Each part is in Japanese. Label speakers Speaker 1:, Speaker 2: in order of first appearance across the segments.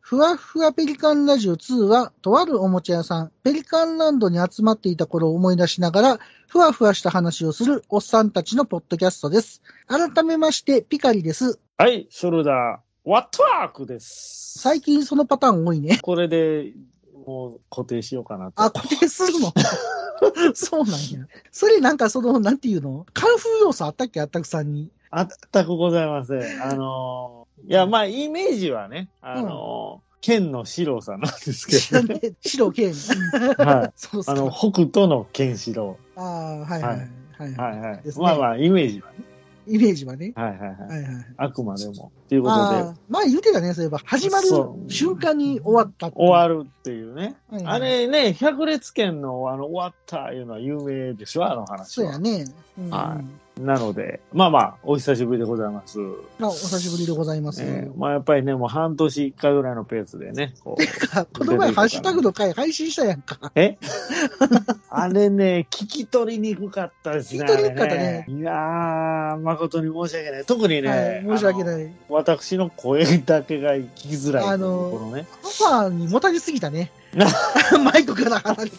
Speaker 1: ふわふわペリカンラジオ2は、とあるおもちゃ屋さん、ペリカンランドに集まっていた頃を思い出しながら、ふわふわした話をするおっさんたちのポッドキャストです。改めまして、ピカリです。
Speaker 2: はい、ショルダー、ワットワークです。
Speaker 1: 最近そのパターン多い ね。
Speaker 2: これで、もう固定しようかなと。
Speaker 1: あ、固定するの そうなんや。それなんかその、なんていうのカンフー要素あったっけあったくさん に。
Speaker 2: あったくございません。あのーいや、まあ、イメージはね、あのー剣の四郎さんなんですけど、ね、
Speaker 1: 白剣。
Speaker 2: は い。
Speaker 1: そうそ
Speaker 2: あ
Speaker 1: う。
Speaker 2: の、北斗の剣四郎。
Speaker 1: ああ、はいはいはい。は
Speaker 2: はいはい。
Speaker 1: ですね
Speaker 2: まあまあ、イメージはね。
Speaker 1: い、イメージはね。
Speaker 2: はいはいはい。
Speaker 1: はいはい。
Speaker 2: あくまでも。ということ
Speaker 1: あ
Speaker 2: で
Speaker 1: あ、前言うてたね、そういえば。始まる
Speaker 2: そう
Speaker 1: 瞬間に終わったって。
Speaker 2: 終わるっていうね。
Speaker 1: はいはい
Speaker 2: あれね、百列拳の、あの、終わったいうのは有名でしょ、あの話
Speaker 1: そうや
Speaker 2: は。
Speaker 1: ね。うんうん
Speaker 2: はなので、まあまあ、お久しぶりでございます。
Speaker 1: まあ、お久しぶりでございます。
Speaker 2: えーまあやっぱりね、もう半年一回ぐらいのペースでね、 こう。
Speaker 1: この前、ハッシュタグの回配信したやん か。
Speaker 2: えあれね、聞き取りにくかったですね。
Speaker 1: 聞き取りにくかった
Speaker 2: あ
Speaker 1: ね
Speaker 2: れいやー、誠に申し訳ない。特にね、
Speaker 1: はい、申し訳
Speaker 2: い。
Speaker 1: ない。
Speaker 2: 私の声だけが聞きづらいという。
Speaker 1: あの
Speaker 2: このね。
Speaker 1: オファーにもたれすぎた ね。マイクから離れて。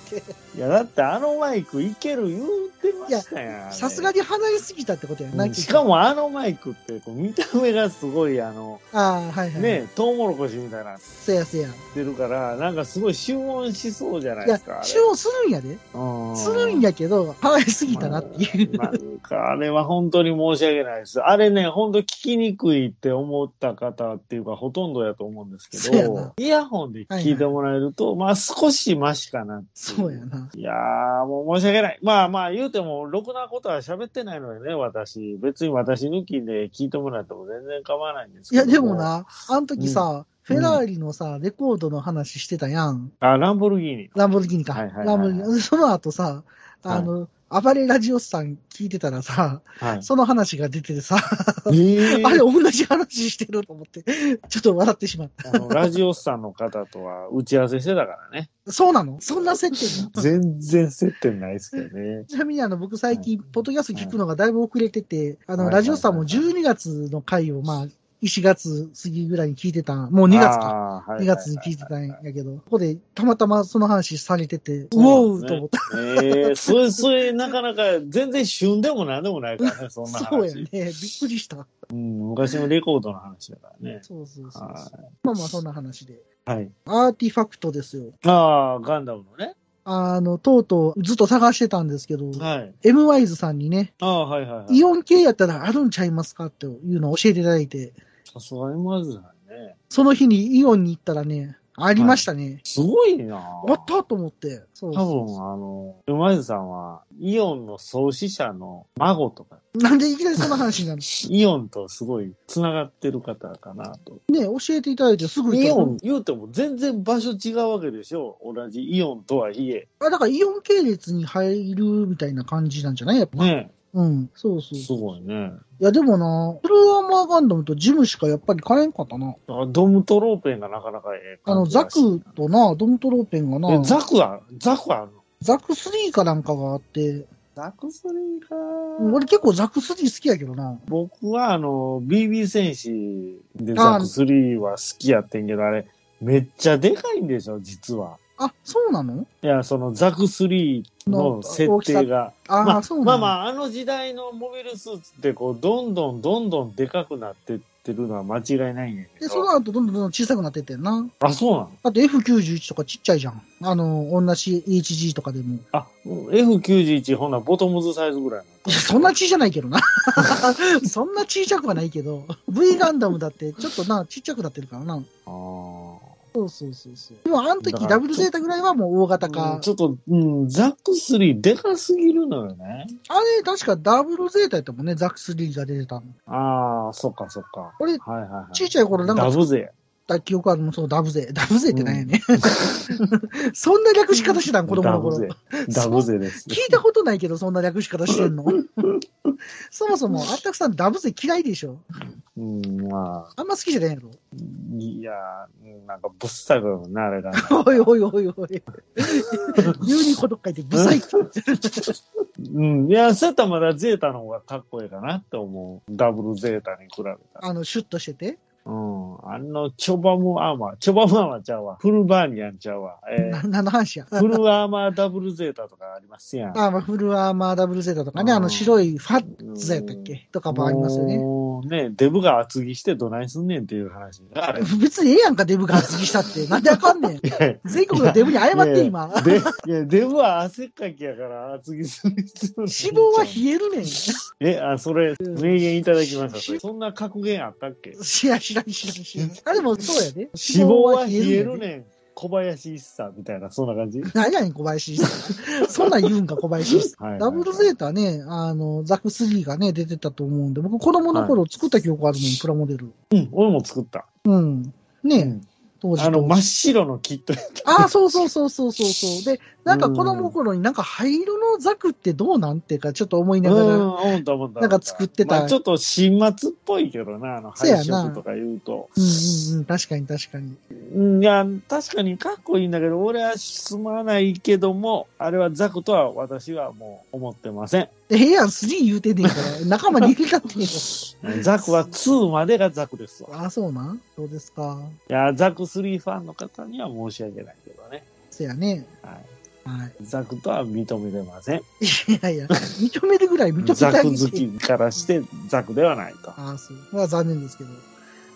Speaker 2: いや、だってあのマイクいける言うてましたやん。
Speaker 1: さすがに離れすぎたってことや
Speaker 2: う
Speaker 1: な。
Speaker 2: んしか。もあのマイクって、こう見た目がすごい、あの、
Speaker 1: ああ、はいはい。
Speaker 2: ね、トウモロコシみたいになっ
Speaker 1: せやせや。
Speaker 2: てるから、なんかすごい集音しそうじゃない
Speaker 1: い
Speaker 2: で
Speaker 1: や
Speaker 2: すか。あ、れ
Speaker 1: 使用するんやで。
Speaker 2: うん
Speaker 1: するんやけど、離れすぎたなっていう。
Speaker 2: まあなんか、あれは本当に申し訳ないです。あれね、本当聞きにくいって思った方っていうか、ほとんどやと思うんですけ
Speaker 1: そうやな
Speaker 2: ど、イヤホンで聞いてもらえると、まあ少しマシかなってい
Speaker 1: そうや。な。
Speaker 2: いやー、もう申し訳ない。まあまあ言うても、ろくなことは喋ってないのでね、私。別に私抜きで聞いてもらっても全然構わないんです
Speaker 1: い
Speaker 2: けど。
Speaker 1: や、でも。な、あの時さ、フェラーリのさ、レコードの話してたやん。
Speaker 2: あ、ランボルギーニ。
Speaker 1: ランボルギーニか。
Speaker 2: はいはいはい
Speaker 1: ランボルギーニ。 その後さ、あの、暴れラジオスさん聞いてたらさ、
Speaker 2: はい。
Speaker 1: その話が出ててさ、
Speaker 2: えー
Speaker 1: あれ同じ話してると思って、ちょっと笑ってしまっ
Speaker 2: あのラジオスさんの方とは打ち合わせしてたか らね。
Speaker 1: た。そうなのそんな接 点が。
Speaker 2: 全然接点ないですけどね。
Speaker 1: ちなみにあの、僕最近、ポッドキャスト聞くのがだいぶ遅れてて、あの、
Speaker 2: はい
Speaker 1: ラジオスさんも12月の回を、まあ、1月過ぎぐらいに聞いてた、もう2月か。
Speaker 2: か。
Speaker 1: 2月に聞いてたんやけど、ここでたまたまその話されてて、うお
Speaker 2: そ
Speaker 1: ー
Speaker 2: うなんですね
Speaker 1: と思った。
Speaker 2: ええそれ、それ、なかなか、全然旬でもなんでもないか らね、そんな話。
Speaker 1: そうやね。びっくりした。
Speaker 2: うん、昔のレコードの話だからね。
Speaker 1: そうそうそうそう。
Speaker 2: は
Speaker 1: まあまあ、そんな話で。
Speaker 2: い。はい。
Speaker 1: アーティファクトですよ。
Speaker 2: ああ、ガンダムのね。
Speaker 1: あの、とうとうずっと探してたんですけど、
Speaker 2: はい。
Speaker 1: M ワイズさんにね、
Speaker 2: ああ、はいはいはい。
Speaker 1: イオン系やったらあるんちゃいますかっていうのを教えていただいて、
Speaker 2: さすがにまずないね。
Speaker 1: その日にイオンに行ったらね、ありましたね。
Speaker 2: すごいな
Speaker 1: 終わったと思って。そう
Speaker 2: 多分、あの、馬津さんは、イオンの創始者の孫とか、
Speaker 1: なんでいきなりそんな話になる
Speaker 2: イオンとすごい繋がってる方かなと。
Speaker 1: のね、教えていただいてすぐ行っ
Speaker 2: イ
Speaker 1: た
Speaker 2: オン言うても全然場所違うわけでしょ同じイオンとはいえ。
Speaker 1: あ、だからイオン系列に入るみたいな感じなんじゃないやっぱ。
Speaker 2: ね
Speaker 1: うん。そうそう。
Speaker 2: す
Speaker 1: い
Speaker 2: ごいね。
Speaker 1: や、でもな、フルアーマーガンダムとジムしかやっぱり買えんかったな。
Speaker 2: あドムトローペンがなかなかええ
Speaker 1: あの、
Speaker 2: 感じ
Speaker 1: ザ
Speaker 2: らしいな
Speaker 1: クとな、ドムトローペンがな
Speaker 2: え、、ザクは、ザクはあるの
Speaker 1: ザク3かなんかがあって、
Speaker 2: ザクスリーか
Speaker 1: 俺結構ザク3好きやけどな。
Speaker 2: 僕はあの、BB 戦士でザクスリーは好きやってんけど、あれ、めっちゃでかいんでしょ、実は。
Speaker 1: あ、そうなの
Speaker 2: いや、そのザクスリーの設定が。
Speaker 1: ああ、
Speaker 2: まあ、
Speaker 1: そう
Speaker 2: ま
Speaker 1: な
Speaker 2: あ
Speaker 1: の
Speaker 2: まあ、あの時代のモビルスーツって、こう、どんどんどんどんでかくなってってるのは間違いないんやけ
Speaker 1: で、
Speaker 2: ど。
Speaker 1: その後どんどんどんどん小さくなってってんな。
Speaker 2: あ、そうなの
Speaker 1: あと F91 とかちっちゃいじゃん。あの、同じ HG とかでも。
Speaker 2: あ、もう F91 ほな、ボトムズサイズぐらいなの
Speaker 1: いや、そんな小じゃないけどな。そんな小さくはないけど。V ガンダムだって、ちょっとな、ちっちゃくなってるからな。
Speaker 2: あ
Speaker 1: そうそうそうそう。でも、あの
Speaker 2: だ
Speaker 1: 時、
Speaker 2: から
Speaker 1: ダブルゼータぐらいはもう大型
Speaker 2: あ、
Speaker 1: 化。
Speaker 2: ちょっと、うん、ザックスリーでかすぎるのよね。
Speaker 1: あれ、確かダブルゼータやったもんね、ザク3が出てたの。
Speaker 2: ああ、そっかそっか。
Speaker 1: 俺
Speaker 2: はいはいはい。
Speaker 1: ちっちゃい頃なんか
Speaker 2: ダブゼ。
Speaker 1: だ記憶あるもん、そう、ダブゼ。 ダブゼってなんやね。 そんな略し方してたん、子供の頃。
Speaker 2: ダブゼ。ダブゼです。
Speaker 1: 聞いたことないけど、そんな略し方して んの。そもそも、あったくさんダブゼ嫌いでしょ。
Speaker 2: うん、まあ、
Speaker 1: あんま好きじゃないやろ。
Speaker 2: いやー、なんかぶっさくよな、あれ が。
Speaker 1: おいおいおいお い。急にこと書いて、ブサイク。
Speaker 2: うん、いや、そうやったらまだゼータの方がかっこいいかなって思う。ダブルゼータに比べたら。
Speaker 1: あの、シュッとしてて。
Speaker 2: うん。うん。あの、チョバムアーマー。チョバムアーマーちゃうわ。フルバーニアンちゃうわ。え
Speaker 1: な何の話や。
Speaker 2: ー、フルアーマーダブルゼータとかありますやん。
Speaker 1: あまあ、フルアーマーダブルゼータとかね、
Speaker 2: うん
Speaker 1: あの白いファッツやったっけとかもありますよね。
Speaker 2: もうね、デブが厚着してどないすんねんっていう話。あれ
Speaker 1: 別にええやんか、デブが厚着したって。なんであかんねん。全国のデブに謝っ
Speaker 2: いやい
Speaker 1: て、
Speaker 2: や
Speaker 1: 今。
Speaker 2: で、いや、デブは汗っかきやから厚着する必要ない
Speaker 1: 脂肪は冷えるねん。
Speaker 2: え、あ、それ、名言いただきましたそれ。そんな格言あったっけ
Speaker 1: 知らん、知らん、知らん、知らん。あ、でもそうやで。
Speaker 2: 脂肪は冷える
Speaker 1: ん。
Speaker 2: ねん。小林一茶みたいな、そんな感じ。
Speaker 1: 何やねん、小林。そん なん言うんか、小林。
Speaker 2: はい
Speaker 1: ダブルゼータね、あの、ザク3がね、出てたと思うんで、僕子供の頃作った記憶あるもん、プラモデル。
Speaker 2: うん、俺も作った。
Speaker 1: うん。ねえ、
Speaker 2: うん
Speaker 1: 当時。
Speaker 2: あの、
Speaker 1: 当時
Speaker 2: 真っ白のキットやった。
Speaker 1: ああ、そうそうそうそうそうそう。で、なんか子供の頃になんか灰色のザクってどうなんていうか、ちょっと思いなが
Speaker 2: うん、
Speaker 1: ら。
Speaker 2: 思った思った。
Speaker 1: なんか作ってた
Speaker 2: まあ、ちょっと新末っぽいけどな、あの、
Speaker 1: せや
Speaker 2: 配
Speaker 1: な
Speaker 2: 色とか言うと。
Speaker 1: うんうんうん、確かに確かに。
Speaker 2: うんいや、確かにかっこいいんだけど、俺はすまないけども、あれはザクとは私はもう思ってません。
Speaker 1: ええやん、3言うてんねんから、仲間に入れたってんよ。
Speaker 2: ザクは2までがザクですわ。
Speaker 1: ああ、そうなんどうですか。
Speaker 2: いや、ザク3ファンの方には申し訳ないけどね。
Speaker 1: せやね。
Speaker 2: は
Speaker 1: はい。
Speaker 2: い。ザクとは認めてません。
Speaker 1: いやいや、認めるぐらい認めて
Speaker 2: ザ
Speaker 1: あげ
Speaker 2: ク 好
Speaker 1: て。
Speaker 2: きからしてザクではないと。
Speaker 1: ああ、そう。まあ残念ですけど。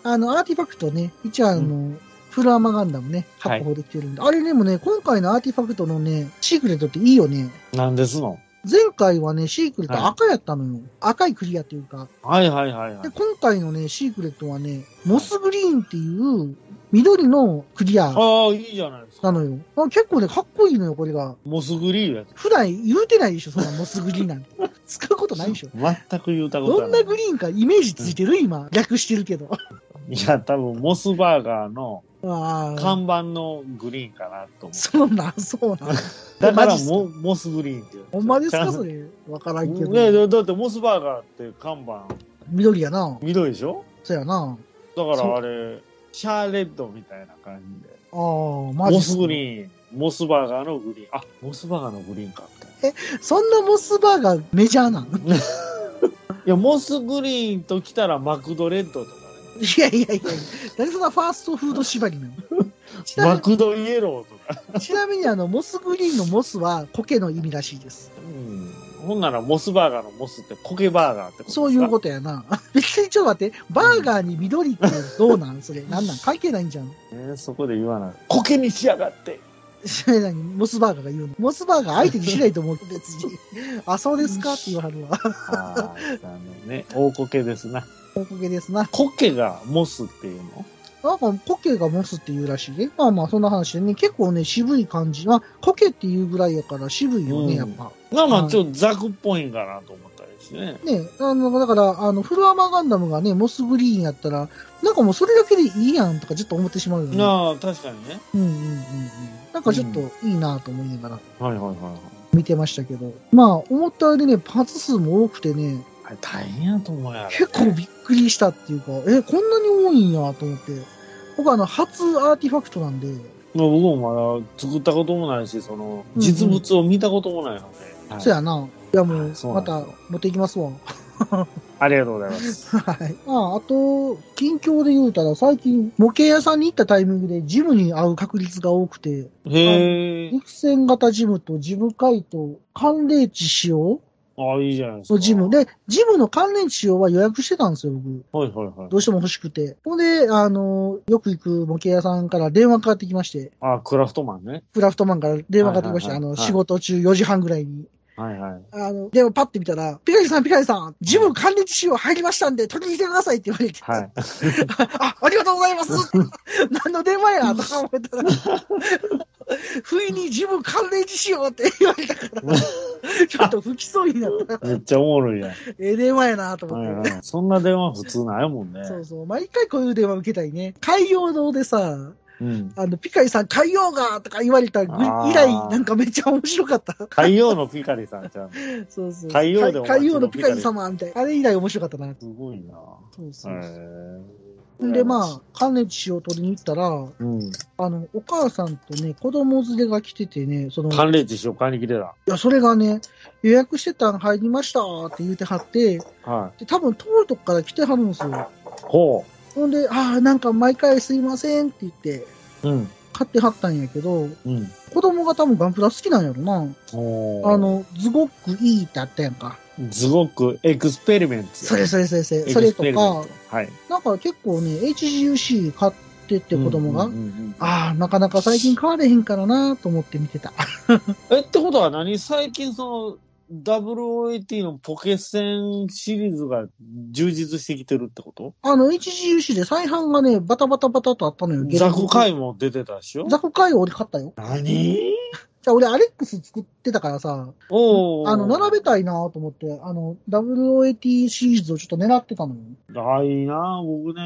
Speaker 1: あの、アーティファクトね、一応あの、フルアーマガンダムね、
Speaker 2: はい
Speaker 1: 確保できてるんで、あれでもね、今回のアーティファクトのね、シークレットっていいよね。
Speaker 2: なんですの
Speaker 1: 前回はね、シークレット
Speaker 2: はい
Speaker 1: 赤やったのよ。赤いクリアっていうか。
Speaker 2: はいはいはいは
Speaker 1: で、
Speaker 2: い。
Speaker 1: 今回のね、シークレットはね、モスグリーンっていう緑のクリア
Speaker 2: ああ、いいじゃないです
Speaker 1: な
Speaker 2: か。
Speaker 1: のよ。あ結構ね、かっこいいのよ、これが。
Speaker 2: モスグリーンやつ。
Speaker 1: 普段言うてないでしょ、そんなモスグリーン なんて。使うことないでしょ。
Speaker 2: 全く言うたこと
Speaker 1: ど
Speaker 2: は
Speaker 1: ん
Speaker 2: な。
Speaker 1: ないグリーンかイメージついてる今。略してるけど。
Speaker 2: いや、多分、モスバーガーの
Speaker 1: ああ。
Speaker 2: 看板のグリーンかなと思う。
Speaker 1: そうなん、そうなん。
Speaker 2: だか
Speaker 1: マ
Speaker 2: ら
Speaker 1: ジっすか
Speaker 2: モ、モスグリーンって言う。
Speaker 1: ほんまです
Speaker 2: ちゃ
Speaker 1: か
Speaker 2: ん
Speaker 1: それ。わからんけ
Speaker 2: ね
Speaker 1: ど。
Speaker 2: だだってモスバーガーって看板、
Speaker 1: 緑やな。
Speaker 2: 緑でしょ
Speaker 1: そうやな。
Speaker 2: だか
Speaker 1: そう
Speaker 2: らあれ、シャーレッドみたいな感じで。
Speaker 1: ああ、マジ
Speaker 2: モ
Speaker 1: っす
Speaker 2: ス
Speaker 1: か
Speaker 2: グリーン、モスバーガーのグリーン。あ、モスバーガーのグリーンかみたいな。
Speaker 1: そんなモスバーガーメジャーなんい
Speaker 2: いや、モスグリーンと来たらマクドレッドとかね。
Speaker 1: やいやいや誰そんなファーストフード縛り なのちな
Speaker 2: マ
Speaker 1: み
Speaker 2: クドイエローとか。
Speaker 1: にちなみにあの、モスグリーンのモスは苔の意味らしいです。
Speaker 2: うん。ほんならモスバーガーのモスってコケバーガーってことですか
Speaker 1: そういうことやな。別にちょっと待って、バーガーに緑ってどうなんそれ。なんなん関係ないんじゃん。
Speaker 2: と、ね、そこで言わない。コケにしやがって
Speaker 1: 知らない モスバーガーが言うの。モスバーガー相手にしないと思うけど、別に。あ、そうですかって言わは るわ。
Speaker 2: ああ、残念ね。 大コケですな。
Speaker 1: おかげですな。
Speaker 2: コケがモスっていうの
Speaker 1: なんか、コケがモスっていうらしいね。まあまあ、そんな話でね、結構ね、渋い感じ。まあ、コケっていうぐらいやから渋いよね、
Speaker 2: うん
Speaker 1: やっぱ。
Speaker 2: まあま
Speaker 1: は
Speaker 2: あ、
Speaker 1: い
Speaker 2: ちょっとザクっぽいんかなと思ったりしてね。
Speaker 1: ね、あの、だから、あの、フルアーマーガンダムがね、モスグリーンやったら、なんかもうそれだけでいいやんとかちょっと思ってしまうよね。
Speaker 2: ああ、確かにね。
Speaker 1: うんうんうんうん。なんかちょっといいなと思いながら
Speaker 2: はいはいはいはい。
Speaker 1: 見てましたけど。まあ、思ったよりね、パーツ数も多くてね、
Speaker 2: あれ大変やと思うやろ。
Speaker 1: 結構びっくりしたっていうか、え、こんなに多いんやと思って。僕あの、初アーティファクトなんで、
Speaker 2: まあ僕もまだ作ったこともないし、その、
Speaker 1: うん
Speaker 2: 実物を見たこともないので。はい
Speaker 1: そうやな。いやもう
Speaker 2: はい、そうな
Speaker 1: ま
Speaker 2: んで
Speaker 1: た
Speaker 2: すよ
Speaker 1: 持っていきますわ。
Speaker 2: ありがとうございま す。
Speaker 1: はい。まあ、あと、近況で言うたら、最近、模型屋さんに行ったタイミングでジムに会う確率が多くて、
Speaker 2: へえ。
Speaker 1: 陸戦型ジムとジム会と寒冷地使用
Speaker 2: ああ、いいじゃないです
Speaker 1: の
Speaker 2: か。
Speaker 1: ジム。で、ジムの関連地使用は予約してたんですよ、僕。
Speaker 2: はいはいはい
Speaker 1: ど。うしても欲しくて。ほんで、あの、よく行く模型屋さんから電話かかってきまして、
Speaker 2: ああ、クラフトマンね。
Speaker 1: クラフトマンから電話かかってきまして、
Speaker 2: は
Speaker 1: あ
Speaker 2: いはいはい
Speaker 1: の、
Speaker 2: はい
Speaker 1: 仕事中4時半ぐらいに。
Speaker 2: はいはい。
Speaker 1: あの、電話パッて見たら、ピカリさん、ピカリさん、ジム関連地使用入りましたんで、取りに来てくださいって言われて。
Speaker 2: はい。
Speaker 1: あ、ありがとうございます 何の電話やとか思ったら、不意に自分関連しようって言われた から、ちょっと不きそうになった。
Speaker 2: めっちゃおもろいやん。
Speaker 1: ええ電話やなと
Speaker 2: はい
Speaker 1: 思っ
Speaker 2: はい。そんな電話普通ないもんね
Speaker 1: て。。そうそう。毎回こういう電話受けたいね。海洋堂でさ、
Speaker 2: うん。
Speaker 1: あの、ピカイさん海洋がとか言われたぐ
Speaker 2: あー
Speaker 1: 以来、なんかめっちゃ面白かった。
Speaker 2: 海洋のピカリさんちゃん。す
Speaker 1: そうそう。
Speaker 2: 海洋堂
Speaker 1: 海海洋のピカイ様みたいな。あれ以来面白かったな。
Speaker 2: ごいな。
Speaker 1: そうそうそう。
Speaker 2: へえ。
Speaker 1: で、まあ、関連しよう取りに行ったら、
Speaker 2: あ。うん。
Speaker 1: あの、お母さんとね、子供連れが来ててね、その、い
Speaker 2: 寒冷地紹介に来てた。
Speaker 1: や、それがね、予約してたん入りましたって言うてはって、
Speaker 2: は
Speaker 1: で、多分遠いとこから来てはるんですよ。
Speaker 2: い。ほ
Speaker 1: ほんで、ああ、なんか毎回すいませんって言って、
Speaker 2: うん。
Speaker 1: 買ってはったんやけど、
Speaker 2: うん。
Speaker 1: 子供が多分ガンプラ好きなんやろな。
Speaker 2: おー
Speaker 1: あ、の、ズゴックいいってあったやんか。
Speaker 2: すごくエクスペリメント。
Speaker 1: それそれそれそれ。
Speaker 2: エ
Speaker 1: そ
Speaker 2: ク
Speaker 1: れ
Speaker 2: ス
Speaker 1: と
Speaker 2: ペリメント
Speaker 1: か、。
Speaker 2: はい。っ
Speaker 1: なんか結構ね、HGUC 買ってって子供が、ああ、なかなか最近買われへんからなと思って見てた。
Speaker 2: え、ってことは何最近その、WOAT のポケセンシリーズが充実してきてるってこと
Speaker 1: あの、HGUC で再販がね、バタバタバタとあったのよ。
Speaker 2: ザクカ
Speaker 1: イ。
Speaker 2: イも出てたでしょ
Speaker 1: ザコカイ俺買ったよ。
Speaker 2: 何
Speaker 1: じゃあ俺アレックス作ってたからさ、
Speaker 2: おー
Speaker 1: あの、並べたいなと思って、あの、WOAT シリーズをちょっと狙ってたのよ。
Speaker 2: あ、いいな僕ね、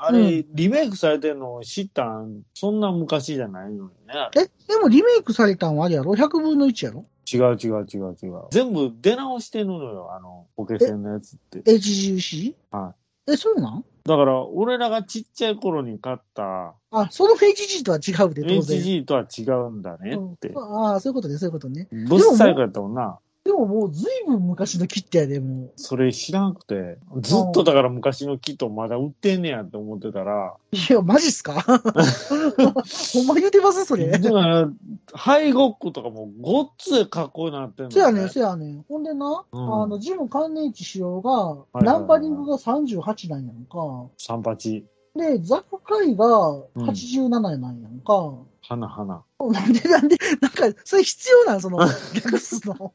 Speaker 2: あれ、リメイクされてるの知ったん、そんな昔じゃないのにね。
Speaker 1: え、でもリメイクされたんはあれやろ ?100 分の1やろ
Speaker 2: 違う違う違う違う。全部出直してるのよ、あの、ポケセンのやつって。
Speaker 1: ?HGUC?。
Speaker 2: はい
Speaker 1: え、そうなん
Speaker 2: だから、俺らがちっちゃい頃に買った
Speaker 1: あ、その HG とは違うで、当然。
Speaker 2: HG とは違うんだねって
Speaker 1: う。んああ、そういうことね、そういうことね。
Speaker 2: ぶっさいかやったもんな。
Speaker 1: でももうずいぶん昔の切手やで、も
Speaker 2: それ知らんくて、ずっとだから昔のキットまだ売ってんねやって思ってたら、
Speaker 1: う。いや、マジっすかほんま言うてますそれ
Speaker 2: だ。から、ハイゴックとかもごっついかっこよくなってんの、
Speaker 1: そやねん、そやねん。ほんでな、
Speaker 2: うん
Speaker 1: あの、ジム関連値仕様
Speaker 2: い
Speaker 1: が、
Speaker 2: はいはい
Speaker 1: ナンバリングが38なんやんか。
Speaker 2: 三八、
Speaker 1: で、ザクカイが87なんやんか。
Speaker 2: 花花。
Speaker 1: なんでなんで、なんか、それ必要なん、 その、略すの。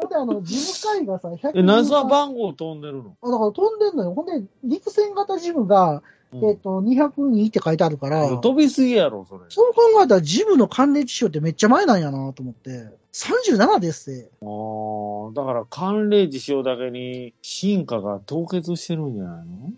Speaker 1: ほんで、あの、ジムカイがさ、100
Speaker 2: え、なぜ番号飛んでるの
Speaker 1: あだから飛んでんのよ。ほんで、陸戦型ジムが、
Speaker 2: うん
Speaker 1: えっ、と、202って書いてあるから、
Speaker 2: 飛びすぎやろ、それ。
Speaker 1: そう考えたらジムの関連地表ってめっちゃ前なんやなと思って。37ですって。
Speaker 2: ああ、だから寒冷事象だけに進化が凍結してるんじゃないの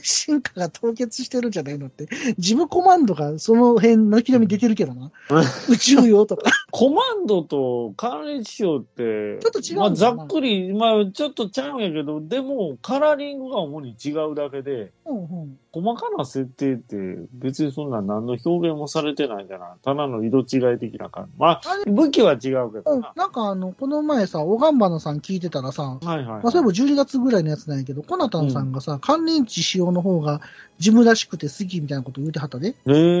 Speaker 1: 進化が凍結してるんじゃないのって。ジムコマンドがその辺のきらみ出てるけどな。 宇宙用とか。
Speaker 2: コマンドと寒冷事象って、
Speaker 1: ちょっと違うんだよな
Speaker 2: まあ、ざっくり、まあ、ちょっとちゃうんやけど、でも、カラーリングが主に違うだけで、
Speaker 1: うんうん。
Speaker 2: 細かな設定って別にそんな何の表現もされてないから、ただの色違い的な感じ。まあ
Speaker 1: あ、
Speaker 2: 武器は違うけ
Speaker 1: う
Speaker 2: ど
Speaker 1: ん
Speaker 2: な。
Speaker 1: なんかあの、この前さ、オガンバナさん聞いてたらさ、
Speaker 2: はいはい、はい。
Speaker 1: まあ、それも12月ぐらいのやつなんやけど、コナタンさんがさ、関連値仕様の方がジムらしくて好きみたいなこと言うてはったで。
Speaker 2: へえ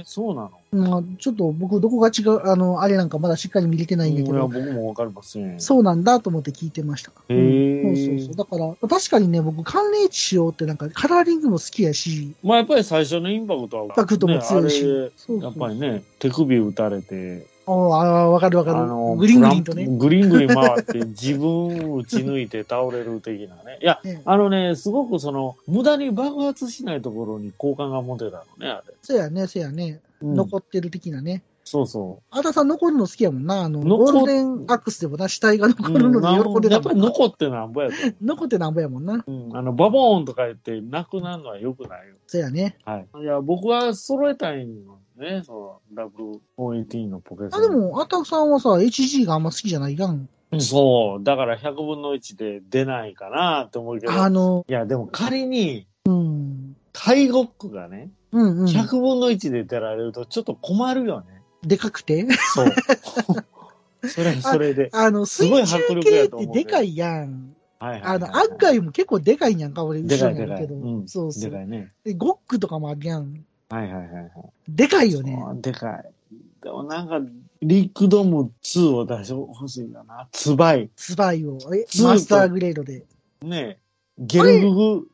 Speaker 2: ー、そうなの
Speaker 1: まあ、ちょっと僕、どこが違う、あの、あれなんかまだしっかり見れてないんだけ
Speaker 2: いや
Speaker 1: ど、
Speaker 2: 僕もわかりません。
Speaker 1: そうなんだと思って聞いてました。
Speaker 2: へー
Speaker 1: うんそうそうそう。だから、確かにね、僕、寒冷地仕様ってなんか、カラーリングも好きやし、
Speaker 2: まあやっぱり最初のインパクトは、ね、
Speaker 1: インパクトも強いし
Speaker 2: あれ
Speaker 1: そうそう
Speaker 2: やっぱりね、手首打たれて、
Speaker 1: おーあー、わかるわ
Speaker 2: あ
Speaker 1: か
Speaker 2: の、
Speaker 1: る。グリングリンと
Speaker 2: ラ
Speaker 1: ね。
Speaker 2: ンプグリングリン回って自分打ち抜いて倒れる的なね。いや、
Speaker 1: ね
Speaker 2: あのね、すごくその、無駄に爆発しないところに好感が持てたのね、あれ。
Speaker 1: そうやね、そうやね。
Speaker 2: うん
Speaker 1: 残ってる的なね。
Speaker 2: そうそ
Speaker 1: あたさん残るの好きやもんな。あの、
Speaker 2: 残っ
Speaker 1: ゴールデンアックスでもな、死体が
Speaker 2: う。
Speaker 1: 残るので
Speaker 2: うん
Speaker 1: 喜んで
Speaker 2: や
Speaker 1: た
Speaker 2: っぱ
Speaker 1: もん
Speaker 2: り
Speaker 1: な。
Speaker 2: 残ってなんぼやと思
Speaker 1: 残ってなんぼやもんな。
Speaker 2: う。うん、あの、バボーンとか言ってなくなるのは良くないよ。
Speaker 1: そうやね。
Speaker 2: はい。いや、僕は揃えたいのね、その、WOAT のポケット。
Speaker 1: あ、でも、あたさんはさ、HG があんま好きじゃないやん。
Speaker 2: そう。だから100分の1で出ないかなって思うけど。
Speaker 1: あの、
Speaker 2: いや、でも仮に、
Speaker 1: うん。
Speaker 2: タイゴックがね、
Speaker 1: うんうん。
Speaker 2: 100分の1で出られるとちょっと困るよね。
Speaker 1: でかくて。
Speaker 2: そう。 それ、それで。
Speaker 1: あの、
Speaker 2: す
Speaker 1: 水
Speaker 2: ごい
Speaker 1: 中
Speaker 2: 迫力
Speaker 1: 系
Speaker 2: や
Speaker 1: っ
Speaker 2: と思
Speaker 1: て
Speaker 2: う
Speaker 1: でかいやん。
Speaker 2: はいはい
Speaker 1: あ
Speaker 2: は
Speaker 1: の、
Speaker 2: い、
Speaker 1: 案外も結構でかいんやんか、俺、
Speaker 2: で
Speaker 1: 後
Speaker 2: か
Speaker 1: ろ
Speaker 2: い
Speaker 1: に
Speaker 2: で
Speaker 1: あ
Speaker 2: か
Speaker 1: る
Speaker 2: い。
Speaker 1: けど。
Speaker 2: うん。
Speaker 1: そうそ
Speaker 2: で
Speaker 1: う
Speaker 2: か。いね。
Speaker 1: で、ゴックとかもあるやん。
Speaker 2: はいはいはいはい。
Speaker 1: でかいよね。
Speaker 2: そうでかい。でもなんか、リックドーム2を出してほしいんだな。ツバイ。
Speaker 1: スパイを。え
Speaker 2: ずーっと
Speaker 1: マスターグレードで。
Speaker 2: ねゲルググ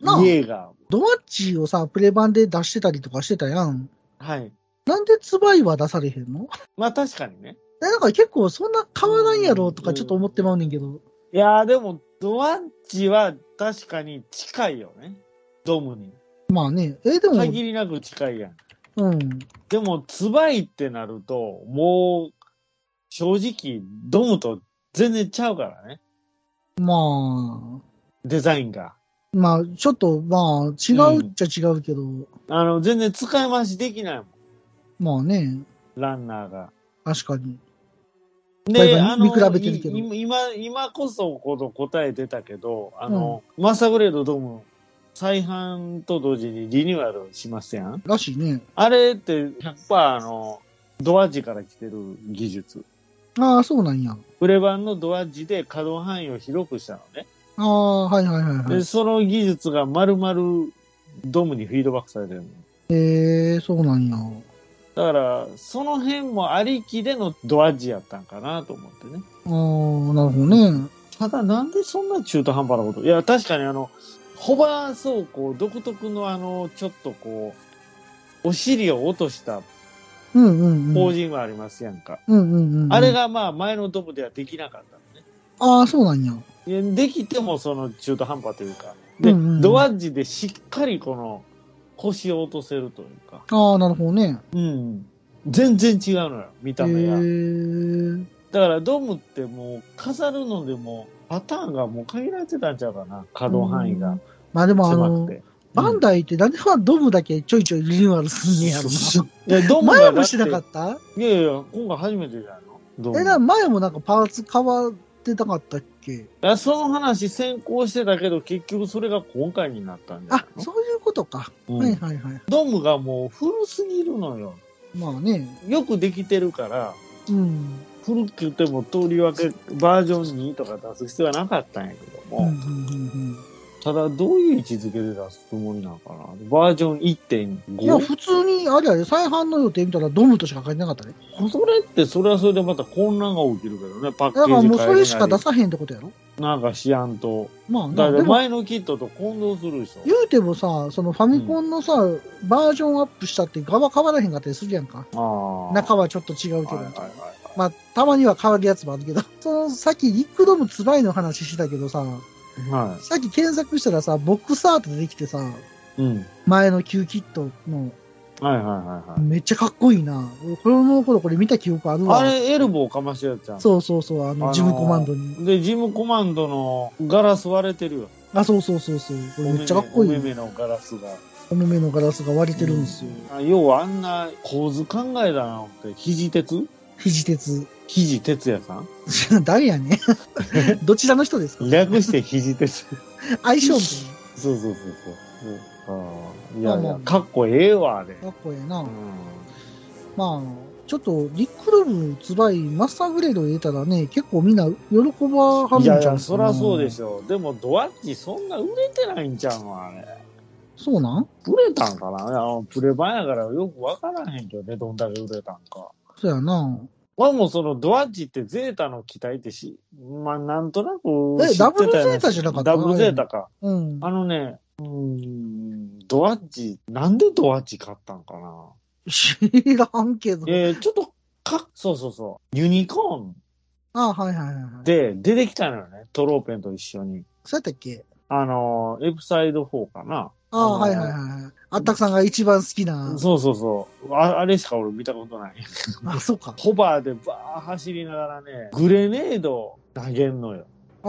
Speaker 1: なあ
Speaker 2: イエーガ
Speaker 1: ドワッチをさ、プレ版で出してたりとかしてたやん。
Speaker 2: ー。はい。
Speaker 1: なんでツバイは出されへんの
Speaker 2: まあ確かにね。
Speaker 1: えなんか結構そんな変わらんやろとかちょっと思ってまうねんけど。
Speaker 2: いやーでも、ドワッチは確かに近いよね。ドムに。
Speaker 1: まあね。え、でも、
Speaker 2: 限りなく近いやん。
Speaker 1: うん。
Speaker 2: でも、ツバイってなると、もう、正直、ドムと全然ちゃうからね。
Speaker 1: まあ、
Speaker 2: デザインが。
Speaker 1: まあ、ちょっと、まあ、違うっちゃ違うけど、
Speaker 2: あの、全然使い回しできないもん。
Speaker 1: まあね、
Speaker 2: ランナーが。
Speaker 1: 確かに。まあ
Speaker 2: で、
Speaker 1: 今
Speaker 2: あの、
Speaker 1: 見比べてるけど
Speaker 2: い今、今こそこの答え出たけど、あの、マスターグレードドム、再販と同時にリニューアルしますやん。
Speaker 1: らしいね。
Speaker 2: あれって100%あの、ドアジから来てる技術。
Speaker 1: ああ、そうなんや。
Speaker 2: プレ版のドアジで可動範囲を広くしたのね。
Speaker 1: ああ、はいはいはい、は
Speaker 2: で、
Speaker 1: い。
Speaker 2: その技術が丸々ドムにフィードバックされてるの。
Speaker 1: えー、そうなんや。
Speaker 2: だから、その辺もありきでのドアジやったんかなと思ってね。
Speaker 1: あー、なるほどね。
Speaker 2: ただなんでそんな中途半端なこといや、確かにあの、ホバー走行独特のあの、ちょっとこう、お尻を落とした
Speaker 1: うんうんう
Speaker 2: ポー
Speaker 1: ん。
Speaker 2: ジングありますやんか。
Speaker 1: うんうんうん。
Speaker 2: あれ。がまあ前のドブではできなかったのね
Speaker 1: あー、そうなんや。
Speaker 2: いや。できてもその中途半端というか。で、
Speaker 1: うんうんうん
Speaker 2: ドアッジでしっかりこの腰を落とせるというか。
Speaker 1: あー、なるほどね。
Speaker 2: うん。全然違うのよ、見た目が。
Speaker 1: えー、
Speaker 2: だからドムってもう飾るのでもパターンがもう限られてたんちゃうかな可動範囲が
Speaker 1: まあでもあ
Speaker 2: 狭
Speaker 1: の
Speaker 2: く、て。
Speaker 1: バンダイってなんではドブだけちょいちょいリニューアルすんねやろ
Speaker 2: いやド
Speaker 1: な。
Speaker 2: ムが
Speaker 1: 前もしてなか
Speaker 2: っ
Speaker 1: った
Speaker 2: た。いやいや、今回初めてじゃないのドム
Speaker 1: え、な、前もなんかパーツ変わってなかったっけ
Speaker 2: いやその話先行してたけど、結局それが今回になったんじゃない
Speaker 1: あ、
Speaker 2: の
Speaker 1: そういうことか。
Speaker 2: うん
Speaker 1: はいはいはい。
Speaker 2: ドムがもう古すぎるのよ。
Speaker 1: まあね。
Speaker 2: よくできてるから、
Speaker 1: うん。
Speaker 2: 古くても通り分けバージョン2とか出す必要はなかったんやけど
Speaker 1: うんうんう
Speaker 2: も、
Speaker 1: ん
Speaker 2: ただどういう位置づけで出すつもりなのかなバージョン1.5
Speaker 1: うん。いや、普通に、あれやで、再販の予定見たらドムとしか書いてなかったね。
Speaker 2: それって、それはそれでまた混乱が起きるけどね、パッケ
Speaker 1: だか
Speaker 2: ージ
Speaker 1: ら
Speaker 2: 変
Speaker 1: もうそれし
Speaker 2: え
Speaker 1: か出
Speaker 2: なり
Speaker 1: さへんってことやろ
Speaker 2: なんかしやんと。
Speaker 1: まあな
Speaker 2: だか
Speaker 1: で
Speaker 2: ら
Speaker 1: も、
Speaker 2: 前のキットと混同するでし
Speaker 1: 言うてもさ、そのファミコンのさ、バージョンアップしたって側変わらへんかったりするやんか。
Speaker 2: ょ。ああ。
Speaker 1: 中はちょっと違うけ
Speaker 2: は
Speaker 1: ど
Speaker 2: い。はいはい
Speaker 1: まあ、たまには変わるやつもあるけ ど。その、さっきニックドームつらいの話してたけどさ、
Speaker 2: はい。は
Speaker 1: さっき検索したらさ、ボックスアート出てきてさ、
Speaker 2: い。うん。
Speaker 1: 前の旧キットの、
Speaker 2: はいはいはいはい。
Speaker 1: めっちゃかっこいいな。俺、子供の頃これ見た記憶あるわ。
Speaker 2: あれ、エルボーかましてやっちゃん。
Speaker 1: そうそうそう、あ
Speaker 2: あ
Speaker 1: の、
Speaker 2: のー
Speaker 1: ジムコマンドに。
Speaker 2: で、ジムコマンドのガラス割れてるよ。
Speaker 1: あ、そうそうそうそう。これめっちゃかっこいい。
Speaker 2: お目目のガラスが。
Speaker 1: お目目のガラスが割れてるんですよ。
Speaker 2: あ要はあんな構図考えだなって、肘鉄
Speaker 1: 肘鉄。
Speaker 2: 肘鉄也さん
Speaker 1: 誰やね どちらの人ですか
Speaker 2: 略して肘 鉄。
Speaker 1: 相性み
Speaker 2: そうそうそうそう。うん、いやい
Speaker 1: まあまあ
Speaker 2: や、かっこええわ、あ
Speaker 1: た
Speaker 2: れ。
Speaker 1: いな。かっこええな。
Speaker 2: う
Speaker 1: まあ、ちょっと、リックルームつらいマスターグレードを入れたらね、結構みんな喜ばはる
Speaker 2: ん、
Speaker 1: ん
Speaker 2: い
Speaker 1: ちゃう
Speaker 2: や
Speaker 1: い
Speaker 2: いや、そらそうでしょ。でも、ドアッチそんな売れてないんちゃうのあれ。
Speaker 1: そうなん
Speaker 2: 売れたんかなあのプレ版やからよくわからへんけどね、どんだけ売れたんか。
Speaker 1: そうやな。
Speaker 2: 俺もそのドアッチってゼータの機体ってし、まあなんとなく
Speaker 1: え
Speaker 2: 知ってた
Speaker 1: ダブル
Speaker 2: よう
Speaker 1: ゼータじゃなかった
Speaker 2: ダブルゼータか。
Speaker 1: うん。
Speaker 2: あのね、うーん、ドアッチ、なんでドアッチ買ったんかな
Speaker 1: 知らんけど。
Speaker 2: えー、ちょっと、か、そうそうそう。ユニコーン
Speaker 1: あはいはいはいはい。
Speaker 2: で出てきたのよね。トローペンと一緒に。
Speaker 1: そうやったっけ
Speaker 2: あのー、エプサイド4かな。
Speaker 1: ああ、
Speaker 2: あのー
Speaker 1: はいはいはい。あったくさんが一番好きな。
Speaker 2: そうそうそう。ああれしか俺見たことない。
Speaker 1: あ、そうか。
Speaker 2: ホバーでバー走りながらね、グレネードを投げんのよ。
Speaker 1: ああ。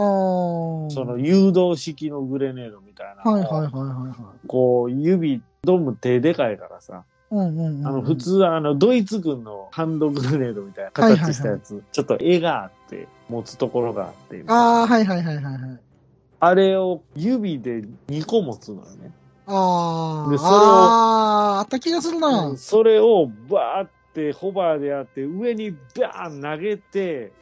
Speaker 2: その誘導式のグレネードみたいな。
Speaker 1: はいはいはいはいはい。
Speaker 2: こう、指、ドム手でかいからさ。
Speaker 1: うんうん、うん。
Speaker 2: あの、普。通はあの、ドイツ軍のハンドグレネードみたいな形したやつ。ちょっと絵があって、持つところがあって。
Speaker 1: ああ、はいはいはいはいはい。
Speaker 2: あれを指で2個持つのよね。
Speaker 1: あ
Speaker 2: で
Speaker 1: あ。
Speaker 2: それを
Speaker 1: ああ、あった気がするな。
Speaker 2: それをバーってホバーでやって上にバーン投げて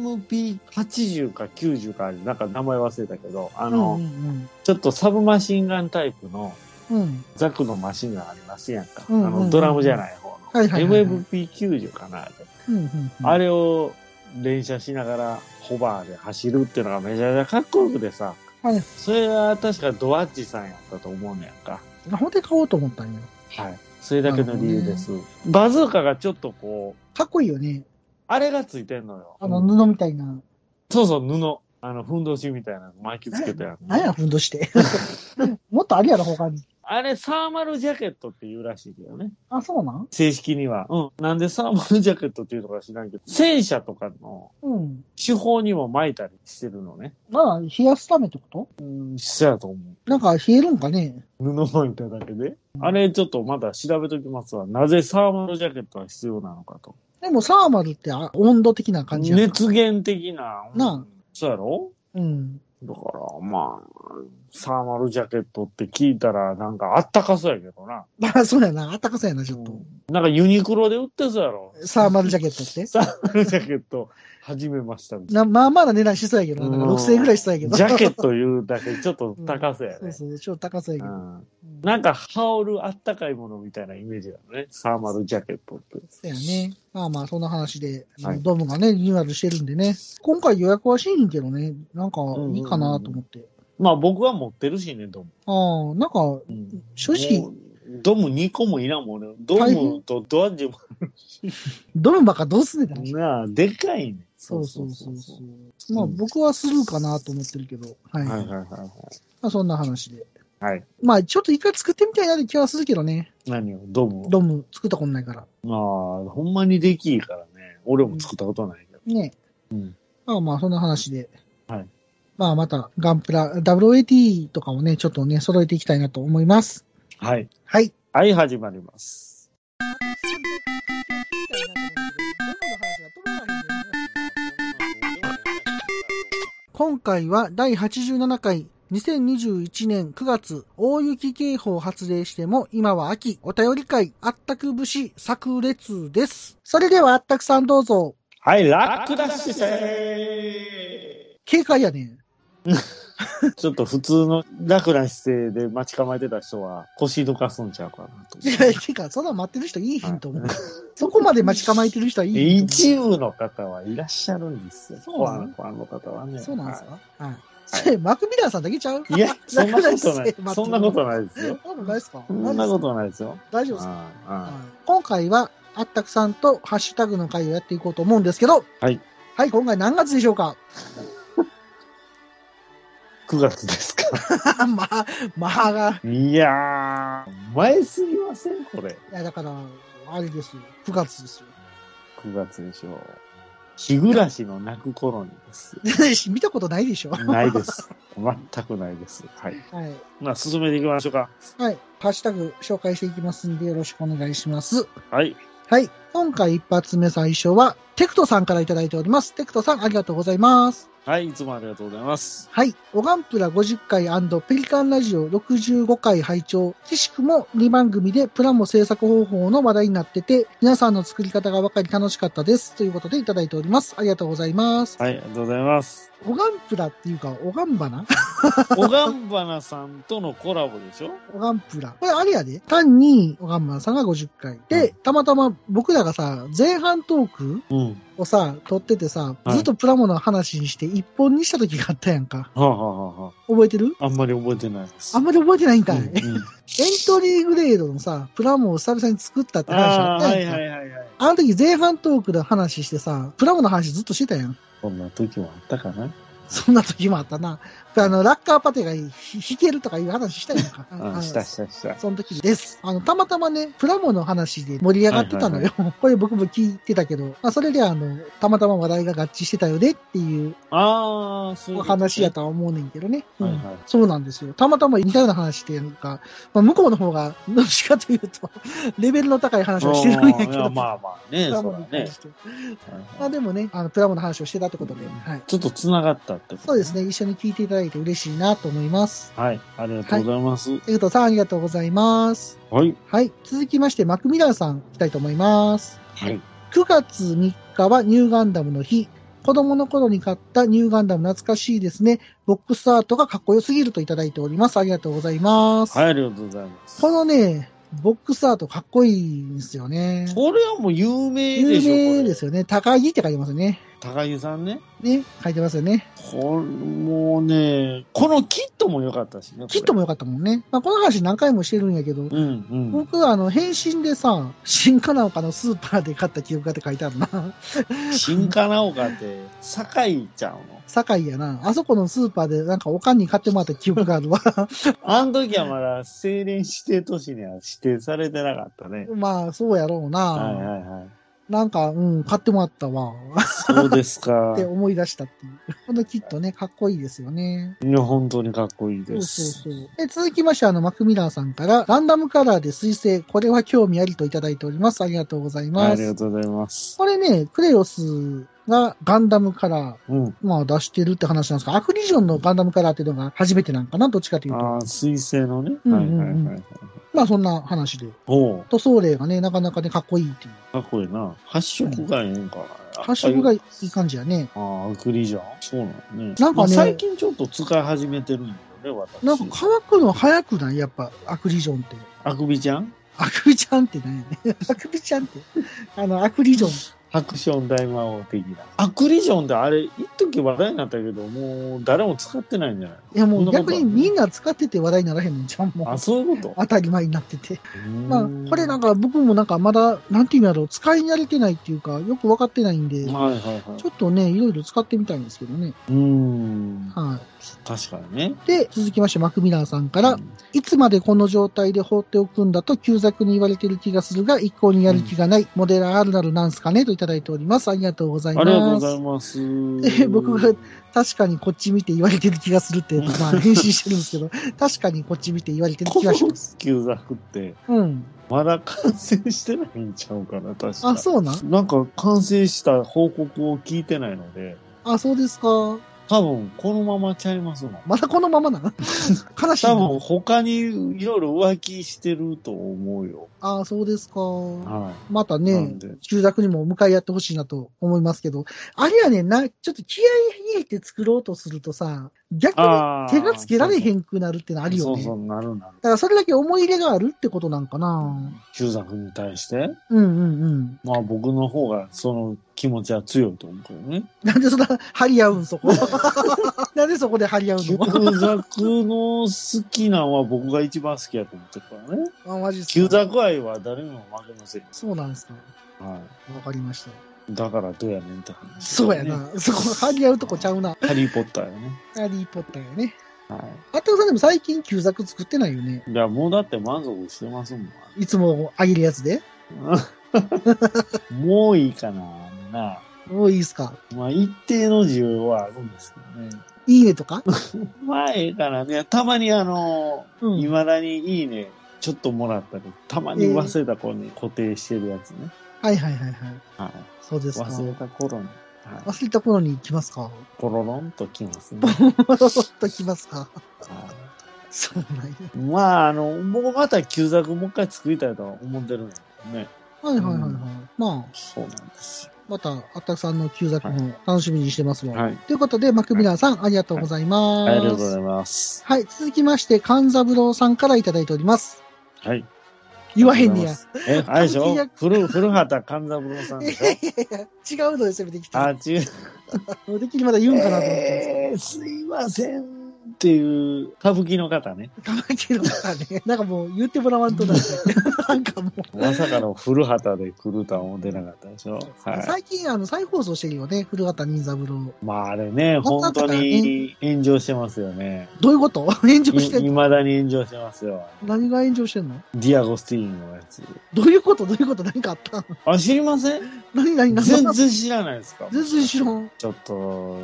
Speaker 2: MMP80 か90かなんか名前忘れたけどあ
Speaker 1: あ
Speaker 2: の、
Speaker 1: うんうん
Speaker 2: ちょっとサブマシンガンタイプの
Speaker 1: うん。うん。
Speaker 2: ザクのマシンがありますやんか、
Speaker 1: うんうんうんうん
Speaker 2: あのドラムじゃない方の、
Speaker 1: はいはいはいはい
Speaker 2: MMP90 かなあれ,、
Speaker 1: うんうんうん。
Speaker 2: あ
Speaker 1: れ
Speaker 2: れを連射しながらホバーで走るっていうのがめちゃめちゃかっこよくてさ、
Speaker 1: はい
Speaker 2: それは確かドアッジさんやったと思うねやんか
Speaker 1: ほんで買おうと思ったんや。
Speaker 2: はい。それだけの理由です。バズーカがちょっとこう、
Speaker 1: かっこいいよね。
Speaker 2: あれがついてんのよ。
Speaker 1: あの、布みたいな。
Speaker 2: そうそう、布。あの、ふんどしみたいなの巻きつけたやつ。
Speaker 1: なんや、ふんどして。もっとあるやろ、他に。
Speaker 2: あれ、サーマルジャケットって言うらしいけどね。
Speaker 1: あ、そうなん
Speaker 2: 正式には。うん。なんでサーマルジャケットっていうのか知らんけど、戦車とかの
Speaker 1: うん。
Speaker 2: 手法にも巻いたりしてるのね。
Speaker 1: まあ、冷やすためってこと
Speaker 2: うん、そうやと思う。
Speaker 1: なんか冷えるんかね
Speaker 2: 布巻いただけで。あれ、ちょっとまだ調べときますわ。なぜサーマルジャケットは必要なのかと。
Speaker 1: でもサーマルってあ温度的な感じやんか
Speaker 2: 熱源的な。うん
Speaker 1: なあ
Speaker 2: そうやろ
Speaker 1: うん。
Speaker 2: だから、まあ、サーマルジャケットって聞いたら、なんかあったかそうやけどな。
Speaker 1: まあ、そうやな。あったかそうやな、ちょっと。
Speaker 2: なんかユニクロで売ってそうやろ。
Speaker 1: サーマルジャケットって。
Speaker 2: サーマルジャケット始めましたみたい
Speaker 1: なまあまだ値段しそうやけどな、なんか6000円ぐらいしそうやけ
Speaker 2: な。
Speaker 1: ど。
Speaker 2: ジャケットいうだけちょっと高さや
Speaker 1: そう
Speaker 2: ね。
Speaker 1: ですね、ちょっと高そうや
Speaker 2: う
Speaker 1: けど。
Speaker 2: んなんか羽織るあったかいものみたいなイメージだね。サーマルジャケットって。
Speaker 1: そうやね。まあまあ、そんな話で、
Speaker 2: はい
Speaker 1: ドームがね、リニューアルしてるんでね。今回予約はしいんけどね、なんかいいかなと思って。
Speaker 2: まあ僕は持ってるしね、ドーム。
Speaker 1: ああ、なんか、
Speaker 2: うん
Speaker 1: 正直
Speaker 2: も、うドーム2個もいらんもんね。ドームとドアッジも。
Speaker 1: ドームばっかどうすんねんって話。
Speaker 2: なあ、でかいね。
Speaker 1: そうそうそうそう。まあ僕はスルーかなと思ってるけど、はい。
Speaker 2: はいはい
Speaker 1: ま
Speaker 2: はいはい。
Speaker 1: あそんな話で。
Speaker 2: はい。
Speaker 1: まあちょっと一回作ってみたいなって気はするけどね。
Speaker 2: 何をドームを
Speaker 1: ドーム作ったことないから。
Speaker 2: まあ、ほんまにできいからね。俺も作ったことないけど。
Speaker 1: ね。
Speaker 2: うん。
Speaker 1: まあまあそんな話で。
Speaker 2: はい。
Speaker 1: まあまたガンプラ、WAT とかもね、ちょっとね、揃えていきたいなと思います。
Speaker 2: はい。
Speaker 1: はい。
Speaker 2: はい、始まります。
Speaker 1: 今回は第87回2021年9月大雪警報発令しても今は秋お便り会あったく節炸裂です。それではあったくさんどうぞ。
Speaker 2: はい、楽だしせ
Speaker 1: 警戒やねん。
Speaker 2: ーちょっと普通の楽な姿勢で待ち構えてた人は腰どかすんちゃうかなと
Speaker 1: い。や、てか、そんなん待ってる人いいひんと思う。そこまで待ち構えてる人はいいひんと
Speaker 2: 一部の方はいらっしゃるんですよ。
Speaker 1: そうなの
Speaker 2: ファンの方はね。
Speaker 1: 思う。そうなんです
Speaker 2: は
Speaker 1: かはい。それ、マクミラーさんだけちゃう。
Speaker 2: いいや、そんなことない そんなことないですよ。
Speaker 1: そんなことないですか
Speaker 2: そんなことないですよ。
Speaker 1: 大丈夫ですか
Speaker 2: あ
Speaker 1: はい今回は、あったくさんとハッシュタグの会をやっていこうと思うんですけど、
Speaker 2: はい。
Speaker 1: はい、今回何月でしょうか
Speaker 2: 9月ですか。
Speaker 1: まあ、まあが、
Speaker 2: いやー、前すぎませんこれ。
Speaker 1: いや、だから、あれですよ。9月ですよ。
Speaker 2: 9月でしょう。日暮らしの泣く頃にで す。
Speaker 1: 見たことないでしょは
Speaker 2: ないです。全くないです。はい。
Speaker 1: い。
Speaker 2: まあ、進めていきましょうか。
Speaker 1: はい。ハッシュタグ紹介していきますんで、よろしくお願いします。
Speaker 2: はい。
Speaker 1: はい。今回一発目最初は、テクトさんからいただいております。テクトさん、ありがとうございます。
Speaker 2: はい、いつもありがとうございます。
Speaker 1: はい。オガンプラ50回ペリカンラジオ65回拝聴。くしくも2番組でプラモ制作方法の話題になってて、皆さんの作り方が分かり楽しかったです。ということでいただいております。ありがとうございます。
Speaker 2: はい、ありがとうございます。
Speaker 1: オガンプラっていうか、オガンバ ナ
Speaker 2: おがんばなさんとのコラボでしょ
Speaker 1: オガンプラ。これあれやで。単に、オガンバナさんが50回。で、たまたま僕らがさ、前半トーク
Speaker 2: うん。
Speaker 1: をさ、撮っててさ、
Speaker 2: はい
Speaker 1: ずっとプラモの話にして一本にした時があったやんか。
Speaker 2: はあ、はあはあは
Speaker 1: 覚えてる
Speaker 2: あ、あんまり覚えてないです。
Speaker 1: あんまり覚えてないんかい。
Speaker 2: うんうん
Speaker 1: エントリーグレードのさ、プラモを久々に作ったって話 あ
Speaker 2: あ
Speaker 1: っ
Speaker 2: あ、
Speaker 1: た
Speaker 2: は
Speaker 1: や
Speaker 2: い
Speaker 1: んか。
Speaker 2: はいはい はい。
Speaker 1: あの時前半トークで話してさ、プラモの話ずっとしてたやん。
Speaker 2: そんな時もあったかな
Speaker 1: そんな時もあったな。あの、ラッカーパテが弾けるとかいう話したやん か。あ
Speaker 2: あ
Speaker 1: の
Speaker 2: したしたした。
Speaker 1: その時です。あの、たまたまね、プラモの話で盛り上がってたのよ。 これ僕も聞いてたけど、まあ、それであの、たまたま話題が合致してたよねっていう
Speaker 2: ああ、そういう
Speaker 1: お
Speaker 2: ことね
Speaker 1: 話やとは思うねんけどね。うん
Speaker 2: はいはい
Speaker 1: そうなんですよ。たまたま似たような話っていうか、まあ、向こうの方が、どっちかというと、レベルの高い話をしてるんやけ
Speaker 2: いや
Speaker 1: ど。
Speaker 2: まあまあね、
Speaker 1: プ
Speaker 2: そ
Speaker 1: ラ
Speaker 2: う
Speaker 1: モ
Speaker 2: だ
Speaker 1: に
Speaker 2: ね
Speaker 1: 関。して。
Speaker 2: はいはい
Speaker 1: まあでもね、あの、プラモの話をしてたってことで、はい。
Speaker 2: ちょっと繋がったってこと
Speaker 1: そうですね、一緒に聞いていただいて嬉しいなと思います。
Speaker 2: はい、ありがとうございます。
Speaker 1: ということさん、ありがとうございます。
Speaker 2: はい。
Speaker 1: はい。続きまして、マクミラーさん、いきたいと思います。
Speaker 2: はい。
Speaker 1: 9月3日はニューガンダムの日。子供の頃に買ったニューガンダム懐かしいですね。ボックスアートがかっこよすぎるといただいております。ありがとうございます。
Speaker 2: はい、ありがとうございます。
Speaker 1: このね、ボックスアートかっこいいんですよね。
Speaker 2: これはもう有名で
Speaker 1: 有
Speaker 2: しょ、
Speaker 1: 名です
Speaker 2: よ。
Speaker 1: よね。高木って書いてますよね。
Speaker 2: 高木さんね。
Speaker 1: ね、書いてますよね。
Speaker 2: これ、もうね、このキットも良かったしね。これ
Speaker 1: キットも良かったもんね。まあ、この話何回もしてるんやけど、
Speaker 2: うんうん。
Speaker 1: 僕はあの、返信でさ、新かなおかのスーパーで買った記憶がって書いてある な。
Speaker 2: 新かなおかって、酒井ちゃうの。
Speaker 1: 堺やな。あそこのスーパーでなんかおかんに買ってもらった記憶がある わ。
Speaker 2: あの時はまだ青年指定都市には指定されてなかったね。
Speaker 1: まあ、そうやろうな。
Speaker 2: はいはいはい。
Speaker 1: なんか、うん、買ってもらったわ。
Speaker 2: そう ですか
Speaker 1: っ。て思い出したっていう。このキットね、かっこいいですよね。
Speaker 2: いや、本当にかっこいい
Speaker 1: そ
Speaker 2: で
Speaker 1: うそう
Speaker 2: す。
Speaker 1: そう。で、続きまして、あの、マクミラーさんから、ランダムカラーで水星、これは興味ありといただいております。ありがとうござい
Speaker 2: はいあ
Speaker 1: ま
Speaker 2: り
Speaker 1: す
Speaker 2: が。とうございます。
Speaker 1: これね、クレオスがガンダムカラー、
Speaker 2: うん。
Speaker 1: まあ出してるって話なんですが、アクリジョンのガンダムカラーっていうのが初めてなんかなどっちかというと。
Speaker 2: ああ、水星のね。
Speaker 1: うんう
Speaker 2: はい
Speaker 1: んうん
Speaker 2: はいはいはい。
Speaker 1: まあそんな話で。
Speaker 2: おう
Speaker 1: 塗装例がね、なかなかね、かっこいいっていう。
Speaker 2: かっこいいな。発色がええんか。
Speaker 1: 発色が
Speaker 2: いい。
Speaker 1: いい感じやね。
Speaker 2: ああ、アクリじゃん。そうなのね。
Speaker 1: なんかね
Speaker 2: まあ最近ちょっと使い始めてるんだよね、私。
Speaker 1: なんか乾くの早くないやっぱ、アクリジョンって。
Speaker 2: あくびちゃん
Speaker 1: アクビちゃんって何やねん。 アクビちゃんって。あの、アクリジョン。
Speaker 2: ハクション大魔王的な。アクリジョンってあれ、一時話題になったけど、もう誰も使ってないんじゃない
Speaker 1: いやも
Speaker 2: そん
Speaker 1: う
Speaker 2: なこと
Speaker 1: 逆にみんな使ってて話題にならへんのじゃん、も
Speaker 2: あ、
Speaker 1: う。
Speaker 2: そういうこと
Speaker 1: 当たり前になってて。まあ、これなん
Speaker 2: か。
Speaker 1: か僕もなんかまだ、なんていうんやろう、使い慣れてないっていうか、よくわかってないんで、
Speaker 2: はいはいはい
Speaker 1: ちょ。っとね、いろいろ使ってみたいんですけどね。
Speaker 2: うーん。
Speaker 1: は
Speaker 2: 確かにね。
Speaker 1: い。で、続きまして、マクミラーさんから
Speaker 2: う、ん
Speaker 1: いつまでこの状態で放っておくんだと、旧作に言われてる気がするが、一向にやる気がない、モデラーあるなるなんすかねといただいております。ありがとうござい
Speaker 2: あ
Speaker 1: ます。
Speaker 2: りがとうございます。
Speaker 1: え僕が確かにこっち見て言われてる気がするって、 まあ、返信してるんですけど、確かにこっち見て言われてる
Speaker 2: こ
Speaker 1: 気がし
Speaker 2: の
Speaker 1: ます。
Speaker 2: 旧作って、
Speaker 1: うん。
Speaker 2: まだ完成してないんちゃうかな、確か。
Speaker 1: あ、そうなん
Speaker 2: なんか完成した報告を聞いてないので、
Speaker 1: あ、そうですか。
Speaker 2: 多分このままちゃいますもん。
Speaker 1: まだこのままなの 悲しい
Speaker 2: 多
Speaker 1: な
Speaker 2: 分。他にいろいろ浮気してると思うよ。
Speaker 1: あ、そうですか。
Speaker 2: は
Speaker 1: また
Speaker 2: い。なん
Speaker 1: ね、
Speaker 2: で。
Speaker 1: 旧作にも向かい合ってほしいなと思いますけど、あれやねんな、ちょっと気合い入れて作ろうとするとさ、逆に
Speaker 2: あー
Speaker 1: 手がつけられへんくなるってのあるよ
Speaker 2: そう
Speaker 1: ね。
Speaker 2: そう、なるなる。
Speaker 1: だからそれだけ思い入れがあるってことなんかな。
Speaker 2: 旧作に対して、
Speaker 1: うんうんうん。
Speaker 2: まあ僕の方がその気持ちは強いと思うけどね。
Speaker 1: なんでそんな張り合うん、 そこ。なんでそこで張り合う
Speaker 2: 旧
Speaker 1: の
Speaker 2: 作の好きなんは僕が一番好きやと思ってるからね。
Speaker 1: あ、マジっすか
Speaker 2: 旧作愛は誰にも負けません。
Speaker 1: そうなんですか。
Speaker 2: は
Speaker 1: わかりました。
Speaker 2: い。だからどうやねんって話。
Speaker 1: そうや。な。そこ、張り合うとこちゃうな。
Speaker 2: ハリー・ポッターやね。
Speaker 1: ハリーポッターやね。
Speaker 2: は
Speaker 1: あたさんでも最近旧作作ってないよね。
Speaker 2: い。いや、もうだって満足してますもん。
Speaker 1: いつもあげるやつで。
Speaker 2: もういいかな、あんな。
Speaker 1: もういいっすか。
Speaker 2: まあ、一定の需要はあるんですけどね。
Speaker 1: いいねとか。
Speaker 2: まあ、ええかな。いや、たまにあの、
Speaker 1: うん
Speaker 2: 未だにいいね、ちょっともらったり、たまに忘れた頃に固定してるやつね。
Speaker 1: はいはいはいはい。
Speaker 2: はい。
Speaker 1: そうですか。
Speaker 2: 忘れ
Speaker 1: 忘
Speaker 2: た頃に、はい。
Speaker 1: れた頃に行きます か。
Speaker 2: ポロロンときますね。
Speaker 1: ポロッと来ますか。
Speaker 2: は
Speaker 1: そうなんや。
Speaker 2: いまあ、あの、僕また旧作もう一回作りたいとは思ってるんだけどね。
Speaker 1: はいはいはいはい。
Speaker 2: うん
Speaker 1: まあ、
Speaker 2: そうなんですよ。
Speaker 1: また、あたさんの旧作も楽しみにしてますわ。
Speaker 2: はい。
Speaker 1: ということで、マクミラーさん、ありがとうございます。
Speaker 2: ありがとうございます。
Speaker 1: はい、続きまして、勘三郎さんからいただいております。
Speaker 2: はい。
Speaker 1: 言わへんねや。い。
Speaker 2: え、あれでし
Speaker 1: 関係
Speaker 2: ょ
Speaker 1: な
Speaker 2: 古古畑勘三郎さん
Speaker 1: やい
Speaker 2: でしょ
Speaker 1: やいや、違うので攻めてき
Speaker 2: あ、
Speaker 1: た。
Speaker 2: 違う。
Speaker 1: もうできるまだ言うんかなと思ったんです
Speaker 2: えーすいませんっていう歌舞伎の方ね。
Speaker 1: けど。頑張けるからね。なんかもう言ってもらわんとだって。 なんかもう。
Speaker 2: まさかの古畑で来るとは思ってなかったでしょ。は
Speaker 1: 最近、あの、再放送してるよね、古畑任三郎。
Speaker 2: い。まああれね、
Speaker 1: 本
Speaker 2: 本
Speaker 1: 当
Speaker 2: 当
Speaker 1: だね
Speaker 2: に炎上してますよね。
Speaker 1: どういうこと 炎上してん
Speaker 2: い
Speaker 1: の
Speaker 2: まだに炎上してますよ。
Speaker 1: 何が炎上してんの
Speaker 2: ディアゴスティーンのやつ。
Speaker 1: どういうことどういうこと何かあった の
Speaker 2: あ、知りません
Speaker 1: 何何何
Speaker 2: 全然知らないですか
Speaker 1: 全然知らん。
Speaker 2: ちょっと、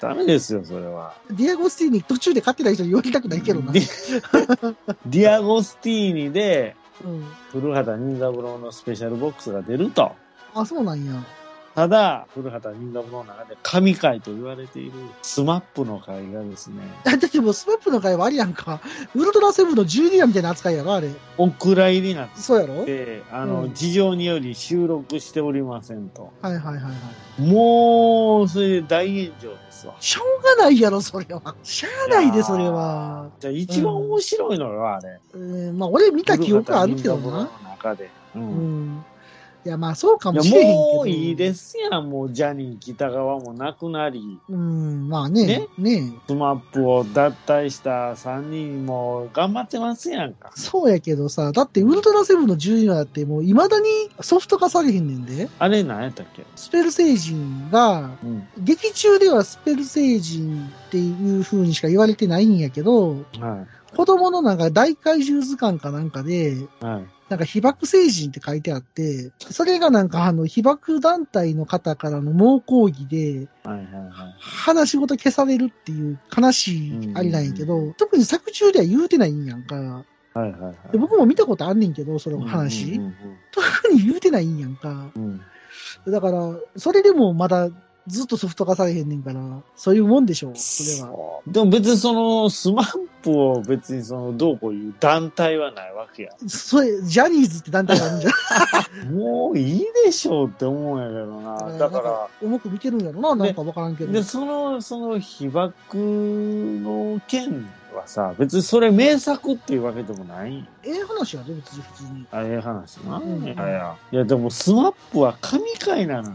Speaker 2: ダメですよ、それは。
Speaker 1: ディアゴスティーニ途中で勝ってない人に言われたくないけどな
Speaker 2: デ。ィ ディアゴスティーニで、
Speaker 1: うん。
Speaker 2: 古畑任三郎のスペシャルボックスが出ると。
Speaker 1: あ、そうなんや。
Speaker 2: ただ、古畑任三郎の中で神回と言われているスマップの回がですね、
Speaker 1: だってもうスマップの回はありやんか。ウルトラセブンの12夜みたいな扱いやろ、あれ。
Speaker 2: お蔵入りになっ
Speaker 1: そうやろはい
Speaker 2: て、あの、
Speaker 1: うん
Speaker 2: 事情により収録しておりませんと。
Speaker 1: はいはいはい。
Speaker 2: もう、それで大炎上ですわ。
Speaker 1: しょうがないやろ、それは。しゃあないで、それは。。
Speaker 2: じゃあ一番面白いのがあれ。
Speaker 1: うん、まあ俺見た記憶あるけど
Speaker 2: 古畑
Speaker 1: な。
Speaker 2: 任三郎の中で。う。
Speaker 1: うんん。いや、まあそうかも
Speaker 2: い
Speaker 1: しれへんけ
Speaker 2: や
Speaker 1: ど。
Speaker 2: もういいですやん、もうジャニー北川もなくなり、
Speaker 1: うん、まあね。ね
Speaker 2: スマップを脱退した3人も頑張ってますやんか。
Speaker 1: そうやけどさ、だってウルトラセブンの12夜だってもう未だにソフト化されへんねんで。
Speaker 2: あれ何やったっけ
Speaker 1: スペル星人が、
Speaker 2: うん。
Speaker 1: 劇中ではスペル星人っていう風にしか言われてないんやけど、
Speaker 2: は
Speaker 1: 子供のなんか大怪獣図鑑かなんかで、
Speaker 2: い。はい。
Speaker 1: なんか被爆星人って書いてあって、それがなんかあの被爆団体の方からの猛抗議で、
Speaker 2: はいはいはい。
Speaker 1: 話ごと消されるっていう悲しいありなんやけど、特に作中では言うてないんやんか。
Speaker 2: はいはいはい。
Speaker 1: で僕も見たことあんねんけど、その話。
Speaker 2: うん
Speaker 1: 特に言うてないんやんか。
Speaker 2: うんうんうん
Speaker 1: だから、それでもまだずっとソフト化されへんねんから、そういうもんでしょう、それは。
Speaker 2: でも別にそのスマップを別にそのどうこういう団体はないわけや。
Speaker 1: それ、ジャニーズって団体があるんじ ゃ
Speaker 2: もういいでしょうって思うんやけど
Speaker 1: な
Speaker 2: な。
Speaker 1: い
Speaker 2: だから、、
Speaker 1: 重く見てるんやろな、なんかわからんけど。
Speaker 2: で、その、その被爆の件はさ、別にそれ名作っていうわけでもない。
Speaker 1: ええ話やで、別に普通に。
Speaker 2: あれ話な。
Speaker 1: うん
Speaker 2: いやいや。いやでもスマップは神回なのよ。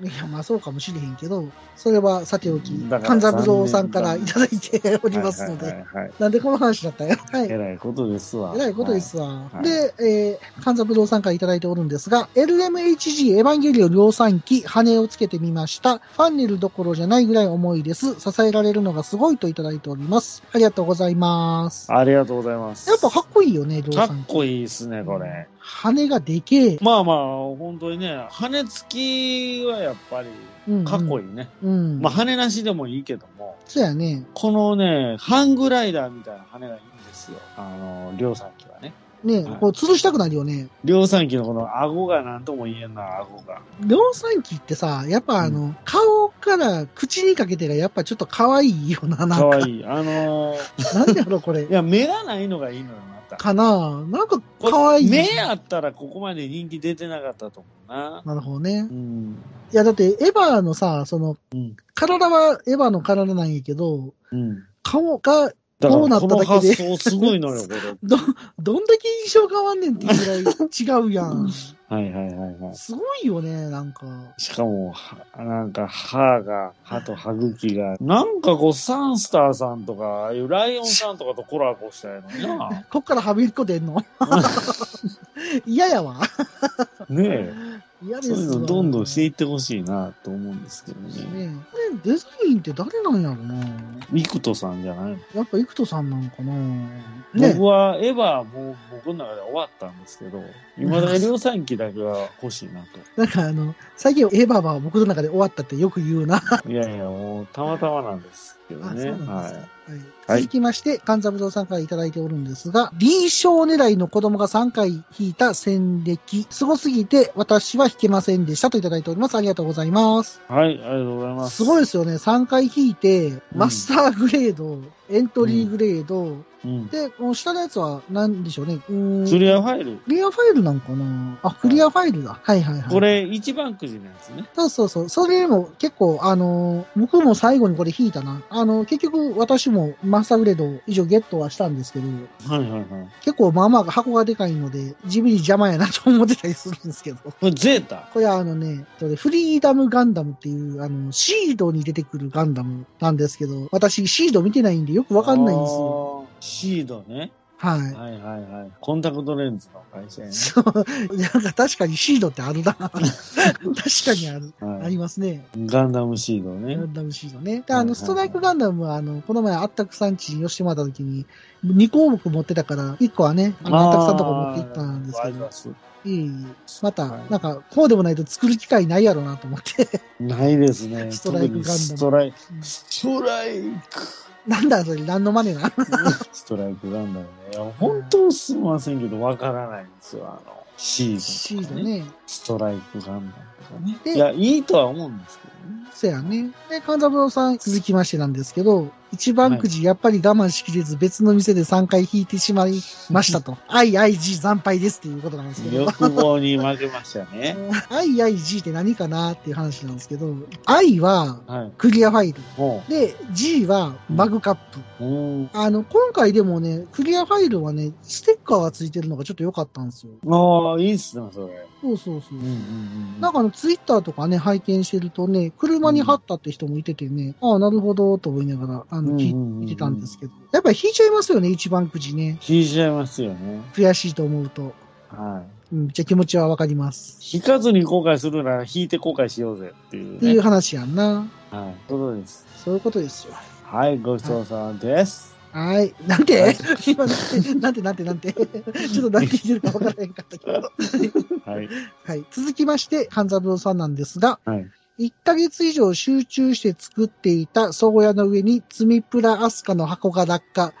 Speaker 1: いや、まあそうかもしれへんけど、それはさておき
Speaker 2: だ、から
Speaker 1: 勘三郎さんからいただいておりますの
Speaker 2: はいは
Speaker 1: で、
Speaker 2: いはいはい。
Speaker 1: なんでこの話だったんや。はい
Speaker 2: え。らいことですわ。
Speaker 1: えらいことですわ。
Speaker 2: はい
Speaker 1: で、えー、勘三郎さんからいただいておるんですが、LMHG エヴァンゲリオン量産機、羽をつけてみました。ファンネルどころじゃないぐらい重いです。支えられるのがすごいといただいております。ありがとうございます。や
Speaker 2: はい。ありがとうございます。
Speaker 1: っぱかっこいいよね、量
Speaker 2: か
Speaker 1: 産
Speaker 2: っ
Speaker 1: 機。
Speaker 2: こいいですね、これ。
Speaker 1: 羽がでけえ。
Speaker 2: まあまあ、本当にね、羽付きはやっぱり
Speaker 1: うん
Speaker 2: かっこ
Speaker 1: い
Speaker 2: いいね。
Speaker 1: い。うん。ま
Speaker 2: まあ
Speaker 1: あ、
Speaker 2: 羽なしでもいいけども、
Speaker 1: そうやね。
Speaker 2: このね、ハングライダーみたいな羽がいいんですよ。あの、量産機はね。
Speaker 1: ね、
Speaker 2: はい
Speaker 1: こう、吊るしたくなるよね。
Speaker 2: 量産機のこの顎が何とも言えんな、顎が。
Speaker 1: 量産機ってさ、やっぱあの、顔から口にかけてがやっぱちょっと可愛いよな、なん
Speaker 2: か
Speaker 1: か。
Speaker 2: わいい。あのー、
Speaker 1: なんでやろ、これ
Speaker 2: い。や、目がないのがいいのよ、また。
Speaker 1: かななんか可愛い。
Speaker 2: 目あったらここまで人気出てなかったと思うな。
Speaker 1: なるほどね
Speaker 2: う。ん。
Speaker 1: いや、だって、エヴァのさ、その、
Speaker 2: うん
Speaker 1: 体はエヴァの体なんやけど、
Speaker 2: うん。
Speaker 1: 顔が、
Speaker 2: だから
Speaker 1: どうなった
Speaker 2: この
Speaker 1: だけ
Speaker 2: 発
Speaker 1: で
Speaker 2: 想すごいのよ、これ。
Speaker 1: ど、どんだけ印象変わんねんっていうぐらい違うやん。
Speaker 2: はいはいはいはい。
Speaker 1: すごいよね、なんか。
Speaker 2: しかも、はなんか歯が、歯と歯茎が、なんかこう、サンスターさんとか、ああいうライオンさんとかとコラボしたいのに な。
Speaker 1: こっからはびっこ出ん の嫌やわ。
Speaker 2: ね
Speaker 1: 嫌
Speaker 2: え、
Speaker 1: です
Speaker 2: そ
Speaker 1: わ
Speaker 2: ういうのどんどんしていってほしいなと思うんですけどね。
Speaker 1: ねこれデザインって誰なんやろな
Speaker 2: ミクトさんじゃないの、
Speaker 1: やっぱ、イクトさんなんかなね
Speaker 2: 僕はエヴァもう僕の中で終わったんですけど、未だに量産機だけは欲しいな
Speaker 1: なんかあの、最近エヴァは僕の中で終わったってよく言う な。
Speaker 2: と。いやいや、もうたまたまなんですけど
Speaker 1: あ、そう
Speaker 2: ね。
Speaker 1: なんですね
Speaker 2: は
Speaker 1: は、
Speaker 2: はいい
Speaker 1: 続きまして、勘三郎さんからいただいておるんですが、臨床狙いの子供が3回引いた戦歴、すごすぎて私は引けませんでしたといただいております。ありがとうございます。
Speaker 2: い。はい、ありがとうございます。
Speaker 1: すごいですよね。3回引いて、マスターグレード、エントリーグレード、
Speaker 2: うん。
Speaker 1: で、この下のやつは何でしょうね。うーん
Speaker 2: ク
Speaker 1: ク
Speaker 2: リアファイル。
Speaker 1: リアファイルなんかなあ、クリアファイルだ。はいはいはい。
Speaker 2: こ。れ、一番くじのやつね。
Speaker 1: そうそうそう。それも結構、あのー僕も最後にこれ引いたな。あの結局私もマスターグレード以上ゲットはしたんですけど、
Speaker 2: はいはいはい。
Speaker 1: 結構まあまあ箱がでかいので、地味に邪魔やなと思ってたりするんですけど。
Speaker 2: これ、ゼータ。
Speaker 1: これはあのね、フリーダムガンダムっていう、あの、シードに出てくるガンダムなんですけど、私シード見てないんでよくわかんないんですよ。
Speaker 2: あーシードね。
Speaker 1: は
Speaker 2: はいはいはい。コンタクトレンズの会社や
Speaker 1: い。
Speaker 2: ね。
Speaker 1: そう。 なんか確かにシードってあるな。 確かにある。あ
Speaker 2: は
Speaker 1: り
Speaker 2: い、
Speaker 1: ますね。
Speaker 2: ガンダムシード
Speaker 1: ガ
Speaker 2: ね。
Speaker 1: ンダムシードね。で、
Speaker 2: はい
Speaker 1: あ
Speaker 2: はいは
Speaker 1: の、
Speaker 2: い
Speaker 1: ストライクガンダムは、あの、この前、あったくさんちに寄してもらった時に、2項目持ってたから、1個はね、あのあったくさんとこ持って行ったんですけど
Speaker 2: あ。ー
Speaker 1: いえいえまた、
Speaker 2: はい
Speaker 1: なんか、こうでもないと作る機会ないやろうなと思って。
Speaker 2: ないですね。
Speaker 1: ストライクガンダム
Speaker 2: 特にストライク
Speaker 1: うん。
Speaker 2: ストライク。
Speaker 1: なんだそれ、何の真似な。
Speaker 2: ストライクガンダムね。いや本当すみませんけど、わからないんですよ。あの、シ
Speaker 1: シ
Speaker 2: ード
Speaker 1: ー
Speaker 2: とか、
Speaker 1: ド
Speaker 2: ね。
Speaker 1: ね。
Speaker 2: ストライクガンダムとか
Speaker 1: で
Speaker 2: ね。いや、いいとは思うんですけどね。
Speaker 1: そやね。で、勘三郎さん、続きましてなんですけど、一番くじ、やっぱり我慢しきれず、別の店で3回引いてしまいましたと。IIG 惨敗ですっていうことなんですけど。
Speaker 2: 欲望に負けましたね。
Speaker 1: IIG って何かなっていう話なんですけど、I は、
Speaker 2: はい。
Speaker 1: クリアファイル。
Speaker 2: も
Speaker 1: で、G は、マグカップ。
Speaker 2: う、うん。
Speaker 1: あの、今回でもね、クリアファイルはね、ステッカーがついてるのがちょっと良かったんですよ。
Speaker 2: ああ、いいっすね、それ。
Speaker 1: そうそうそう
Speaker 2: うん。うんうん。
Speaker 1: なんかあの、ツイッターとかね、拝見してるとね、車に貼ったって人もいててね、ああ、なるほど、と思いながら、あの、聞い
Speaker 2: うんうんうんうん
Speaker 1: 見てたんですけど。やっぱり引いちゃいますよね、一番くじね。
Speaker 2: 引いちゃいますよね。
Speaker 1: 悔しいと思うと。
Speaker 2: は
Speaker 1: うん、めっちゃ気持ちはわかります。
Speaker 2: い。引かずに後悔するなら引いて後悔しようぜっていう
Speaker 1: ってい
Speaker 2: ね。
Speaker 1: う話やんな。
Speaker 2: はい。ことです。
Speaker 1: そういうことですよ。
Speaker 2: はい、ごちそうさまです。
Speaker 1: はい。なん
Speaker 2: は
Speaker 1: て
Speaker 2: い
Speaker 1: 今、なんて、なんて、なんて、 なんて。ちょっと何言ってるかわからへんかったけ ど。
Speaker 2: はい。
Speaker 1: はい。続きまして、勘三郎さんなんですが、
Speaker 2: はい。
Speaker 1: 1ヶ月以上集中して作っていた倉庫屋の上に積みプラアスカの箱が落下。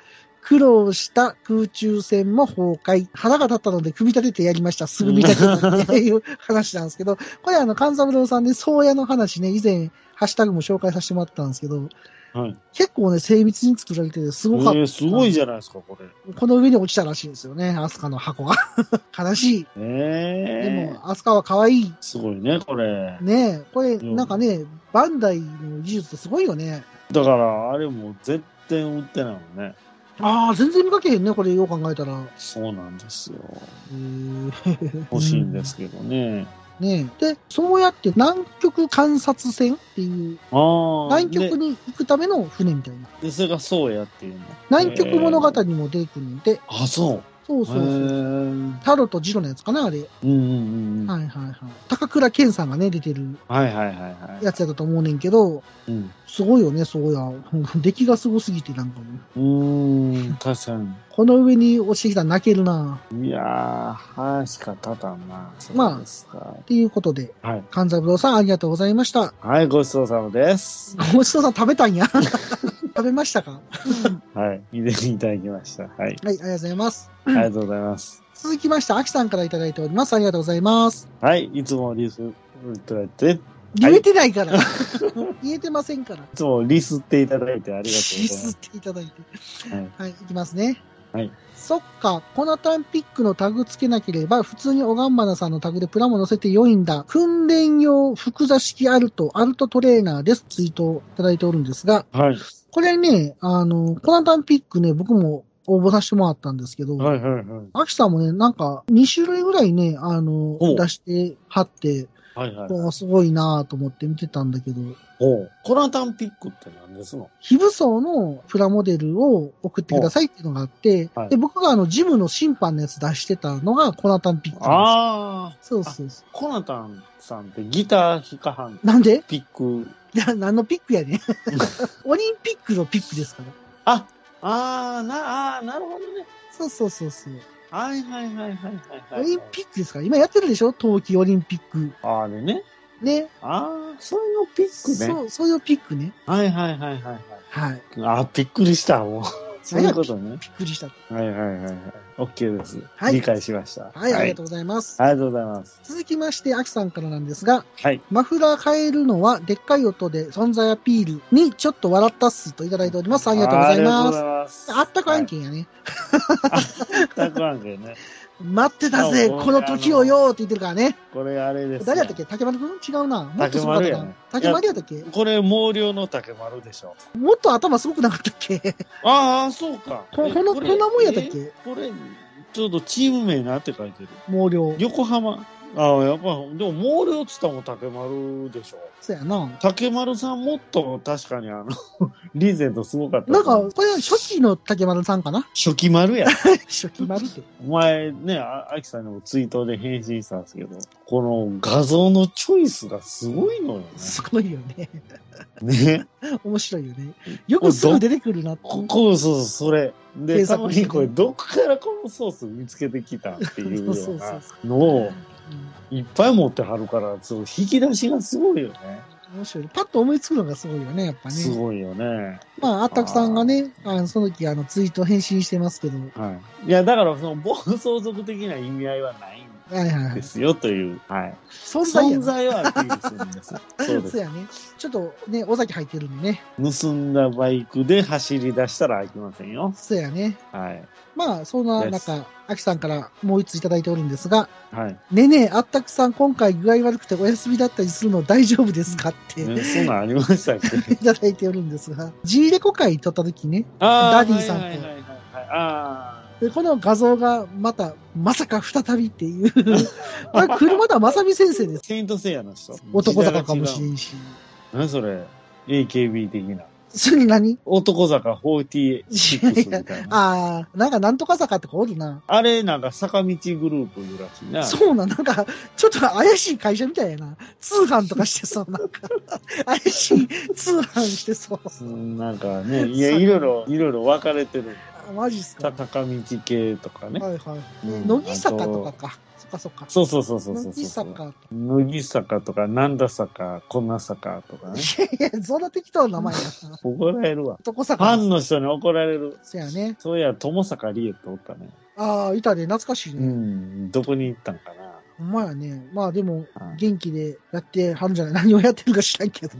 Speaker 1: 苦労した空中戦も崩壊。腹が立ったので組み立ててやりました。すぐ見たけどっていう話なん ですけど、これあの、勘三郎さんで、宗谷の話ね、以前、ハッシュタグも紹介させてもらったんですけど、
Speaker 2: はい。
Speaker 1: 結構ね、精密に作られてて、す
Speaker 2: え
Speaker 1: ごかった、
Speaker 2: ーすごいじゃないですか、これ。
Speaker 1: この上に落ちたらしいんですよね、アスカの箱が。 悲しい。で
Speaker 2: ええ
Speaker 1: も、アスカは可愛い。
Speaker 2: すごいね、これ。
Speaker 1: ねえ、これ、
Speaker 2: ん
Speaker 1: なんかね、バンダイの技術ってすごいよね。
Speaker 2: だから、あれも絶対売ってないもんね。
Speaker 1: ああ、全然見かけへんね、これ、よう考えたら。
Speaker 2: そうなんですよ。
Speaker 1: えー
Speaker 2: 欲しいんですけどね。
Speaker 1: ねえ。で、そうやって南極観察船っていう、
Speaker 2: ああ。
Speaker 1: 南極
Speaker 2: で
Speaker 1: に行くための船みたいな。
Speaker 2: で、それがそうやっていうの。
Speaker 1: 南極物
Speaker 2: えー
Speaker 1: 語にも出てくるんで、
Speaker 2: あ、そう。
Speaker 1: そう
Speaker 2: へ
Speaker 1: そうそう。
Speaker 2: ー
Speaker 1: タロとジロのやつかな、あれ。
Speaker 2: うんうんうん。は
Speaker 1: はいはいはい。高倉健さんがね、出てる
Speaker 2: いはいはいは
Speaker 1: やつやったと思うねんけど、
Speaker 2: い。うん
Speaker 1: すごいよね、そうや。 出来がすごすぎて、なんかもう。
Speaker 2: うーん、確か
Speaker 1: この上に落ちてきたら泣けるな
Speaker 2: に。いやー、歯しか立たんな。
Speaker 1: まあ
Speaker 2: そうですか。
Speaker 1: っていうことで、
Speaker 2: はい。
Speaker 1: 勘三郎さんありがとうございました。
Speaker 2: はい、ごちそうさまです。
Speaker 1: ごちそうさん食べたんや。 食べましたか
Speaker 2: はい。見ていただきました。はい。
Speaker 1: はい、ありがとうございます。
Speaker 2: ありがとうございます。
Speaker 1: 続きまして、秋さんからいただいております。ありがとうございます。
Speaker 2: はい。いつもリス、いただいて、い
Speaker 1: 言えてないから。 言えてませんから。
Speaker 2: つもリスっていただいてありがとうござ
Speaker 1: 気
Speaker 2: います
Speaker 1: すっ。ていただいて。
Speaker 2: は
Speaker 1: はいい、い、きますね。
Speaker 2: はい。
Speaker 1: そっか、コナタンピックのタグつけなければ、普通にオガンバナさんのタグでプラも載せて良いんだ。訓練用複座式アルト、アルトトレーナーです。ツイートをいただいておるんですが、
Speaker 2: はい。
Speaker 1: これね、あの、コナタンピックね、僕も応募させてもらったんですけど、
Speaker 2: はいはいはい。
Speaker 1: アキさんもね、なんか、2種類ぐらいね、あの
Speaker 2: お、う
Speaker 1: 出してはって、
Speaker 2: はいはい。
Speaker 1: わあすごいなぁと思って見てたんだけど、
Speaker 2: おうコナタンピックって何ですの
Speaker 1: 非武装のプラモデルを送ってくださいっていうのがあって、
Speaker 2: おはい
Speaker 1: で、僕があの、ジムの審判のやつ出してたのがコナタンピックなんで
Speaker 2: ああ。
Speaker 1: す。そうそうそ
Speaker 2: コナタンさんってギター弾かはん
Speaker 1: う。。なんで
Speaker 2: ピック。
Speaker 1: いや、何のピックやねん オリンピックのピックですから。
Speaker 2: あ、あーな、あーなるほどね。
Speaker 1: そうそうそうそう。
Speaker 2: はいはいはいはいはいはい。
Speaker 1: オリンピックですから。今やってるでしょ冬季オリンピック。
Speaker 2: あれね。
Speaker 1: ね。
Speaker 2: ああ、そういうのピックね。
Speaker 1: そう、そういうピックね。
Speaker 2: はいはいはいはい。はい
Speaker 1: はい。
Speaker 2: あーびっくりした。もう。そういうことね。
Speaker 1: びっくりした。
Speaker 2: はいはいはいはい。OK です。
Speaker 1: はい
Speaker 2: 理解しました。
Speaker 1: はい、ありがとうございます。
Speaker 2: ありがとうございます。
Speaker 1: 続きまして、アキさんからなんですが、
Speaker 2: はい。
Speaker 1: マフラー変えるのはでっかい音で存在アピールにちょっと笑ったっすといただいております。ありがとうござい
Speaker 2: ありがとう
Speaker 1: ま
Speaker 2: ござ
Speaker 1: す。
Speaker 2: います。
Speaker 1: あったか案件やね。
Speaker 2: はい。あったく案件ね。
Speaker 1: 待ってたぜ、
Speaker 2: あもう
Speaker 1: この時をよーって言ってるからね。
Speaker 2: これあれですね。
Speaker 1: 誰やったっけ竹丸くん違うな。もっとすごかったな。
Speaker 2: 竹
Speaker 1: 竹
Speaker 2: 丸
Speaker 1: 丸やったっけ
Speaker 2: これ、毛量の竹丸でしょ。
Speaker 1: もっと頭すごくなかったっけ
Speaker 2: ああ、そうか。
Speaker 1: こ
Speaker 2: え
Speaker 1: この
Speaker 2: れ
Speaker 1: こんなもんやったっけ
Speaker 2: えこれ、ちょっとチーム名なんて書いてる
Speaker 1: 毛量。
Speaker 2: 横浜。ああ、やっぱ、でも毛量っつったらもう竹丸でしょ。
Speaker 1: そうやな。
Speaker 2: 竹丸さんもっと確かにあの、 リーゼントすごかった。
Speaker 1: なんか、、これ初期の竹丸さんかな
Speaker 2: 初期丸や。
Speaker 1: 初期丸って。
Speaker 2: お前ね、あきさんにもツイートで返信したんですけど、この画像のチョイスがすごいのよ
Speaker 1: すごいよね。
Speaker 2: ね。ね。
Speaker 1: 面白いよね。よくすぐ出てくるなって。
Speaker 2: ここ、そうそう、それ。で、
Speaker 1: 検
Speaker 2: た
Speaker 1: 索
Speaker 2: ま
Speaker 1: して
Speaker 2: に
Speaker 1: ね
Speaker 2: これ、どっからこのソース見つけてきたっていう よ
Speaker 1: そううそ
Speaker 2: な
Speaker 1: うそ
Speaker 2: のを
Speaker 1: うん
Speaker 2: いっぱい持ってはるから、そう、引き出しがすごいよね。
Speaker 1: 面白い。パッと思いつくのがすごいよね、やっぱ
Speaker 2: す
Speaker 1: ね。
Speaker 2: ごいよね。
Speaker 1: まあ、アタクさんがね、あのその時あのツイート返信してますけど。は
Speaker 2: はい。いや、だから、その、暴走族的な意味合いはないん
Speaker 1: いはいは
Speaker 2: で
Speaker 1: い。
Speaker 2: すよ、という。はい。
Speaker 1: 存在や
Speaker 2: 存
Speaker 1: な。
Speaker 2: 在はアピールするんです。 そうです
Speaker 1: そう。やね。ちょっとね、尾崎入ってるんでね。
Speaker 2: 盗んだバイクで走り出したら開きませんよ。
Speaker 1: そうやね。
Speaker 2: はい。
Speaker 1: まあ、そんな
Speaker 2: で
Speaker 1: 中、アキさんからもう一ついただいておるんですが、
Speaker 2: はい。
Speaker 1: ねえねえ、アタクさん今回具合悪くてお休みだったりするの大丈夫ですかって、
Speaker 2: ね、そんなんありましたっけ
Speaker 1: いただいておるんですが、G レコ会撮った時ね、
Speaker 2: あー
Speaker 1: ダディさんと
Speaker 2: はいはいはいはいはい。あ
Speaker 1: でこの画像がまた、まさか再びって いう、これ車田正美先生です
Speaker 2: あ。。セイントセイヤの人。
Speaker 1: 男坂かもしれ
Speaker 2: ん。
Speaker 1: んし。
Speaker 2: 何それ ?AKB 的な。
Speaker 1: それ何
Speaker 2: 男坂46みたいな。
Speaker 1: ああ、なんかなんとか坂とかおるな。
Speaker 2: あれなんか坂道グループいうらしいな。
Speaker 1: そうなん、なんか、ちょっと怪しい会社みたいやな。通販とかしてそう、なん か。怪しい通販してそう。
Speaker 2: うんなんかね、いや、いろいろ、いろいろ分かれてる。
Speaker 1: あ、マジっすか。
Speaker 2: 坂道系とかね。
Speaker 1: はいはい。
Speaker 2: うん
Speaker 1: 乃木坂とかか。そっかそっか。
Speaker 2: そうそうそうそうそうそう。
Speaker 1: 乃木坂とか。
Speaker 2: 乃木坂とか、なんだ坂、こんな坂とかね。
Speaker 1: いや、そんな適当な名前やな。
Speaker 2: 怒られるわ。
Speaker 1: 男
Speaker 2: フ
Speaker 1: 坂。
Speaker 2: ァンの人に怒られる。
Speaker 1: そやね。
Speaker 2: そういや、友坂理恵っておったね。
Speaker 1: ああ、いたね。懐かしいうね。
Speaker 2: ん、どこに行ったんかな。
Speaker 1: ほんまやね。まあでも
Speaker 2: はい、
Speaker 1: 元気でやってはるんじゃない 何をやってるか知らんけど。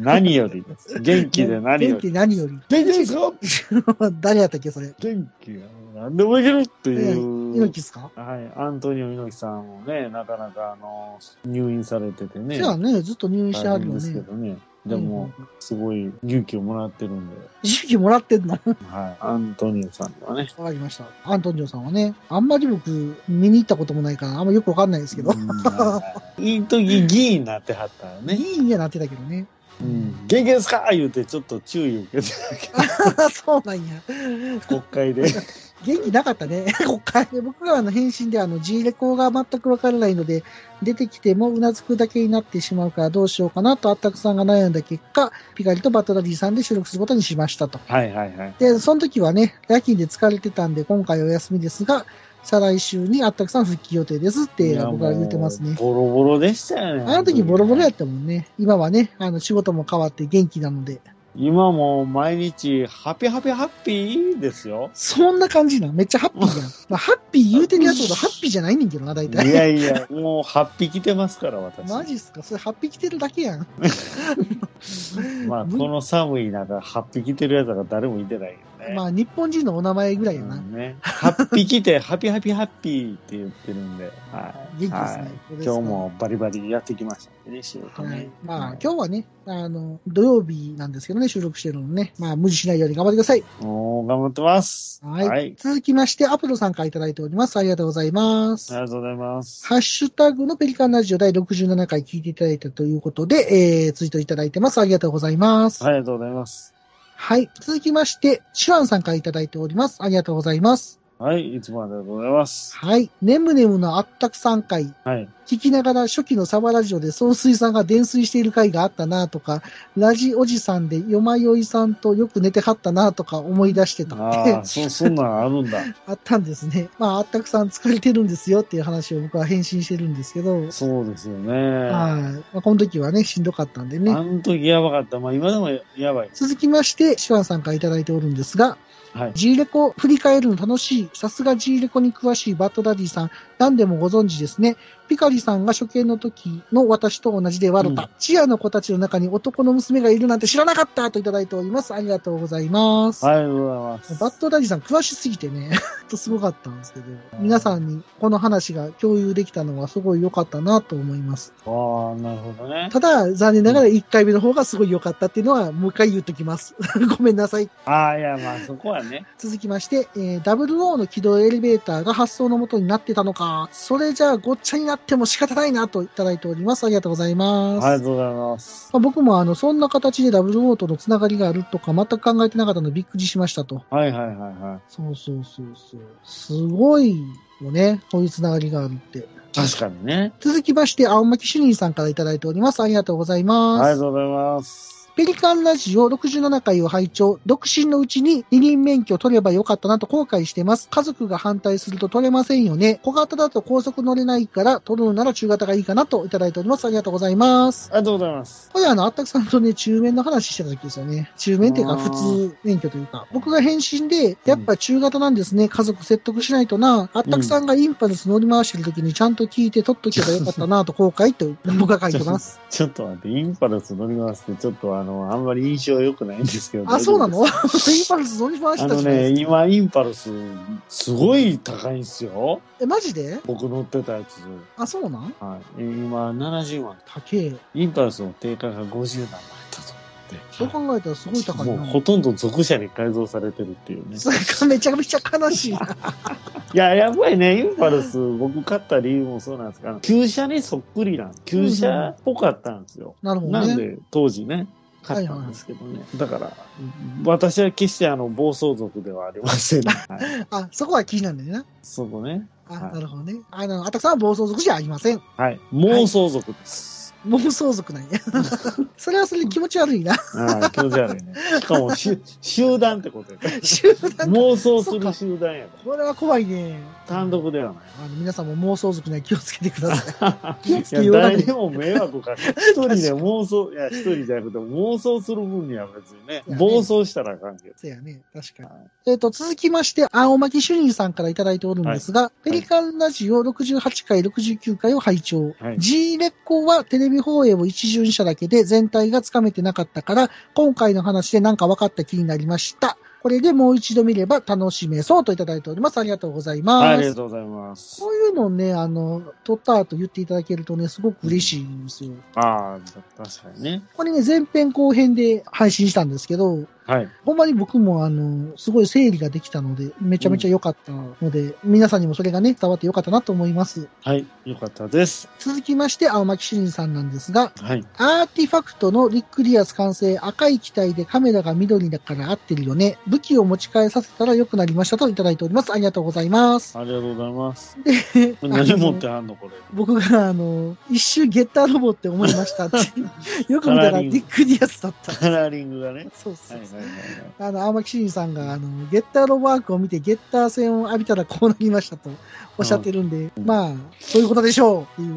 Speaker 2: 何より、元気で何よ
Speaker 1: 元
Speaker 2: り。
Speaker 1: 気何より。
Speaker 2: 元気ですか
Speaker 1: 誰やったっけ、それ。
Speaker 2: 元気や。何でもいけるって
Speaker 1: ええ
Speaker 2: い
Speaker 1: 猪
Speaker 2: う
Speaker 1: 木。っすか
Speaker 2: はい、アントニオ猪木さんもね、なかなかあの入院されてて
Speaker 1: そ
Speaker 2: ね、
Speaker 1: やね。ずっと入院しては
Speaker 2: 大
Speaker 1: る
Speaker 2: 変
Speaker 1: よ
Speaker 2: ですけ
Speaker 1: ね。
Speaker 2: どね、で
Speaker 1: うん
Speaker 2: も、、すごい勇気をもらってるんで、
Speaker 1: 意識もらってんの
Speaker 2: はい、アントニオさんはね、
Speaker 1: わかりました。アントニオさんはね、あんまり僕、見に行ったこともないから、あんまよくわかんないですけど
Speaker 2: う。んはいいい時議員になってはったら
Speaker 1: い
Speaker 2: ね、
Speaker 1: いにはなってたけどね。
Speaker 2: うん、元気ですか言うて、ちょっと注意を 受けてたけど、
Speaker 1: そうなんや。
Speaker 2: 国会で、
Speaker 1: 元気なかったね。 国会で僕があの返信であの G レコが全くわからないので、出てきてもうなずくだけになってしまうからどうしようかなとあったくさんが悩んだ結果、ピカリとバトラリーさんで収録することにしましたと。
Speaker 2: はいはいはい、
Speaker 1: で、その時はね、夜勤で疲れてたんで今回お休みですが、再来週にあったくさん復帰予定ですって
Speaker 2: や
Speaker 1: 僕は言ってます
Speaker 2: も
Speaker 1: ね
Speaker 2: う。ボロボロでしたよね、
Speaker 1: あの時ボロボロやったもんね。今はね、あの仕事も変わって元気なので。
Speaker 2: 今もう毎日、ハピハピハッピーですよ。
Speaker 1: そんな感じなんめっちゃハッピーじゃん。まあ、ハッピー言うてるやつほどハッピーじゃないねんけどな、大
Speaker 2: い
Speaker 1: 体。
Speaker 2: やいや、もう8匹来てますから、私。
Speaker 1: マジっすかそれ8匹てるだけやん。
Speaker 2: まあ、
Speaker 1: 無理
Speaker 2: この寒い中、8匹来てるやつが誰もいてないよね。
Speaker 1: まあ日本人のお名前ぐらいやな。
Speaker 2: うんね、8匹で、ハピハピハッピーって言ってるんで、は
Speaker 1: 元
Speaker 2: い。
Speaker 1: 気ですね
Speaker 2: はい
Speaker 1: そうですか
Speaker 2: 今日もバリバリやってきましたね、仕事ね。
Speaker 1: はい。ま
Speaker 2: は
Speaker 1: あ
Speaker 2: い
Speaker 1: 今日はね、あの、土曜日なんですけどね、収録してるのね。まあ無理しないように頑張ってください。
Speaker 2: もう頑張ってます。
Speaker 1: はい
Speaker 2: はい。あり
Speaker 1: 続きまして、アプロさんからいただいております。ありがとうございます。
Speaker 2: がとうございます。
Speaker 1: ハッシュタグのペリカンラジオ第67回聞いていただいたということで、えー、ツイートいただいてます。ありがとうございます。
Speaker 2: ありがとうございます。
Speaker 1: はい。続きまして、シュランさんからいただいております。ありがとうございます。
Speaker 2: はい。いつもありがとうございます。
Speaker 1: はい。ネムネムのあったくさん回、
Speaker 2: はい。
Speaker 1: 聞きながら初期のサバラジオで総水さんが伝水している回があったなとか、ラジおじさんでよまよいさんとよく寝てはったなとか思い出してた
Speaker 2: あ
Speaker 1: っ
Speaker 2: あ、
Speaker 1: て
Speaker 2: そ、そんなんあるんだ。
Speaker 1: あったんですね。まあ、あったくさん疲れてるんですよっていう話を僕は返信してるんですけど、はい。
Speaker 2: そうですよね。
Speaker 1: まあ、この時はね、しんどかったんでね
Speaker 2: あ。の時やばかった。まあ、今でもやばい。
Speaker 1: 続きまして、シュワンさんからいただいておるんですが、
Speaker 2: はい。
Speaker 1: G レコ振り返るの楽しい。さすが G レコに詳しいバッドダディさん。何でもご存知ですね。ピカリさんが初見の時の私と同じで笑った。
Speaker 2: うん
Speaker 1: チアの子たちの中に男の娘がいるなんて知らなかったといただいております。ありがとうございます。
Speaker 2: ありがとうございます。
Speaker 1: バッドダディさん詳しすぎてね、 ほんとすごかったんですけど、皆さんにこの話が共有できたのはすごい良かったなと思います。
Speaker 2: ああ、なるほどね。
Speaker 1: ただ、残念ながら1回目の方がすごい良かったっていうのはもう一回言っときます。 ごめんなさい。
Speaker 2: ああ、いや、まあそこはね。
Speaker 1: 続きまして、えー、WO の軌道エレベーターが発想のもとになってたのか、それじゃあごっちゃになっても仕方ないなといただいております。ありがとうござい
Speaker 2: あ
Speaker 1: ま
Speaker 2: り
Speaker 1: す。
Speaker 2: がとうございます。
Speaker 1: まあ僕もあの、そんな形で WO とのつながりがあるとか全く考えてなかったのでびっくりしましたと。
Speaker 2: はいはいはいは
Speaker 1: そうそうそうそう。すごいよね。こういうつながりがあるって。
Speaker 2: い。確かにね。
Speaker 1: 続きまして、青巻主任さんからいただいております。ありがとうございます。
Speaker 2: ありがとうございます。
Speaker 1: ペリカンラジオ67回を拝聴、独身のうちに二輪免許を取ればよかったなと後悔してます。家族が反対すると取れませんよね。小型だと高速乗れないから、取るのなら中型がいいかなといただいております。ありがとうございます。
Speaker 2: ありがとうございます。
Speaker 1: これあの、あったくさんとね、中面の話してた時ですよね。中面っていうか、
Speaker 2: あー
Speaker 1: 普通免許というか。僕が返信で、やっぱ中型なんですね。家族説得しないとな。あったくさんがインパルス乗り回してる時にちゃんと聞いて取っとけばよかったなと後悔と僕が書いてます。
Speaker 2: ちょっと待って、インパルス乗りますって、ちょっとあの、あんまり印象良くないんですけど。
Speaker 1: あ、そうなの
Speaker 2: 大
Speaker 1: インパルス乗り回し
Speaker 2: 丈
Speaker 1: た
Speaker 2: 夫です
Speaker 1: じ
Speaker 2: か
Speaker 1: ゃ
Speaker 2: あ
Speaker 1: ない です
Speaker 2: の
Speaker 1: か。
Speaker 2: ね、今インパルス、すごい高いんですよ。
Speaker 1: え、マジで
Speaker 2: 僕乗ってたやつ。
Speaker 1: あ、そうなん
Speaker 2: はい。今、70万。
Speaker 1: 高え。
Speaker 2: インパルスの定価が50何万だと
Speaker 1: そう
Speaker 2: 思
Speaker 1: 考
Speaker 2: って。
Speaker 1: えたらすごい高い
Speaker 2: もう
Speaker 1: な。
Speaker 2: ほとんど属車に改造されてるっていうね。
Speaker 1: それがめちゃめちゃ悲しい な。
Speaker 2: いや、やっぱりね、インパルス、 僕買った理由もそうなんですが、旧車にそっくりなん、旧車っぽかったんですよ。
Speaker 1: なるほ
Speaker 2: な
Speaker 1: ど
Speaker 2: ん
Speaker 1: ね。
Speaker 2: で、当時ね、買ったんですけどね。だから、私は決してあの、暴走族ではありま せん。はい、
Speaker 1: あ、そこは気になるんだよな。
Speaker 2: そこね。
Speaker 1: あ、
Speaker 2: はい
Speaker 1: なるほどね。あの、あたくさんは暴走族じゃありません。
Speaker 2: はい。妄想族です。
Speaker 1: 妄想族なんや。それはそれで気持ち悪いな。
Speaker 2: ああ、気持ち悪いね。しかも、し集団ってことやから。
Speaker 1: 集団。
Speaker 2: 妄想する集団やか
Speaker 1: これは怖いね。
Speaker 2: ら。単独ではない。
Speaker 1: あの皆さんも妄想族には気をつけてくだ さい。
Speaker 2: い
Speaker 1: 気をつけよう
Speaker 2: や
Speaker 1: がない
Speaker 2: 誰にも迷惑かけない。一人で妄想、いや、一人じゃなくて妄想する分には別にね
Speaker 1: いや、ね
Speaker 2: 暴走したらあかんけど。
Speaker 1: そうやね。確かに
Speaker 2: は。
Speaker 1: えっ、と、続きまして、青巻主任さんからいただいておるんですが、ペリカンラジオ68回、69回を拝聴。
Speaker 2: はい
Speaker 1: G レッコはテレビ放映を一巡しただけで全体がつかめてなかったから、今回の話でなんか分かった気になりました。これでもう一度見れば楽しめそうといただいております。ありがとうございます。
Speaker 2: はい、ありがとうございます
Speaker 1: こ。ういうのね、あの、撮った後言っていただけるとね、すごく嬉しいんですよ。
Speaker 2: ああ、確かにね。
Speaker 1: これね、前編後編で配信したんですけど、
Speaker 2: はい。
Speaker 1: ほんまに僕もあの、すごい整理ができたので、めちゃめちゃ良かったので、皆さんにもそれがね、伝わって良かったなと思います。
Speaker 2: はい。よかったです。
Speaker 1: 続きまして、青巻主任さんなんですが、
Speaker 2: はい。
Speaker 1: アーティファクトのリックリアス完成、赤い機体でカメラが緑だから合ってるよね。武器を持ち帰させたら良くなりましたといただいております。ありがとうございます。
Speaker 2: ありがとうございます。
Speaker 1: で
Speaker 2: 何持ってはんのこれ。
Speaker 1: 僕があの、一周ゲッターロボって思いました って。よく見たらリックリアスだった。
Speaker 2: カラーリングがね。
Speaker 1: そうそ
Speaker 2: は
Speaker 1: う
Speaker 2: いはいはいはい。
Speaker 1: あの、青巻主任さんが、あの、ゲッターロボワークを見て、ゲッター戦を浴びたらこうなりましたとおっしゃってるんで、まあ、そういうことでしょうっていう。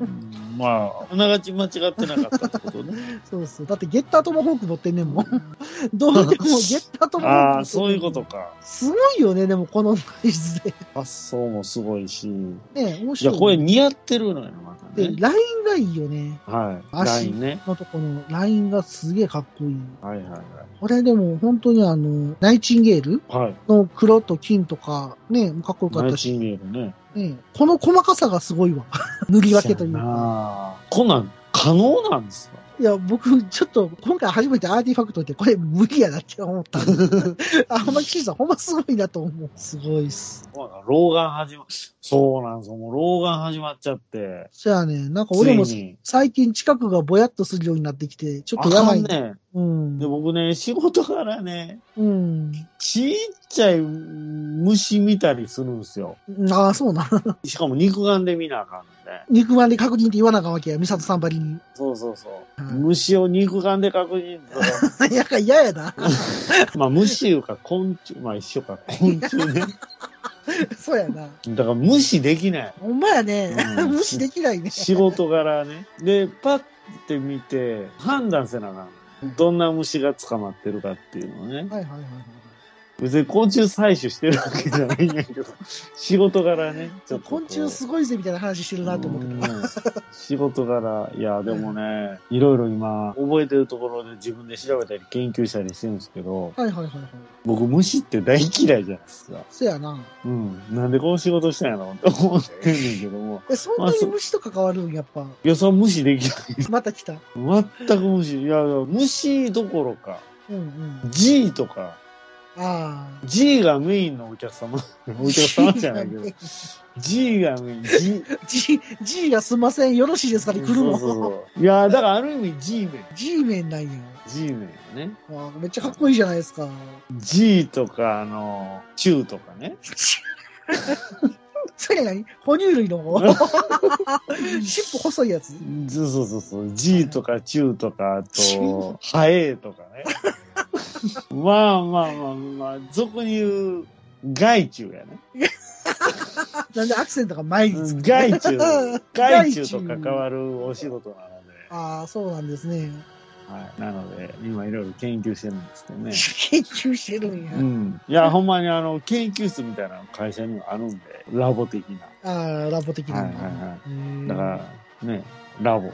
Speaker 2: うんまあ、あながち間違ってなかったってことね。
Speaker 1: そうそう。だって、ゲッタートモホーク持ってんねんもん。 どうでも、ゲッタートモホーク持ってんねん。
Speaker 2: ああ、そういうこと。か。
Speaker 1: すごいよね、でも、このサイズで。
Speaker 2: 発想もすごいし。
Speaker 1: ね、面
Speaker 2: じ
Speaker 1: 白
Speaker 2: ゃあ
Speaker 1: い。
Speaker 2: これ似合ってるのよ、また
Speaker 1: で、
Speaker 2: ね。
Speaker 1: ラインがいいよね。
Speaker 2: はい。ライ
Speaker 1: 足
Speaker 2: ンね。
Speaker 1: のとこのラインがすげえかっこいい。
Speaker 2: はいはいはい。
Speaker 1: これでも、本当にあの、ナイチンゲール
Speaker 2: はい。
Speaker 1: の黒と金とか、ね、かっこよか
Speaker 2: ナ
Speaker 1: っ
Speaker 2: イ
Speaker 1: た
Speaker 2: チ
Speaker 1: し、
Speaker 2: ンゲールね。
Speaker 1: ね、この細かさがすごいわ。 塗り分けというか。
Speaker 2: なあこんなん可能なんですか
Speaker 1: いや、僕、ちょっと、今回初めてアーティファクトって、これ無理やなって思 った。あ、まきさん、ほんますごいなと思う。すごいっす。
Speaker 2: そうなの老眼始ま、そうなんですよ。もう老眼始まっちゃって。
Speaker 1: そやね、なんか俺も
Speaker 2: ついに
Speaker 1: 最近近くがぼやっとするようになってきて、ちょっ
Speaker 2: あ
Speaker 1: とやば
Speaker 2: か
Speaker 1: い。
Speaker 2: んね。
Speaker 1: うん。
Speaker 2: で、僕ね、仕事からね、
Speaker 1: うん。
Speaker 2: ちっちゃい虫見たりするんですよ。
Speaker 1: ああ、そうな。
Speaker 2: しかも肉眼で見なあかんね。
Speaker 1: 肉眼で確認って言わなあかんわけや。ミサトさんばりに。
Speaker 2: そうそうそう。
Speaker 1: はい
Speaker 2: 虫を肉眼で確認とか
Speaker 1: やか、嫌やな。
Speaker 2: まあ虫いうか昆虫、まあ一緒か、昆虫ね。
Speaker 1: そうやな。
Speaker 2: だから無視できない。
Speaker 1: ほんまやね。
Speaker 2: うん
Speaker 1: 無視できないね。
Speaker 2: 仕事柄ね。で、パッて見て、判断せなあかん。どんな虫が捕まってるかっていうのをね。
Speaker 1: はいはいはいはい。
Speaker 2: 別に昆虫採取してるわけじゃないんだけど、仕事柄ね。ちょっとこう
Speaker 1: 昆虫すごいぜみたいな話してるなと思ってた。
Speaker 2: うん仕事柄、いや、でもね、いろいろ今、覚えてるところで自分で調べたり研究したりしてるんですけど、
Speaker 1: はいはいはいはい。
Speaker 2: 僕虫って大嫌いじゃないですか。
Speaker 1: そうやな。
Speaker 2: うん。なんでこの仕事したんやろって思ってんねんけども。
Speaker 1: え、そんなに虫と関わるんやっぱ。
Speaker 2: いや、それ無視できない。
Speaker 1: また来た。
Speaker 2: 全く無視。いや、無視どころか、
Speaker 1: うんうん。
Speaker 2: G とか、
Speaker 1: ああ。
Speaker 2: G がメインのお客 様、お客様じゃない けど、G がメイ ン、G。
Speaker 1: G、G がすんません、よろしいですかね、来る
Speaker 2: そうそう
Speaker 1: の。
Speaker 2: そういや、だからある意味 G メン。
Speaker 1: G メンなんや。
Speaker 2: G メンね。
Speaker 1: あーめっちゃかっこいいじゃないですか。
Speaker 2: G とか、あの、チューとかね。
Speaker 1: それ何哺乳 類の方尻尾細いやつ
Speaker 2: そうそうそうそう。G とかチューとか、あ
Speaker 1: チュ
Speaker 2: と、ハエとかね。まあまあまあまあ、俗に言う、害虫やね。
Speaker 1: あなんでアクセントが前につく。。
Speaker 2: 害虫害虫と関わるお仕事なので。
Speaker 1: ああ、そうなんですね。
Speaker 2: はい。なので、今いろいろ研究してるんですけどね。
Speaker 1: 研究してるんや。
Speaker 2: うん。いや、ほんまにあの、研究室みたいなの会社にもあるんで、ラボ的な。
Speaker 1: ああ、ラボ的なのかな。
Speaker 2: はいはいはいう
Speaker 1: ーん
Speaker 2: だから、ね、ラボ。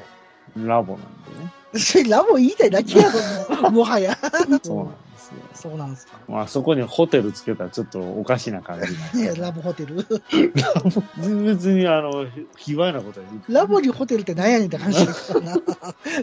Speaker 2: ラボなんでね。
Speaker 1: それラボ言いたいだけやろ、 もうもはや。
Speaker 2: そうなんですよ。
Speaker 1: そうなんですか。
Speaker 2: まあそこにホテルつけたらちょっとおかしな感じにな
Speaker 1: ね
Speaker 2: る
Speaker 1: ラボホテル。
Speaker 2: 別にあの、ひ卑猥なことは言う
Speaker 1: ラボにホテルってなんやねんって話です からな。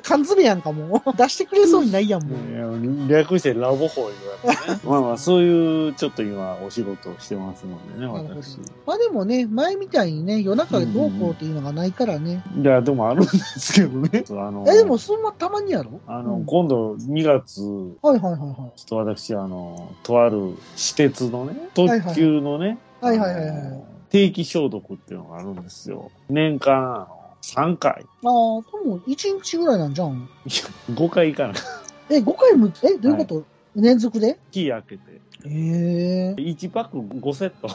Speaker 1: 缶詰やんかもう。出してくれそうにないやんもう。
Speaker 2: いや略してラボ法言われてね。まあまあそういうちょっと今お仕事をしてますのでね、
Speaker 1: なるほど
Speaker 2: 私。
Speaker 1: まあでもね、前みたいにね、夜中でどうこうっていうのがないからね。
Speaker 2: いや、でもあるんですけどね。そうあの、
Speaker 1: え、でもそんなたまにやろ
Speaker 2: あの、
Speaker 1: うん
Speaker 2: 今度2月、ちょ
Speaker 1: はいはいはいは
Speaker 2: っと私、あの、とある私鉄のね、特急のね、
Speaker 1: はいはいはいはいはい
Speaker 2: あの定期消毒っていうのがあるんですよ。年間、あの3回。
Speaker 1: ああ、多分1日ぐらいなんじゃん。
Speaker 2: 5回行かない。
Speaker 1: え、5回も、え、どういうこと、連続で
Speaker 2: キー開けて。
Speaker 1: ええ
Speaker 2: 1パック5セット
Speaker 1: あ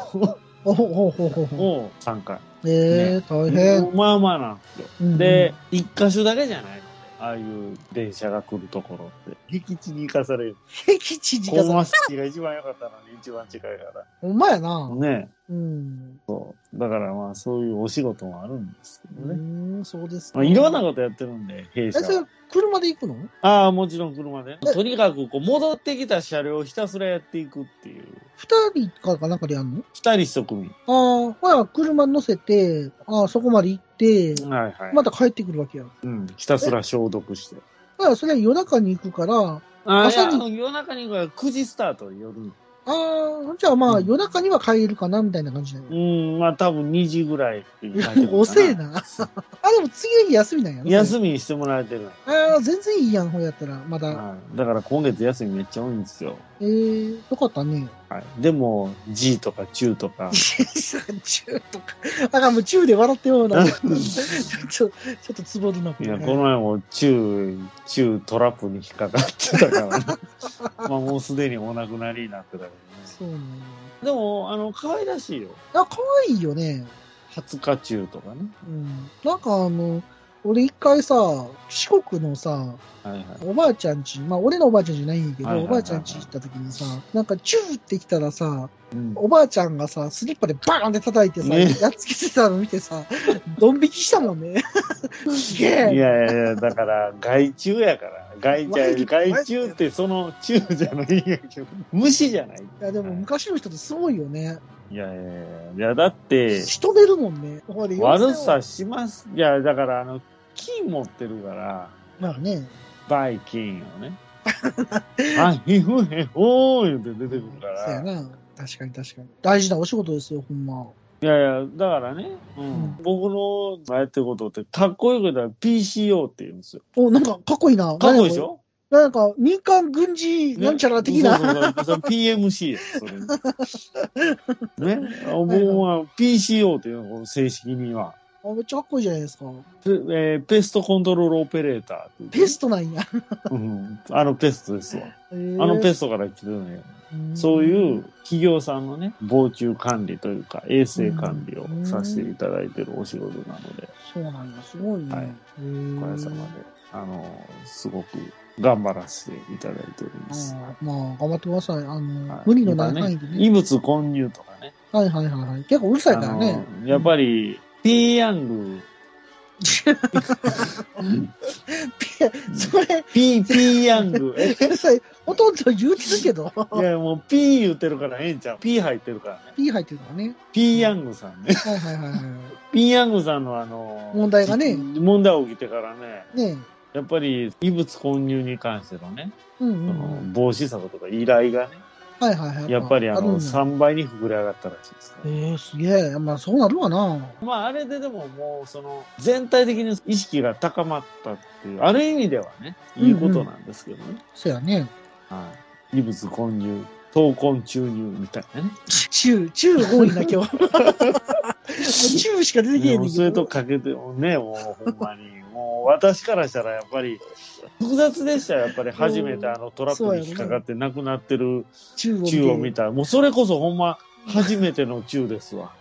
Speaker 1: ほほほほほ。
Speaker 2: を3回。
Speaker 1: ええ大変。
Speaker 2: まあまあなんですよ。
Speaker 1: うん
Speaker 2: で、、一箇所だけじゃないのねああいう電車が来るところって。僻地に行かされる。
Speaker 1: 敵地自
Speaker 2: 高
Speaker 1: 家さん。
Speaker 2: 松市が一番良かったのに一番近いか
Speaker 1: ほんまや
Speaker 2: ら。
Speaker 1: な。
Speaker 2: ね
Speaker 1: うん。
Speaker 2: だからまあそういうお仕事もあるんですけ
Speaker 1: う
Speaker 2: どね。
Speaker 1: ん、そうです
Speaker 2: まあ、いろんなことやってるんで、弊
Speaker 1: え、
Speaker 2: 社
Speaker 1: それ
Speaker 2: は。、
Speaker 1: 車で行くの
Speaker 2: ああ、もちろん車で。とにかくこう戻ってきた車両をひたすらやっていくっていう。
Speaker 1: 二人かなんかでやんの
Speaker 2: 二人一組。
Speaker 1: ああ、ほら、車乗せて、ああ、そこまで行って、
Speaker 2: はいはい。
Speaker 1: また帰ってくるわけや。
Speaker 2: うん。ひたすら消毒して。
Speaker 1: だから、それは夜中に行くから、あ
Speaker 2: ああ、いや
Speaker 1: 朝に
Speaker 2: あの夜中には9時スタート、夜の。
Speaker 1: あ、じゃあまあ、
Speaker 2: うん
Speaker 1: 夜中には帰れるかな、みたいな感じだよ
Speaker 2: う。ん、まあ多分2時ぐらいっていう感 じかな。
Speaker 1: 遅えな。 あ、でも次の日休みなんやろ
Speaker 2: 休みにしてもらえてるの。
Speaker 1: ああ、全然いいやん、ほうやったら、まだ。
Speaker 2: はいだから今月休みめっちゃ多いんですよ。
Speaker 1: ええよかったね。。
Speaker 2: はい、でも、G とか中とか
Speaker 1: 中とか。あかん、もう中で笑ってよう な。ちょちょっとつぼるな、こ
Speaker 2: い
Speaker 1: れ
Speaker 2: や、
Speaker 1: ね
Speaker 2: この前も中、中トラップに引っかかってたから、ね、 まあもうすでにお亡くなりになってたけどね。
Speaker 1: そうなんや
Speaker 2: でも、あの、可愛らしいよ。
Speaker 1: あ、可愛いよね。
Speaker 2: 20日中とかね。
Speaker 1: うん。なんかあの、俺一回さ、四国のさ、
Speaker 2: はいはい。
Speaker 1: おばあちゃんち、まあ俺のおばあちゃんじゃないんやけど、
Speaker 2: はいはい
Speaker 1: お
Speaker 2: はいは
Speaker 1: ばあち
Speaker 2: い
Speaker 1: ゃんち行った時にさ、なんかチューって来たらさ、
Speaker 2: うん、
Speaker 1: おばあちゃんがさ、スリッパでバーンって叩いてさ、
Speaker 2: ね
Speaker 1: やっつけてたの見てさ、ドン引きしたもんね。すげ
Speaker 2: い
Speaker 1: え。
Speaker 2: やいや、だから、害虫やから。害虫、害虫ってその虫じゃないんやけど、虫じゃない。
Speaker 1: いやでも昔の人ってすごいよね。
Speaker 2: いやいやいや、いやだって、
Speaker 1: 人出るもんね。ほら
Speaker 2: 悪。さします。いや、だから、あの、金持ってるから、
Speaker 1: まあね。
Speaker 2: バイキンをね。あ、ひふへほー言って出てくるか
Speaker 1: そうや
Speaker 2: ら。
Speaker 1: な。確かに確かに。大事なお仕事ですよ、ほんま。
Speaker 2: いやいや、だからね、うん
Speaker 1: うん
Speaker 2: 僕のやってることって、かっこよく言ったら PCO って言うんですよ。
Speaker 1: お、なんかかっこいいな。
Speaker 2: かっこいいでしょ
Speaker 1: なんか、民間軍事なんちゃら的な。
Speaker 2: ねそうそうそうそれ PMC です、それ。ね。あ僕は PCO っていうのを正式には。
Speaker 1: あめっちゃかっこいいじゃないですか。
Speaker 2: ペえーペストコントロールオペレーターっていう
Speaker 1: ペストなんや。
Speaker 2: うんあのペストですわ。
Speaker 1: あ
Speaker 2: あのペ
Speaker 1: ス
Speaker 2: ストから来てるのよ。
Speaker 1: ト
Speaker 2: そういう。企業さんのね、防虫管理というか、衛生管理をさせていただいてるお仕事なので、
Speaker 1: そうなんや、すごいね。
Speaker 2: はい
Speaker 1: へー
Speaker 2: おかげさまで、あの、すごく頑張らせていただいております。
Speaker 1: あーまあ、頑張ってください。あの、
Speaker 2: はい
Speaker 1: 無理のない範囲で
Speaker 2: 今
Speaker 1: ね。
Speaker 2: 異物混入とかね。
Speaker 1: はいはいはいはい。結構うるさいからね。
Speaker 2: あのやっぱり、ピーヤング、
Speaker 1: それ、
Speaker 2: ピー、ピーヤング、え、
Speaker 1: それ、ほとんど言うてるけど、
Speaker 2: いやもうピー言ってるからええんちゃう。ピー入ってるからね。
Speaker 1: P 入ってるからね。
Speaker 2: ピーヤングさんね。
Speaker 1: はいはいはいは
Speaker 2: ピーヤングさんのあの、
Speaker 1: 問題がね
Speaker 2: 問題起きてからね、
Speaker 1: い。ね
Speaker 2: やっぱり異物混入に関してのね、
Speaker 1: え。うんうんう
Speaker 2: そ
Speaker 1: ん、
Speaker 2: の防止策とか依頼がね、
Speaker 1: はいはいはい。
Speaker 2: やっぱりあ
Speaker 1: るん
Speaker 2: の
Speaker 1: や
Speaker 2: 3倍に膨れ上がったらしいですね。
Speaker 1: ええすげえ。まあそうなるわな。
Speaker 2: まああれででももうその全体的に意識が高まったっていう、ある意味ではね、いいことなんですけどね。
Speaker 1: そやね。
Speaker 2: はい。異物混入、闘魂注入みたいなね。
Speaker 1: 中、中多いな、 今日。もう中しか出てけえね
Speaker 2: もうんそれ
Speaker 1: け
Speaker 2: と
Speaker 1: ど。
Speaker 2: かけてもね、もうほんま に。もう私からしたらやっぱり複雑でしたよ。やっぱり初めてあのトラップに引っかかって亡くなってる
Speaker 1: 中を見て
Speaker 2: 宙を見た。もうそれこそほ んま、初めての宙ですわ。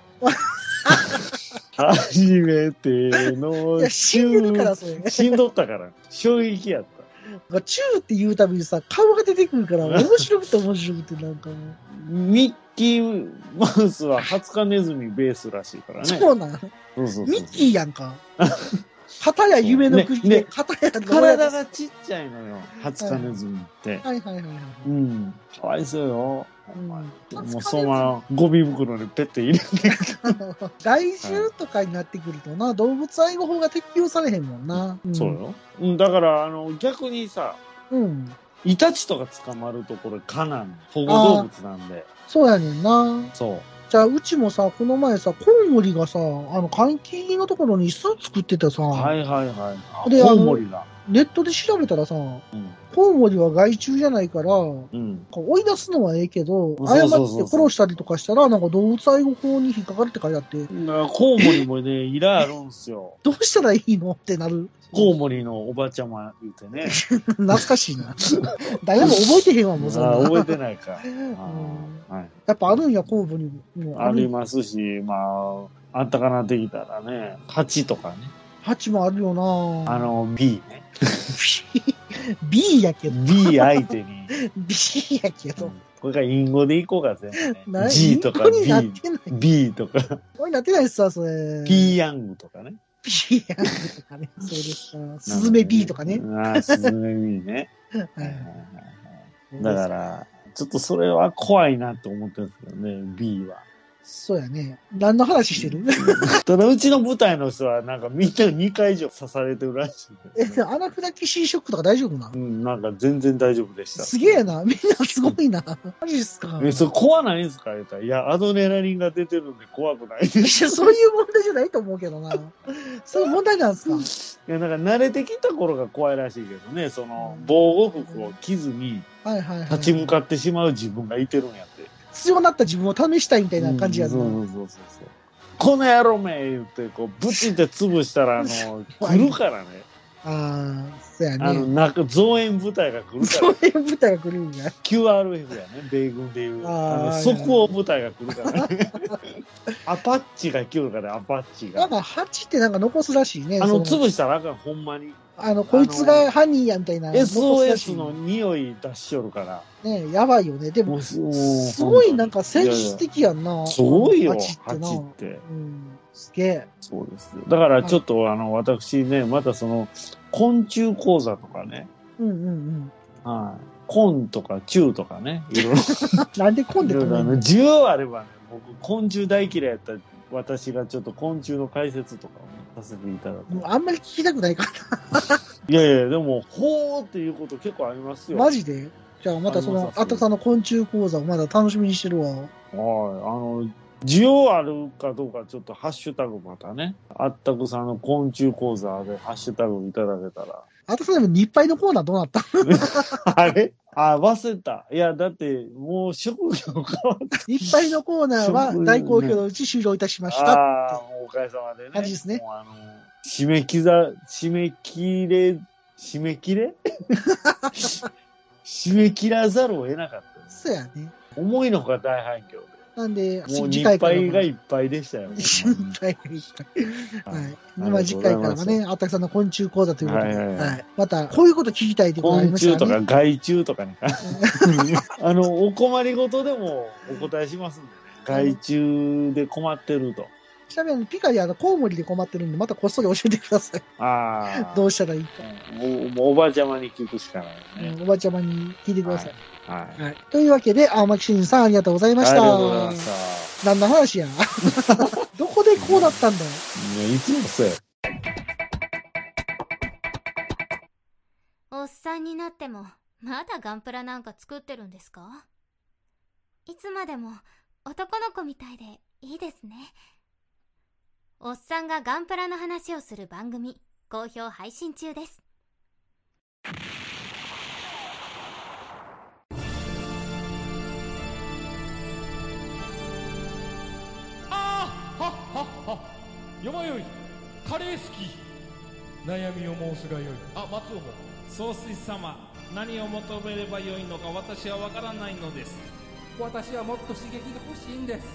Speaker 2: 初めて
Speaker 1: い
Speaker 2: の
Speaker 1: や、死んでるから、
Speaker 2: 宙。
Speaker 1: それ。
Speaker 2: 死んどったから。衝撃やった。
Speaker 1: 中って言うたびにさ、顔が出てくるから、面白くて面白くて、なんかもう。
Speaker 2: ミッキーマウスは20日ネズミベースらしいからね。
Speaker 1: そうなん。
Speaker 2: そうそうそう
Speaker 1: ミッキーやんか。片や夢の国
Speaker 2: ね
Speaker 1: で、
Speaker 2: ね
Speaker 1: 片や名古屋で
Speaker 2: 体
Speaker 1: す
Speaker 2: がちっちゃいのよ。20日ネズミっ
Speaker 1: は
Speaker 2: て。
Speaker 1: いはいはいはい。
Speaker 2: うん。かわいそう
Speaker 1: う
Speaker 2: よ。
Speaker 1: ん
Speaker 2: も
Speaker 1: 20
Speaker 2: う
Speaker 1: 日
Speaker 2: そ のままゴミ袋にペッて入れて。
Speaker 1: 外獣とかになってくるとな、動物愛護法が適用されへんもんな。ん
Speaker 2: そう。よ。うん、だから、あの、逆にさ、
Speaker 1: うん。
Speaker 2: イタチとか捕まるとこれ蚊なんで保護動物なんで。
Speaker 1: そうやねんな。
Speaker 2: そう。
Speaker 1: じゃあ、うちもさ、この前さ、コウモリがさ、あの、換気のところに巣作っててさ、
Speaker 2: はいはいはい。
Speaker 1: で
Speaker 2: あコウモリが。
Speaker 1: ネットで調べたらさ、コウモリは害虫じゃないから、
Speaker 2: うん。
Speaker 1: 追い出すのはええけど、
Speaker 2: そうそう
Speaker 1: 誤
Speaker 2: そう
Speaker 1: っ
Speaker 2: そう
Speaker 1: て殺したりとかしたら、なんか動物愛護法に引っかかるって書いてあって、
Speaker 2: だからコウモリ もね、イラあるんすよ。
Speaker 1: どうしたらいいのってなる。
Speaker 2: コウモリのおばちゃま言うてね。
Speaker 1: 懐かしいな。誰も覚えてへんわ、もうそん
Speaker 2: あー
Speaker 1: な。
Speaker 2: 覚えてないか。あ ーはい
Speaker 1: やっぱあるんや、コウモリも。
Speaker 2: あり
Speaker 1: る。
Speaker 2: ますし、まあ、あったかなってきたらね、蜂とかね、
Speaker 1: ハチもあるよな
Speaker 2: あの、B ね。
Speaker 1: B やけど。
Speaker 2: B 相手に。
Speaker 1: B やけど。
Speaker 2: これから隠語でいこうか、全部
Speaker 1: な
Speaker 2: ね。G とか
Speaker 1: インコになっ
Speaker 2: B、
Speaker 1: てない。
Speaker 2: B とか、
Speaker 1: こになってないっすわ、それ。
Speaker 2: P ヤングとかね。
Speaker 1: B やとか ね。そうですか。スズメ B とかね。
Speaker 2: ああ、スズメ B ね。
Speaker 1: は
Speaker 2: はいはい
Speaker 1: い
Speaker 2: はいだから、ちょっとそれは怖いなと思ってるんですけどね、B は。
Speaker 1: そうやね。何の話してる
Speaker 2: ただ、うちの舞台の人は、なんかみんな2回以上刺されてるらしい
Speaker 1: え
Speaker 2: です、ね。
Speaker 1: アナフィラキシーショックとか大丈夫な
Speaker 2: うん、なんか全然大丈夫で した。
Speaker 1: すげえな。みんなすごいな。 マジっすか。
Speaker 2: え、それ怖ないんですか言ったら、いや、アドレナリンが出てるんで怖くないです。
Speaker 1: いやそういう問題じゃないと思うけ どな。そういう問題なんですか。
Speaker 2: いや、なんか慣れてきた頃が怖いらしいけどね、その、防護服を着ずに
Speaker 1: はいはい、はい。
Speaker 2: 立ち向かってしまう自分がいてるんやって。
Speaker 1: 必要になった自分を試したいみたいな感じや
Speaker 2: うん
Speaker 1: な。
Speaker 2: そうそうそうそう。この野郎め言って、こう、ブチって潰したら、あの、来るからね。
Speaker 1: ああ、そうや
Speaker 2: あの、
Speaker 1: ね。
Speaker 2: なんか、増援部隊が来るか
Speaker 1: そう
Speaker 2: ら、
Speaker 1: いう舞台が来るんや。
Speaker 2: QRF やね、米軍でいう。
Speaker 1: あー
Speaker 2: あの、即応部隊が来るからね。アパッチが来るから、アパッチ
Speaker 1: な
Speaker 2: が
Speaker 1: ん。か、ハチってなんか残すらしいね。
Speaker 2: あの、
Speaker 1: そ
Speaker 2: 潰したらあかん、ほんまに。
Speaker 1: あの、こいつが犯人やみたいな。残すらし
Speaker 2: SOS
Speaker 1: い
Speaker 2: の匂い出しよるから。
Speaker 1: ね、やばいよね。でも、
Speaker 2: もうす
Speaker 1: すごいなんか戦術的やんな。
Speaker 2: すごいよ、
Speaker 1: ハチってな。
Speaker 2: 蜂って。
Speaker 1: うん、すげえ。
Speaker 2: そうですよ。だからちょっと、あの、私ね、またその、昆虫講座とかね、
Speaker 1: うんうんうん。
Speaker 2: はい。昆とか虫とかね、いろいろ。
Speaker 1: なんで混ん
Speaker 2: い
Speaker 1: で
Speaker 2: ろ
Speaker 1: く
Speaker 2: いろあ
Speaker 1: る
Speaker 2: の、
Speaker 1: の
Speaker 2: 需要あればね、僕、昆虫大嫌いやった私がちょっと昆虫の解説とかをねさせていただく。
Speaker 1: あんまり聞きたくないから。
Speaker 2: いやいや、でも、ほーっていうこと結構ありますよ。
Speaker 1: マ
Speaker 2: ジ
Speaker 1: ジでじゃあまたそ
Speaker 2: あり
Speaker 1: の
Speaker 2: ま、す
Speaker 1: あたさんの昆虫講座をまだ楽しみにしてるわ。
Speaker 2: はい。あの、需要あるかどうか、ちょっとハッシュタグまたね、あったくさんの昆虫講座でハッシュタグいただけたら。
Speaker 1: あたさんでも日配のコーナーどうなった
Speaker 2: あれあ、忘れた。いや、だって、もう職業変わって
Speaker 1: 日配のコーナーは大好評のうち終了いたしました。
Speaker 2: ああ、もうおかげさまでね。
Speaker 1: 感じですね
Speaker 2: もうあの、締めきざ、締め切れ、締め切れ 締め切らざるを得なかったです。
Speaker 1: そうやね。
Speaker 2: 思いのほか大反響
Speaker 1: なんで、
Speaker 2: で。もう
Speaker 1: 次
Speaker 2: 日
Speaker 1: 回からも。
Speaker 2: 配がいっぱいでした よ。
Speaker 1: 日配がいっぱい。
Speaker 2: ほんま
Speaker 1: は
Speaker 2: に
Speaker 1: い。今次回からはね、あたくさんの昆虫講座ということで、
Speaker 2: はいはいはい
Speaker 1: はい。また、こういうこと聞きたいということがあり
Speaker 2: 昆
Speaker 1: まし
Speaker 2: 虫
Speaker 1: た
Speaker 2: と
Speaker 1: ら
Speaker 2: か
Speaker 1: ね。
Speaker 2: 害虫と かに関してあの、お困りごとでもお答えしますんでね。害虫で困ってると。
Speaker 1: ちなみにあの、ピカリあの、コウモリで困ってるんで、またこっそり教えてください。
Speaker 2: ああ。
Speaker 1: どうしたらいいか。
Speaker 2: もう、もうおばあちゃまに聞くしかないね。
Speaker 1: うんおばちゃまに聞いてください。
Speaker 2: はい。
Speaker 1: はい。というわけで、青巻真司さんありがとうございました。
Speaker 2: ありがとうございました。
Speaker 1: 何の話や どこでこうなったんだよ。
Speaker 2: いや、いつもそうや。
Speaker 3: おっさんになっても、まだガンプラなんか作ってるんですかいつまでも男の子みたいでいいですね。おっさんがガンプラの話をする番組、好評配信中です。
Speaker 4: あーはっはっは山よりカレー好き悩みを申すがよいあ松尾も
Speaker 5: 総帥様何を求めればよいのか私は分からないのです
Speaker 6: 私はもっと刺激が欲しいんです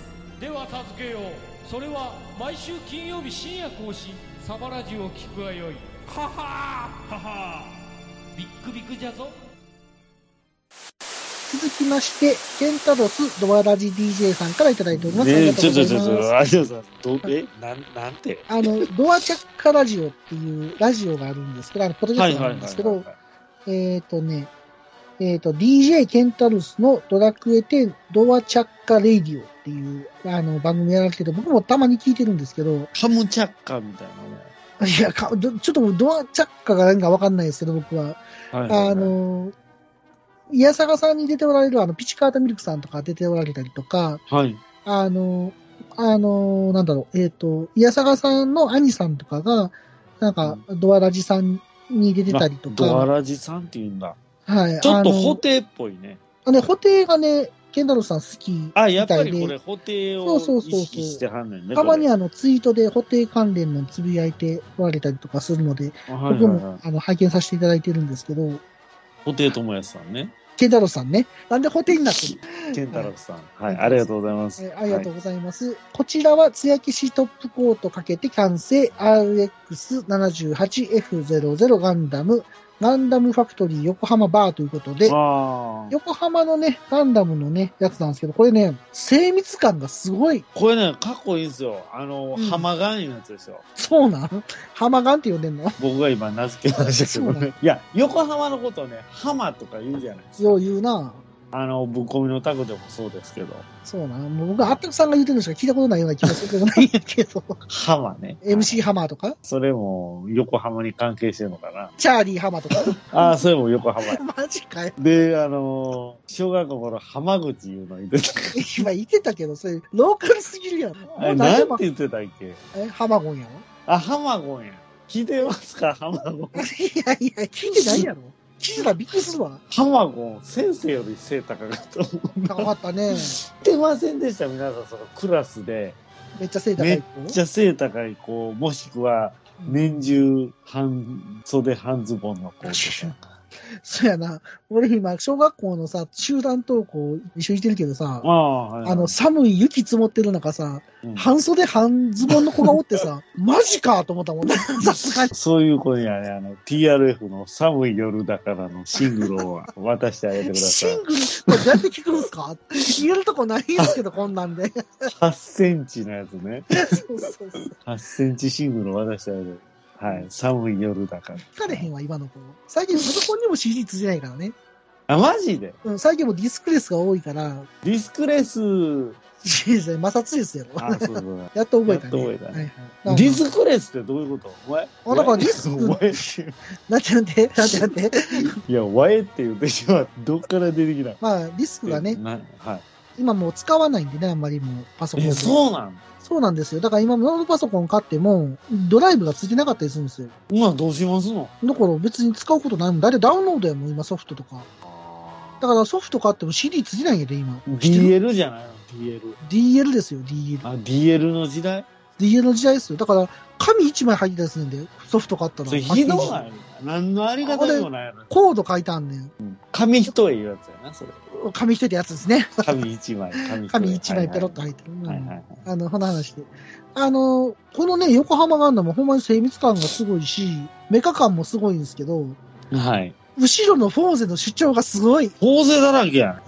Speaker 4: では助けようそれは毎週金曜日深夜更新サバラジュを聞くがよいははーははービックビックじゃぞ
Speaker 1: 続きまして、ケンタロスドアラジ DJ さんからいただいております。あり
Speaker 2: ね
Speaker 1: が
Speaker 2: ち
Speaker 1: と
Speaker 2: ょ
Speaker 1: う
Speaker 2: ち
Speaker 1: ござい
Speaker 2: ょちょち
Speaker 1: ます。
Speaker 2: ょ、ありがとうございます。ど、え、なん、なんて。
Speaker 1: あの、ドアチャッカラジオっていうラジオがあるんですけど、あの、ポッドキャストがあるんですけど、えっ、ー、とね、えっ、と、DJ ケンタルスのドラクエ10ドアチャッカレイディオっていうあの番組やられてて、僕もたまに聞いてるんですけど、
Speaker 2: カムチャッカみたい
Speaker 1: いや、かどちょっとドアチャッカが何かわかんないですけど、僕は。
Speaker 2: なね。
Speaker 1: あ、の、イヤサガさんに出ておられるあのピチカータミルクさんとか出ておられたりとか、
Speaker 2: はい。
Speaker 1: あの、あの、なんだろう、えっ、と、イヤサガさんの兄さんとかが、なんか、ドアラジさんに出てたりとか、
Speaker 2: ドアラジさんって言うんだ。
Speaker 1: はい。
Speaker 2: ちょっと
Speaker 1: あの
Speaker 2: 補定っぽいね。
Speaker 1: あね、補定がね、健太郎さん好きみた
Speaker 2: あ、
Speaker 1: いで。
Speaker 2: やっぱりこれ補定を
Speaker 1: そうそうそう
Speaker 2: 意
Speaker 1: そう
Speaker 2: 識してはんねんね。
Speaker 1: たまに
Speaker 2: こ
Speaker 1: あのツイートで固定関連のつぶやいておられたりとかするので、
Speaker 2: れはい
Speaker 1: 僕
Speaker 2: はいは
Speaker 1: も
Speaker 2: い。
Speaker 1: あの拝見させていただいてるんですけど、
Speaker 2: 補定友康さんね。
Speaker 1: ケンタロウさんね、なんで固定になってる
Speaker 2: 健太郎さん。はい、ありがとうございます。
Speaker 1: えーありがとうございます。こちらは、つやきしトップコートかけてキャンセ RX78F00 ガンダム、ガンダムファクトリー横浜バーということで、
Speaker 2: ああ。
Speaker 1: 横浜のね、ガンダムのね、やつなんですけど、これね、精密感がすごい。
Speaker 2: これね、かっこいいんですよ。あの、
Speaker 1: うん
Speaker 2: 浜ガンいうやつですよ。
Speaker 1: そうなん浜ガンって呼んでんの
Speaker 2: 僕が今名付けましたけど
Speaker 1: そうな
Speaker 2: ね。いや、横浜のことをね、浜とか言うじゃないですか。
Speaker 1: よう言うな。
Speaker 2: あの、ぶっ込みのタグでもそうですけど、
Speaker 1: そうなんもう僕はあったくさんが言ってるのしか聞いたことないような気がするけどないけど。
Speaker 2: 浜ね。
Speaker 1: MC ハマーとか
Speaker 2: それも横浜に関係してるのかな。
Speaker 1: チャーリーハマーとか
Speaker 2: ああ、それも横浜や。
Speaker 1: マジかよ。
Speaker 2: で、あのー小学校の頃、浜口いうのに出てた。
Speaker 1: 今言ってたけど、それ、ローカルすぎるやん。も
Speaker 2: あれ、
Speaker 1: う何
Speaker 2: な
Speaker 1: で
Speaker 2: ん
Speaker 1: も
Speaker 2: て、言ってたっけ
Speaker 1: え、ハマゴンやろ
Speaker 2: あ、浜ゴンや。聞いてますか浜ゴン。
Speaker 1: いやいや、聞いてないやろ。聞いてたらびっくりするわ。
Speaker 2: 浜ゴン、先生より背高かった。言
Speaker 1: 高かった ね。
Speaker 2: ってませんでした、皆さん、そのクラスで。
Speaker 1: めっちゃ背高
Speaker 2: めっ
Speaker 1: い子。
Speaker 2: ちゃ背高い子、もしくは、年中、半袖、半ズボンの子とか。
Speaker 1: そうやな。俺今、小学校のさ、集団登校一緒にしてるけどさ、
Speaker 2: ああ、はいはい、
Speaker 1: あの、寒い雪積もってる中さ、
Speaker 2: うん
Speaker 1: 半袖半ズボンの子がおって さ、マジかと思ったもんね。さすがに。
Speaker 2: そういう子にはね、あの、TRF の寒い夜だからのシングルを渡してあげてくださ
Speaker 1: シ
Speaker 2: い
Speaker 1: ン。グル、これどうやって聞くんすか言えるとこないんですけど、こんなんで。
Speaker 2: 8センチのやつね。
Speaker 1: そうそうそう。
Speaker 2: 8センチシングルを渡してあげる。はい。寒い夜だから。
Speaker 1: 聞かれへんわ、今の子。最近、パソコンにも CD ついてないからね。
Speaker 2: あ、マジで
Speaker 1: うん、最近もディスクレスが多いから、
Speaker 2: ディスクレ
Speaker 1: CD じ
Speaker 2: ス。
Speaker 1: ゃない摩擦ですやろ。
Speaker 2: あ、そうそう。
Speaker 1: やっと覚えたね。
Speaker 2: やっと覚えたね
Speaker 1: はい
Speaker 2: デ
Speaker 1: はい
Speaker 2: ィスクレスってどういうことお前。
Speaker 1: あだからディスク
Speaker 2: お前。
Speaker 1: なんてなんて、なんてなんて。
Speaker 2: いや、わえって言ってしまう。どっから出てきたの
Speaker 1: まあ、ディスクがね、
Speaker 2: なは
Speaker 1: 今もう使わないんでね、あんまりもう、パソコ
Speaker 2: い。
Speaker 1: ン
Speaker 2: え、
Speaker 1: で。
Speaker 2: そうなん
Speaker 1: そうなんですよ。だから今、ノートパソコン買っても、ドライブがついてなかったりするんですよ。
Speaker 2: 今どうしますの
Speaker 1: だから別に使うことないもん。だいたいダウンロードやもん、今ソフトとか。だからソフト買っても CD ついてないんやで、今。
Speaker 2: ?DL じゃないの ?DL。
Speaker 1: DL ですよ、DL。
Speaker 2: あ、DL の時代
Speaker 1: DL の時代ですよ。だから、紙一枚入ってたりするんで、ソフト買ったら。
Speaker 2: それひど
Speaker 1: パッケー
Speaker 2: な
Speaker 1: ジ
Speaker 2: い何のあり方でもないやろ
Speaker 1: コード書いたんねん。
Speaker 2: 紙一重いうやつやな、それ。
Speaker 1: 紙一重ってやつですね。
Speaker 2: 紙一枚、紙一枚。
Speaker 1: 紙一枚ペロッと入ってる。
Speaker 2: はいはいはいはいはい。
Speaker 1: うんあの、この話で。あの、このね、横浜ガンダム、ほんまに精密感がすごいし、メカ感もすごいんですけど、
Speaker 2: はい。
Speaker 1: 後ろのフォーゼの主張がすごい。
Speaker 2: 大勢だらけや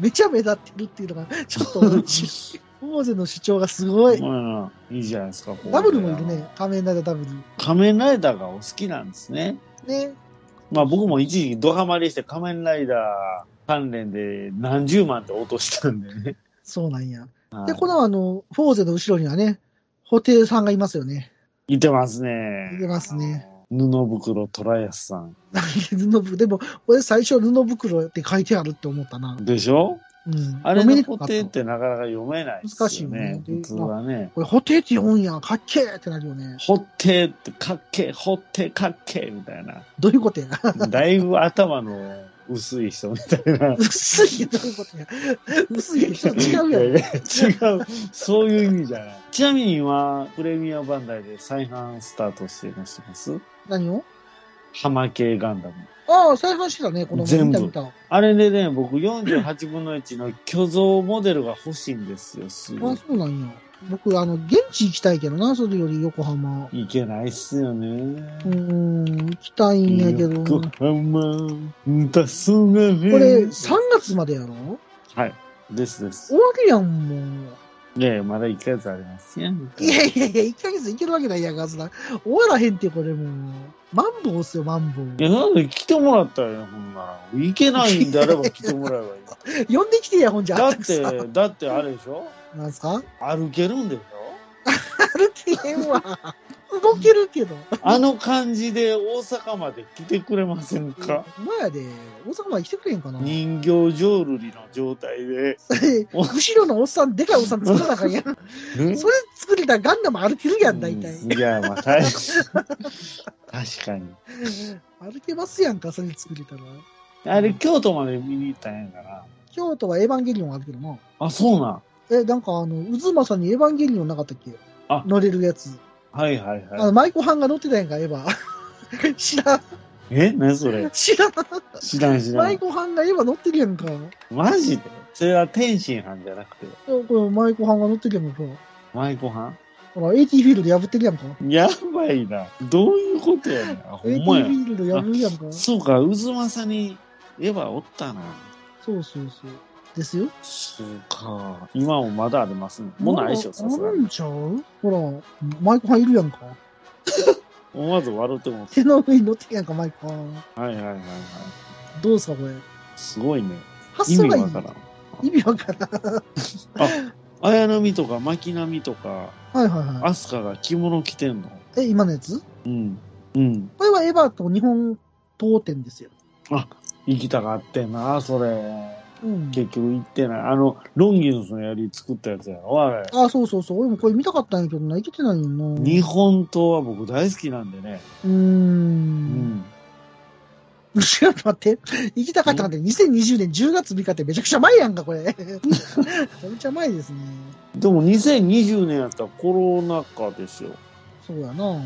Speaker 1: めちゃ目立ってるっていうのが、ちょっ と面白い、フォーゼの主張がすごい
Speaker 2: ん。。うん。いいじゃないですか。
Speaker 1: ダブルもいる。ね、仮面ライダーダブル。
Speaker 2: 仮面ライダーがお好きなんですね。
Speaker 1: ね。
Speaker 2: まあ僕も一時期ドハマりして仮面ライダー関連で何十万って落としたんでね。
Speaker 1: そうなんや。
Speaker 2: はい
Speaker 1: で、このあの、フォーゼの後ろにはね、ホテイさんがいますよね。
Speaker 2: いてますね。
Speaker 1: いてますね
Speaker 2: あの。布袋虎安さん。
Speaker 1: 布袋でも、俺最初布袋って書いてあるって思ったな。
Speaker 2: でしょ
Speaker 1: うん。
Speaker 2: あれ
Speaker 1: 読め
Speaker 2: の
Speaker 1: にく
Speaker 2: 固
Speaker 1: か
Speaker 2: 定っ
Speaker 1: った
Speaker 2: てなかなか読めないですよ、ね。
Speaker 1: 難しいよね
Speaker 2: 普通はね。
Speaker 1: これ、ホテイって読むんや、かっけーってなるよね。
Speaker 2: ほってってかっけえ、ほってかっけえみたいな。
Speaker 1: どういうことや
Speaker 2: だいぶ頭の薄い人みたいな。
Speaker 1: 薄いどういうことや薄い人違うや
Speaker 2: い
Speaker 1: ん。
Speaker 2: やいや違う。そういう意味じゃない。ちなみに今、プレミアバンダイで再販スタートしていらっしゃいます。
Speaker 1: 何を
Speaker 2: 浜系ガンダム。
Speaker 1: ああ、再販してたね、この
Speaker 2: 全
Speaker 1: 見
Speaker 2: 部
Speaker 1: た見た。あ、
Speaker 2: あれでね、僕48分の1の巨像モデルが欲しいんですよ、すごい。
Speaker 1: そうなんや。僕、あの、現地行きたいけどな、それより横浜。
Speaker 2: いけないっすよ
Speaker 1: う
Speaker 2: ね。
Speaker 1: ーん、行きたいんやけど。
Speaker 2: 横
Speaker 1: こ
Speaker 2: 浜、黄昏。
Speaker 1: れ、3月までやろ
Speaker 2: はい。ですです
Speaker 1: 終。わりやん、もう。
Speaker 2: ねえ、まだ1ヶ月ありますね。
Speaker 1: いやいやいや、1ヶ月いけるわけないやんか、そんな。終わらへんって、これもう。マンボウっすよ、マンボウ。
Speaker 2: いや、なんで来てもらったらよ、ほんなら。いけないんであれば来てもらえば いい。
Speaker 1: 呼んできてや、ほんじゃ。
Speaker 2: だ
Speaker 1: あ
Speaker 2: っ
Speaker 1: んたくさん。
Speaker 2: て、だってあれでしょ
Speaker 1: なんすか
Speaker 2: 歩けるんでし
Speaker 1: 歩けへんわ。動けるけど。
Speaker 2: ょあの感じで大阪まで来てくれませんか
Speaker 1: ほんまやで、大阪まで来てくれへんかな。
Speaker 2: 人形浄瑠璃の状態で。お
Speaker 1: 後ろのおっさん、でかいおっさん作らなあかんやん。それ作れたらガンダム歩けるやん、大体。
Speaker 2: うんいや、まあ、確かに。確かに。
Speaker 1: 歩けますやんか、それ作れたら。
Speaker 2: あれ、京都まで見に行ったんやから。
Speaker 1: 京都はエヴァンゲリオンあるけどな。
Speaker 2: あ、そうなん。
Speaker 1: え、なんかあの、渦政にエヴァンゲリオンなかったっけ
Speaker 2: あ
Speaker 1: 乗れるやつ。
Speaker 2: はいはい
Speaker 1: あ
Speaker 2: は
Speaker 1: の、マイコハンが乗ってたやんか、エヴァ。 知らん、
Speaker 2: い。え何それ
Speaker 1: 知らん。
Speaker 2: 知らん知ら
Speaker 1: マ
Speaker 2: ん
Speaker 1: イ。コハンがエヴァ乗ってるやんか。
Speaker 2: マジでそれは天津飯じゃなくて、
Speaker 1: これマイコハンが乗ってるやんか。
Speaker 2: 舞妓飯
Speaker 1: ほら、AT フィールド破ってるやんか。
Speaker 2: やばいな。どういうことやねん。ほ
Speaker 1: AT
Speaker 2: ん
Speaker 1: フ
Speaker 2: まや。
Speaker 1: ィールド破るやんか。そ
Speaker 2: そうか、渦政にエヴァおったな。
Speaker 1: うそうそう。ですよ。
Speaker 2: そうか。今もまだありますね。もうないでしょ、さすが
Speaker 1: ある
Speaker 2: に。
Speaker 1: んちゃうほら、マイコハンいるやんか。
Speaker 2: 思わず笑うても。
Speaker 1: 手の上に乗ってるやんか、マイコハン。
Speaker 2: はいはいはいはい。
Speaker 1: どうすか、これ。
Speaker 2: すごいね。
Speaker 1: 発
Speaker 2: 意
Speaker 1: 想
Speaker 2: 味
Speaker 1: がいい
Speaker 2: わ。からん。
Speaker 1: 意味わからん。
Speaker 2: 綾波とか巻波とか、
Speaker 1: はいはいは
Speaker 2: アスカが着物着てんの。
Speaker 1: い。え、今のやつ
Speaker 2: うん。うん。
Speaker 1: これはエヴァと日本当店ですよ。
Speaker 2: 生きたがあってんな、それ。
Speaker 1: うん。
Speaker 2: 結局行ってない。あの、ロンギヌスの槍作ったやつやろ、あれ。
Speaker 1: あ、そうそうそう。俺もこれ見たかったんやけどな、生きてないよな。う
Speaker 2: 日本刀は僕大好きなんでね。
Speaker 1: ー。
Speaker 2: うんん。
Speaker 1: ちょっと待って。生きたかったなんて2020年10月3日ってめちゃくちゃ前やんか、 これ。めちゃめちゃ前ですね。
Speaker 2: でも2020年やったらコロナ禍ですよ。
Speaker 1: そうやな。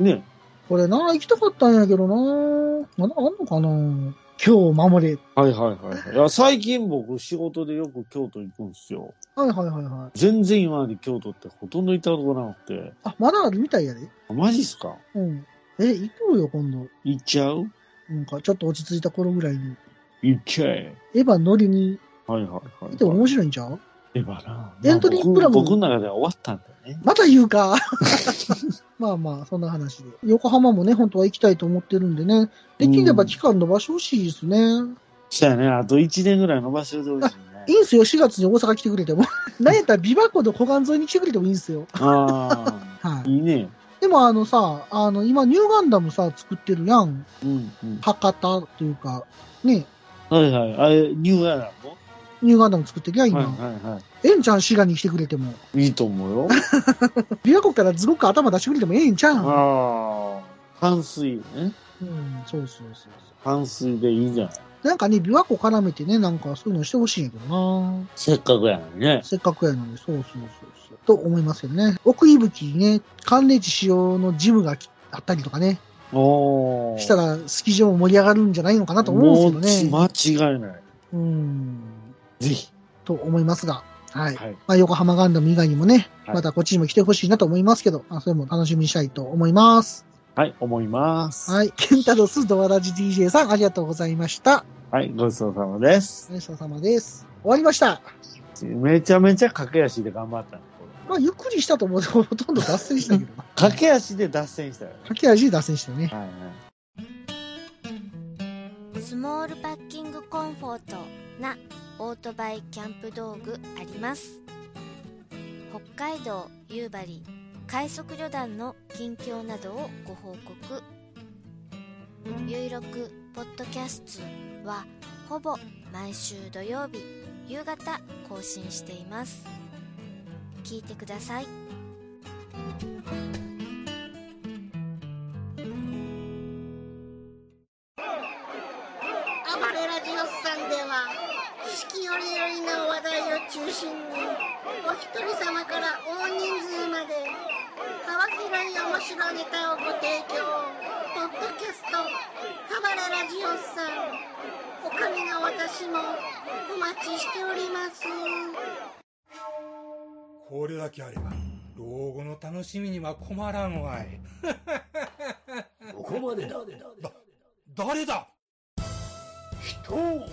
Speaker 2: ね。
Speaker 1: これな、行きたかったんやけどな。まだあんのかな今日を守れ。
Speaker 2: はいはいはいはい。いや、最近僕仕事でよく京都行くんですよ。
Speaker 1: はいはいはいはい。
Speaker 2: 全然今まで京都ってほとんど行ったことなくて。
Speaker 1: あ、まだあるみたいやで。
Speaker 2: マジっすか
Speaker 1: うん。え、行こうよ、今度。
Speaker 2: 行っちゃう
Speaker 1: なんか、ちょっと落ち着いた頃ぐらいに。
Speaker 2: 行っちゃえ。
Speaker 1: エヴァ乗りに
Speaker 2: はいはいはい。
Speaker 1: 行っても面白いんちゃう
Speaker 2: えばな。
Speaker 1: エントリープランも
Speaker 2: 僕僕の中では終わったんだよね。
Speaker 1: また言うか。まあまあ、そんな話で。横浜もね、本当は行きたいと思ってるんでね。できれば期間伸ばしてほしいですね。
Speaker 2: したよね。あと1年ぐらい伸ばしておいてほしい
Speaker 1: い
Speaker 2: ね。
Speaker 1: いんすよ、4月に大阪来てくれても。 なんやったら琵琶湖の湖岸沿いに来てくれてもいいんすよ。
Speaker 2: あ
Speaker 1: は
Speaker 2: あ。
Speaker 1: い。
Speaker 2: いいね。
Speaker 1: でもあのさ、あの、今ニューガンダムさ、作ってるやん。
Speaker 2: うんうん。
Speaker 1: 博多というか、ね、
Speaker 2: はいはい。あれ、ニューアイランド
Speaker 1: ニューガンダム作ってるやん、今。
Speaker 2: はいはいは
Speaker 1: ええんちゃん、滋賀に来てくれても。
Speaker 2: い。いいと思うよ。
Speaker 1: 琵琶湖からすごく頭出してくれてもええんちゃうん。
Speaker 2: ああ。淡水ね。
Speaker 1: うん、そうそうそうそう。
Speaker 2: 淡水でいいんじゃない
Speaker 1: なんかね、琵琶湖絡めてね、なんかそういうのしてほしいんやけどな
Speaker 2: せっかくやのにね。
Speaker 1: せっかくやのに、そうそうそうそう。と思いますよね。奥伊吹にね、寒冷地使用のジムがきあったりとかね、
Speaker 2: おお。
Speaker 1: したらスキー場も盛り上がるんじゃないのかなと思うんですけどね。
Speaker 2: もうち間違いない。
Speaker 1: うん。
Speaker 2: ぜひ。
Speaker 1: と思いますが。はい。
Speaker 2: はい。
Speaker 1: まあ、横浜ガンダム以外にもね、
Speaker 2: はい
Speaker 1: またこっちにも来てほしいなと思いますけど、あそれも楽しみにしたいと思います。
Speaker 2: はい、思います。
Speaker 1: はい。ケンタロス、ドアラジ DJ さん、ありがとうございました。
Speaker 2: はい、ごちそうさまです。
Speaker 1: お疲れ様です。終わりました。
Speaker 2: めちゃめちゃ駆け足で頑張ったねこ
Speaker 1: ま
Speaker 2: れ
Speaker 1: あ、ゆっくりしたと思うと、ほ とんど脱線したけどな。
Speaker 2: 駆け足で脱線したよね。
Speaker 1: 駆け足で脱線したね。
Speaker 2: はいはい。
Speaker 7: スモールパッキングコンフォートなオートバイキャンプ道具あります北海道夕張快速旅団の近況などをご報告「ゆいろくポッドキャスト」はほぼ毎週土曜日夕方更新しています聞いてください
Speaker 8: 暴れラジオスさんでは四季折々の話題を中心にお一人様から大人数まで幅広い面白ネタをご提供ポッドキャスト「暴れラジオスさん」おかみの私もお待ちしております
Speaker 6: これだけあれば老後の楽しみには困らんわい
Speaker 9: ここまでだ
Speaker 6: 誰だ
Speaker 9: 人を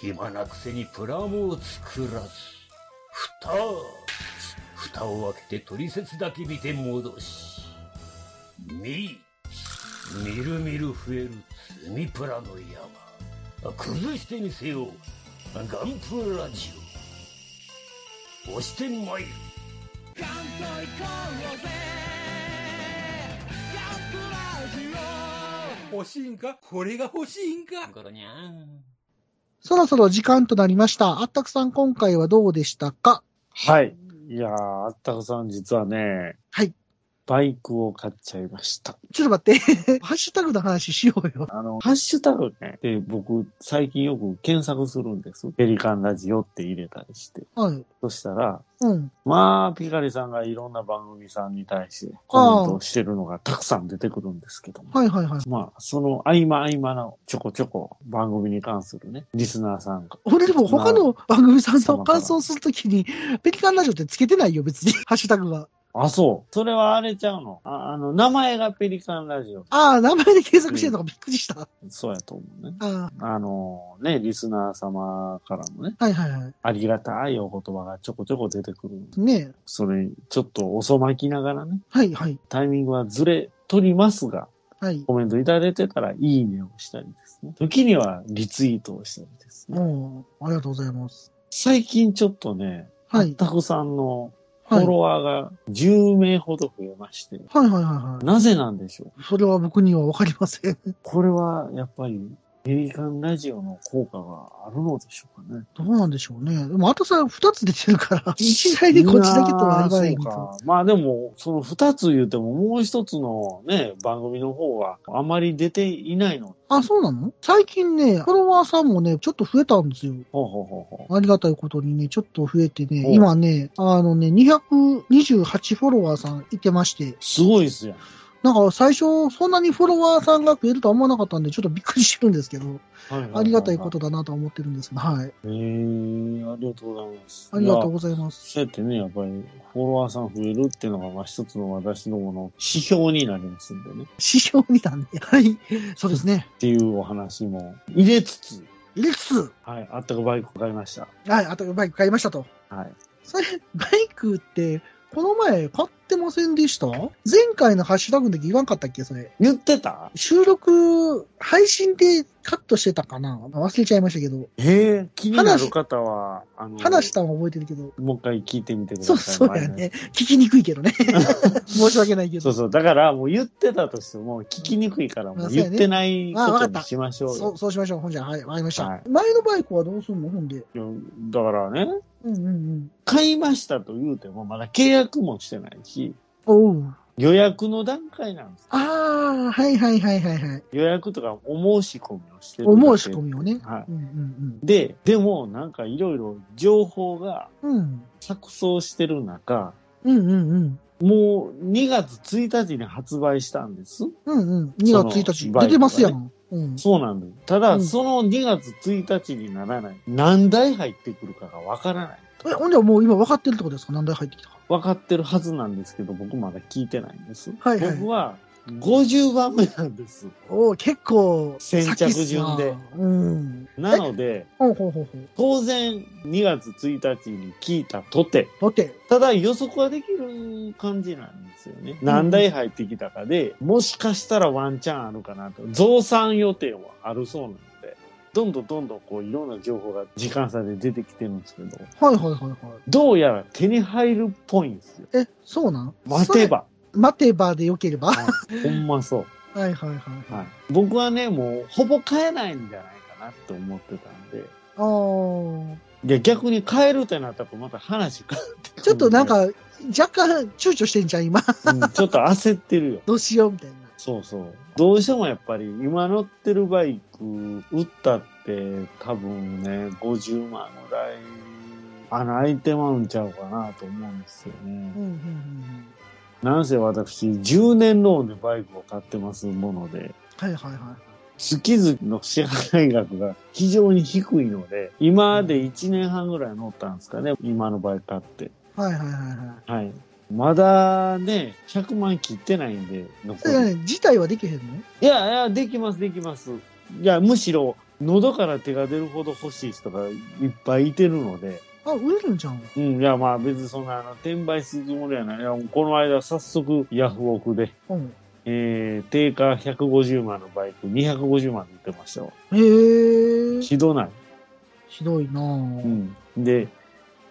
Speaker 9: 暇なくせにプラモを作らず蓋蓋を開けて取説だけ見て戻し見みるみる増える積みプラの山崩してみせようガンプラジオ押してまいる
Speaker 6: 欲しいんかこれが欲しいんか
Speaker 9: ゴロニャン
Speaker 1: そろそろ時間となりました。あったくさん今回はどうでしたか
Speaker 2: はい。いやー、あったくさん実はね、
Speaker 1: はい。
Speaker 2: バイクを買っちゃいました。
Speaker 1: ちょっと待って、 ハッシュタグの話しようよ。
Speaker 2: あの、ハッシュタグね、で僕、最近よく検索するんです。ペリカンラジオって入れたりして。
Speaker 1: はい。
Speaker 2: そしたら、
Speaker 1: うん。
Speaker 2: まあ、ピカリさんがいろんな番組さんに対してコメントをしてるのがたくさん出てくるんですけども。
Speaker 1: はいはいはい。
Speaker 2: まあ、その合間合間のちょこちょこ番組に関するね、リスナーさんが。
Speaker 1: 俺でも他の番組さんの感想するときに、ペリカンラジオってつけてないよ、別に。ハッシュタグは。
Speaker 2: あ、そう。それはあれちゃうの。ああの、名前がペリカンラジオ。
Speaker 1: ああ、名前で検索してるのがびっくりした。あ
Speaker 2: そうやと思うね。
Speaker 1: あ、
Speaker 2: あの、ね、リスナー様からのね、
Speaker 1: はいはいは
Speaker 2: ありがたいお言葉がちょこちょこ出てくる。
Speaker 1: い。ねえ。
Speaker 2: それ、ちょっと遅まきながらね、
Speaker 1: はいはい。
Speaker 2: タイミングはずれ取りますが、
Speaker 1: はい。
Speaker 2: コメントいただいてたら、いいねをしたりですね。時にはリツイートをしたりですね。
Speaker 1: もう、ありがとうございます。
Speaker 2: 最近ちょっとね、
Speaker 1: はい。
Speaker 2: タコさんのフ
Speaker 1: はい。
Speaker 2: ォ
Speaker 1: はい
Speaker 2: ロワーが10名ほど増えまして、
Speaker 1: はいはいは
Speaker 2: なぜなんでしょ
Speaker 1: い。それは僕にはわかりません。
Speaker 2: うこれはやっぱり、ペリカンラジオの効果があるのでしょうかね。
Speaker 1: どうなんでしょうね。でも、あとさ、二つ出てる から、一概にこっちだけとは言わないい
Speaker 2: や
Speaker 1: け
Speaker 2: ー
Speaker 1: ど。
Speaker 2: そうか。まあでも、その二つ言うても、もう一つのね、番組の方は、あまり出ていないの。
Speaker 1: あ、そうなの最近ね、フォロワーさんもね、ちょっと増えたんですよ。
Speaker 2: ほうほうほうほう。
Speaker 1: ありがたいことにね、ちょっと増えてね
Speaker 2: お、
Speaker 1: 今ね、あのね、228フォロワーさんいてまして、
Speaker 2: すごいっすやん。
Speaker 1: なんか最初、そんなにフォロワーさんが増えるとは思わなかったんで、ちょっとびっくりしてるんですけど、
Speaker 2: はいははは
Speaker 1: ありがたいことだなとは思ってるんですが、はい。
Speaker 2: えー、ありがとうございます。
Speaker 1: ありがとう
Speaker 2: いや
Speaker 1: ございます。
Speaker 2: そうやってね、やっぱりフォロワーさん増えるっていうのが、まあ一つの私どもの指標になりますんでね。
Speaker 1: 指標になんで、はい。そうですね
Speaker 2: っ。ていうお話も入れつつ、
Speaker 1: レッス
Speaker 2: はい、あったかバイク買いました。
Speaker 1: はい、あとバイク買いましたと。
Speaker 2: はい。
Speaker 1: それ、バイクって、この前買ってませんでした前回のハッシュタグの時言わんかったっけそれ。
Speaker 2: 言ってた
Speaker 1: 収録、配信でカットしてたかな忘れちゃいましたけど。
Speaker 2: ええ気になる方は、あの、
Speaker 1: 話したのは覚えてるけど。
Speaker 2: もう一回聞いてみてくださ
Speaker 1: そう、そ
Speaker 2: い。
Speaker 1: う
Speaker 2: 前
Speaker 1: や
Speaker 2: の
Speaker 1: ね。聞きにくいけど ね。申し訳ないけ
Speaker 2: そう
Speaker 1: ど。
Speaker 2: そう。だから、もう言ってたとしても、聞きにくいから、
Speaker 1: ま
Speaker 2: も
Speaker 1: あ
Speaker 2: う
Speaker 1: そうや
Speaker 2: 言っ
Speaker 1: ね
Speaker 2: てない
Speaker 1: あわ
Speaker 2: こ
Speaker 1: か
Speaker 2: と
Speaker 1: っ
Speaker 2: に
Speaker 1: た
Speaker 2: しましょう
Speaker 1: そ
Speaker 2: よ
Speaker 1: う、そうしましょう。ほんじゃ、はい、わかりました。
Speaker 2: はい
Speaker 1: 前のバイクはどうすんのほんで。
Speaker 2: いやだからね、
Speaker 1: うんうんうん。
Speaker 2: 買いましたと言うても、まだ契約もしてないし、
Speaker 1: おう。
Speaker 2: 予約の段階なんです。
Speaker 1: ああ、はいはいはいはいはい。
Speaker 2: 予約とかお申し込みをしてる。
Speaker 1: お申し込。みをね。
Speaker 2: は
Speaker 1: うんうん
Speaker 2: い。で、でもなんかいろいろ情報が
Speaker 1: うん。うん。
Speaker 2: 錯綜してる中、
Speaker 1: うんうんうん。
Speaker 2: もう2月1日に発売したんです。
Speaker 1: うんうん。2月1
Speaker 2: その
Speaker 1: 日。
Speaker 2: バイクがね
Speaker 1: 出てますやん。うん。
Speaker 2: そうなんです。た
Speaker 1: う
Speaker 2: だ、
Speaker 1: ん
Speaker 2: その2月1日にならない。何台入ってくるかがわからない。
Speaker 1: え、ほんじゃもう今分かってるってことですか何台入ってきたか。
Speaker 2: 分かってるはずなんですけど、僕まだ聞いてないんです。
Speaker 1: はいはい
Speaker 2: 僕は50番目なんです。
Speaker 1: おお結構、
Speaker 2: 先着順
Speaker 1: 先
Speaker 2: で
Speaker 1: っすな。うん。
Speaker 2: なので、
Speaker 1: ほうほうほうほう。
Speaker 2: 当然2月1日に聞いたとて、
Speaker 1: だって、
Speaker 2: ただ予測はできる感じなんですよね。何台入ってきたかで、もしかしたらワンチャンあるかなと。増産予定はあるそうなので、どんどんどんどんこういろんな情報が時間差で出てきてるんですけど、
Speaker 1: はいはいはいはい。
Speaker 2: どうやら手に入るっぽいんですよ。
Speaker 1: え、そうなん
Speaker 2: 待て。ば。
Speaker 1: それ待てばでよければ。は
Speaker 2: はいほんまそう。
Speaker 1: いはいはいはい。
Speaker 2: はい、僕はね、もうほぼ買えないんじゃないかなって思ってたんで、
Speaker 1: あー
Speaker 2: いや逆に買えるってなったらまた話変わってくるで
Speaker 1: ちょっとなん、か、若干躊躇してんじゃん、今。
Speaker 2: うんちょっと焦ってるよ。
Speaker 1: どうしようみたいな。
Speaker 2: そうそう。どうしてもやっぱり今乗ってるバイク、売ったって多分ね、50万ぐらい穴開いてまうんちゃうかなと思うんですよ
Speaker 1: うん
Speaker 2: ね。
Speaker 1: うんうん。
Speaker 2: なんせ私、10年ローンでバイクを買ってますもので、
Speaker 1: はいはいはい。
Speaker 2: 月々の支払い額が非常に低いので、今で1年半ぐらい乗ったんですかね、今の場合買って。
Speaker 1: はいはいはいはい。
Speaker 2: はい。まだね、100万切ってないんで、
Speaker 1: そ
Speaker 2: 残
Speaker 1: れは
Speaker 2: り。
Speaker 1: ね、自体はできへんの
Speaker 2: いやいや、できます、できます。いや、むしろ、喉から手が出るほど欲しい人がいっぱいいてるので、
Speaker 1: あ、売れるんじゃん。
Speaker 2: うん、いや、まあ別にそんな、あの、転売するつもりはない。いや、もうこの間早速、ヤフオクで、
Speaker 1: うん。
Speaker 2: えー、定価150万のバイク、250万で売ってましたわ。
Speaker 1: へえ。
Speaker 2: ひどない。
Speaker 1: ひどいなぁ。
Speaker 2: うん。で、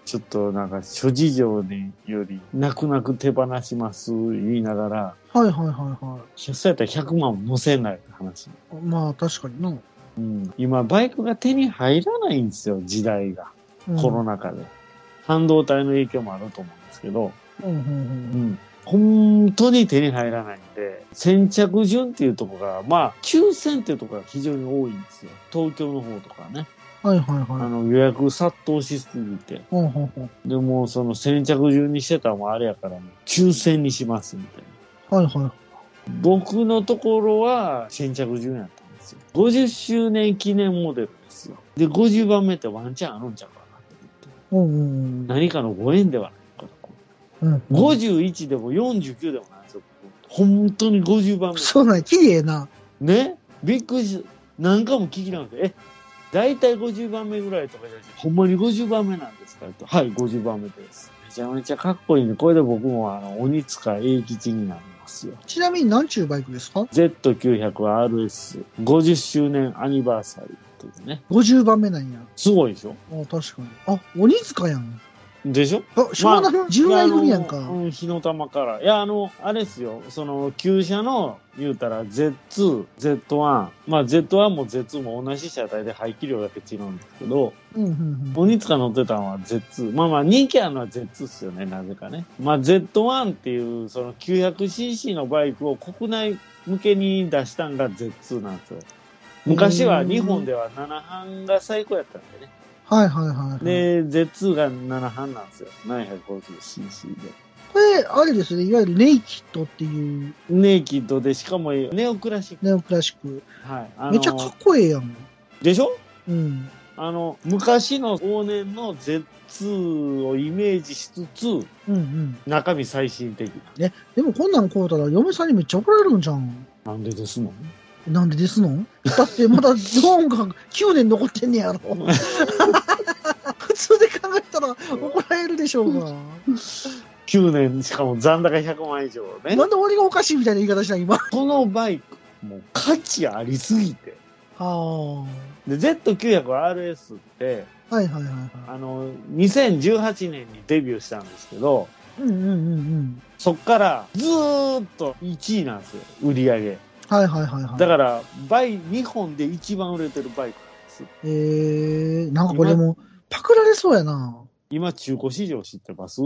Speaker 2: ちょっとなんか諸事情により、泣く泣く手放します言いながら、
Speaker 1: はいはいはいは
Speaker 2: そうやったら100万もせないって話。
Speaker 1: い。まあ確かにな。
Speaker 2: うん。今、バイクが手に入らないんですよ、時代が。
Speaker 1: うん
Speaker 2: コロナ禍で。半導体の影響もあると思うんですけど、
Speaker 1: うんうんうん。
Speaker 2: ん。本当に手に入らないんで、先着順っていうところが、まあ、9000っていうところが非常に多いんですよ。東京の方とかね。
Speaker 1: はいはい
Speaker 2: あ
Speaker 1: はい。
Speaker 2: の、予約殺到しすぎて。
Speaker 1: ほうほうほう。
Speaker 2: でも、その先着順にしてたのもあれやから、9000にしますみたいな。
Speaker 1: はいはい。
Speaker 2: 僕のところは先着順やったんですよ。50周年記念モデルですよ。で、50番目ってワンチャンあるんちゃうかなって言って。
Speaker 1: うんうん
Speaker 2: 何かのご縁ではないかと。
Speaker 1: うん。うん。
Speaker 2: 51でも49でもないんですよ。本当に50番目。
Speaker 1: そうなんや、綺麗な。
Speaker 2: ねびっくりし、何回も聞きなんで、え、大体50番目ぐらいとかじゃなくて、ほんまに50番目なんですかと。はい、50番目です。めちゃめちゃかっこいいんで、これで僕もあの、鬼塚英吉になりますよ。
Speaker 1: ちなみに何ちゅうバイクですか
Speaker 2: Z900RS50 周年アニバーサリーというね。
Speaker 1: ?50 番目なんや。
Speaker 2: すごいでしょ
Speaker 1: あ確かに。あ、鬼塚やん。
Speaker 2: でしょ
Speaker 1: あ、湘南の10代組やんか。
Speaker 2: あのうん、火の玉から。いや、あの、あれですよ。その、旧車の、言うたら Z2、Z1。まあ、Z1 も Z2 も同じ車体で排気量だけ違うんですけど、
Speaker 1: うんうんうん。
Speaker 2: 鬼塚乗ってたのは Z2。まあまあ、人気あるのは Z2 っすよね、なぜかね。まあ、Z1 っていう、その 900cc のバイクを国内向けに出したんが Z2 なんですよ。昔は日本では7班が最高やったんでね。
Speaker 1: はいはいはい。で、
Speaker 2: で、Z2 が7班なんですよ。750cc で。
Speaker 1: これ、あれですね、いわゆるネイキッドっていう
Speaker 2: ネイキッドで、しかもネオクラシック。
Speaker 1: ネオクラシック。
Speaker 2: はい。あの
Speaker 1: めちゃかっこええやん。
Speaker 2: でしょ
Speaker 1: うん。
Speaker 2: あの、昔の往年の Z2 をイメージしつつ、
Speaker 1: うんうん。
Speaker 2: 中身最新的
Speaker 1: でもこんなん買うたら嫁さんにめっちゃ怒られるんじゃん。
Speaker 2: な。なんでですの
Speaker 1: なんでですのだってまだゾーンが9年残ってんねやろ。普通で考えたら怒られるでしょうが。
Speaker 2: ?9 年、しかも残高100万以上ね
Speaker 1: な。んで俺がおかしいみたいな言い方した今。あ
Speaker 2: このバイク、もう価値ありすぎて。
Speaker 1: あ。は
Speaker 2: で、Z900RS って、
Speaker 1: いはいはいは
Speaker 2: あの、2018年にデビューしたんですけど、
Speaker 1: い。うんうんうんうん。
Speaker 2: そっからずーっと1位なんですよ、売り上げ。
Speaker 1: はいはいはいはい。
Speaker 2: だから、バイ、日本で一番売れてるバイクなんです。
Speaker 1: えー、なんかこれもパクられそうやな。
Speaker 2: 今、中古市場知ってます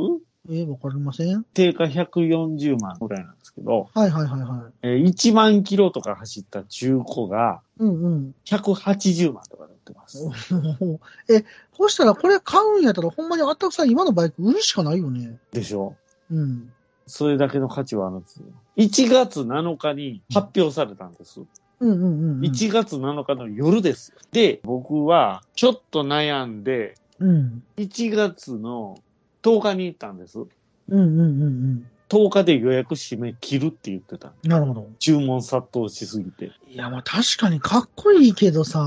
Speaker 1: えー、わかりません。
Speaker 2: 定価140万ぐらいなんですけど、
Speaker 1: はいはいはいはい。
Speaker 2: えー1万キロとか走った中古が
Speaker 1: うんうん。
Speaker 2: 180万とかなってます。
Speaker 1: え、こうしたらこれ買うんやったらほんまにあったくさん今のバイク売るしかないよね。
Speaker 2: でしょ
Speaker 1: うん。
Speaker 2: それだけの価値はあるんですよ。1月7日に発表されたんです。
Speaker 1: うんうんうんうん。
Speaker 2: 1月7日の夜です。で、僕はちょっと悩んで、
Speaker 1: うん。
Speaker 2: 1月の10日に行ったんです。
Speaker 1: うんうんうんうん。
Speaker 2: 10日で予約締め切るって言ってた。
Speaker 1: なるほど。
Speaker 2: 注文殺到しすぎて。
Speaker 1: いやまあ確かにかっこいいけどさ、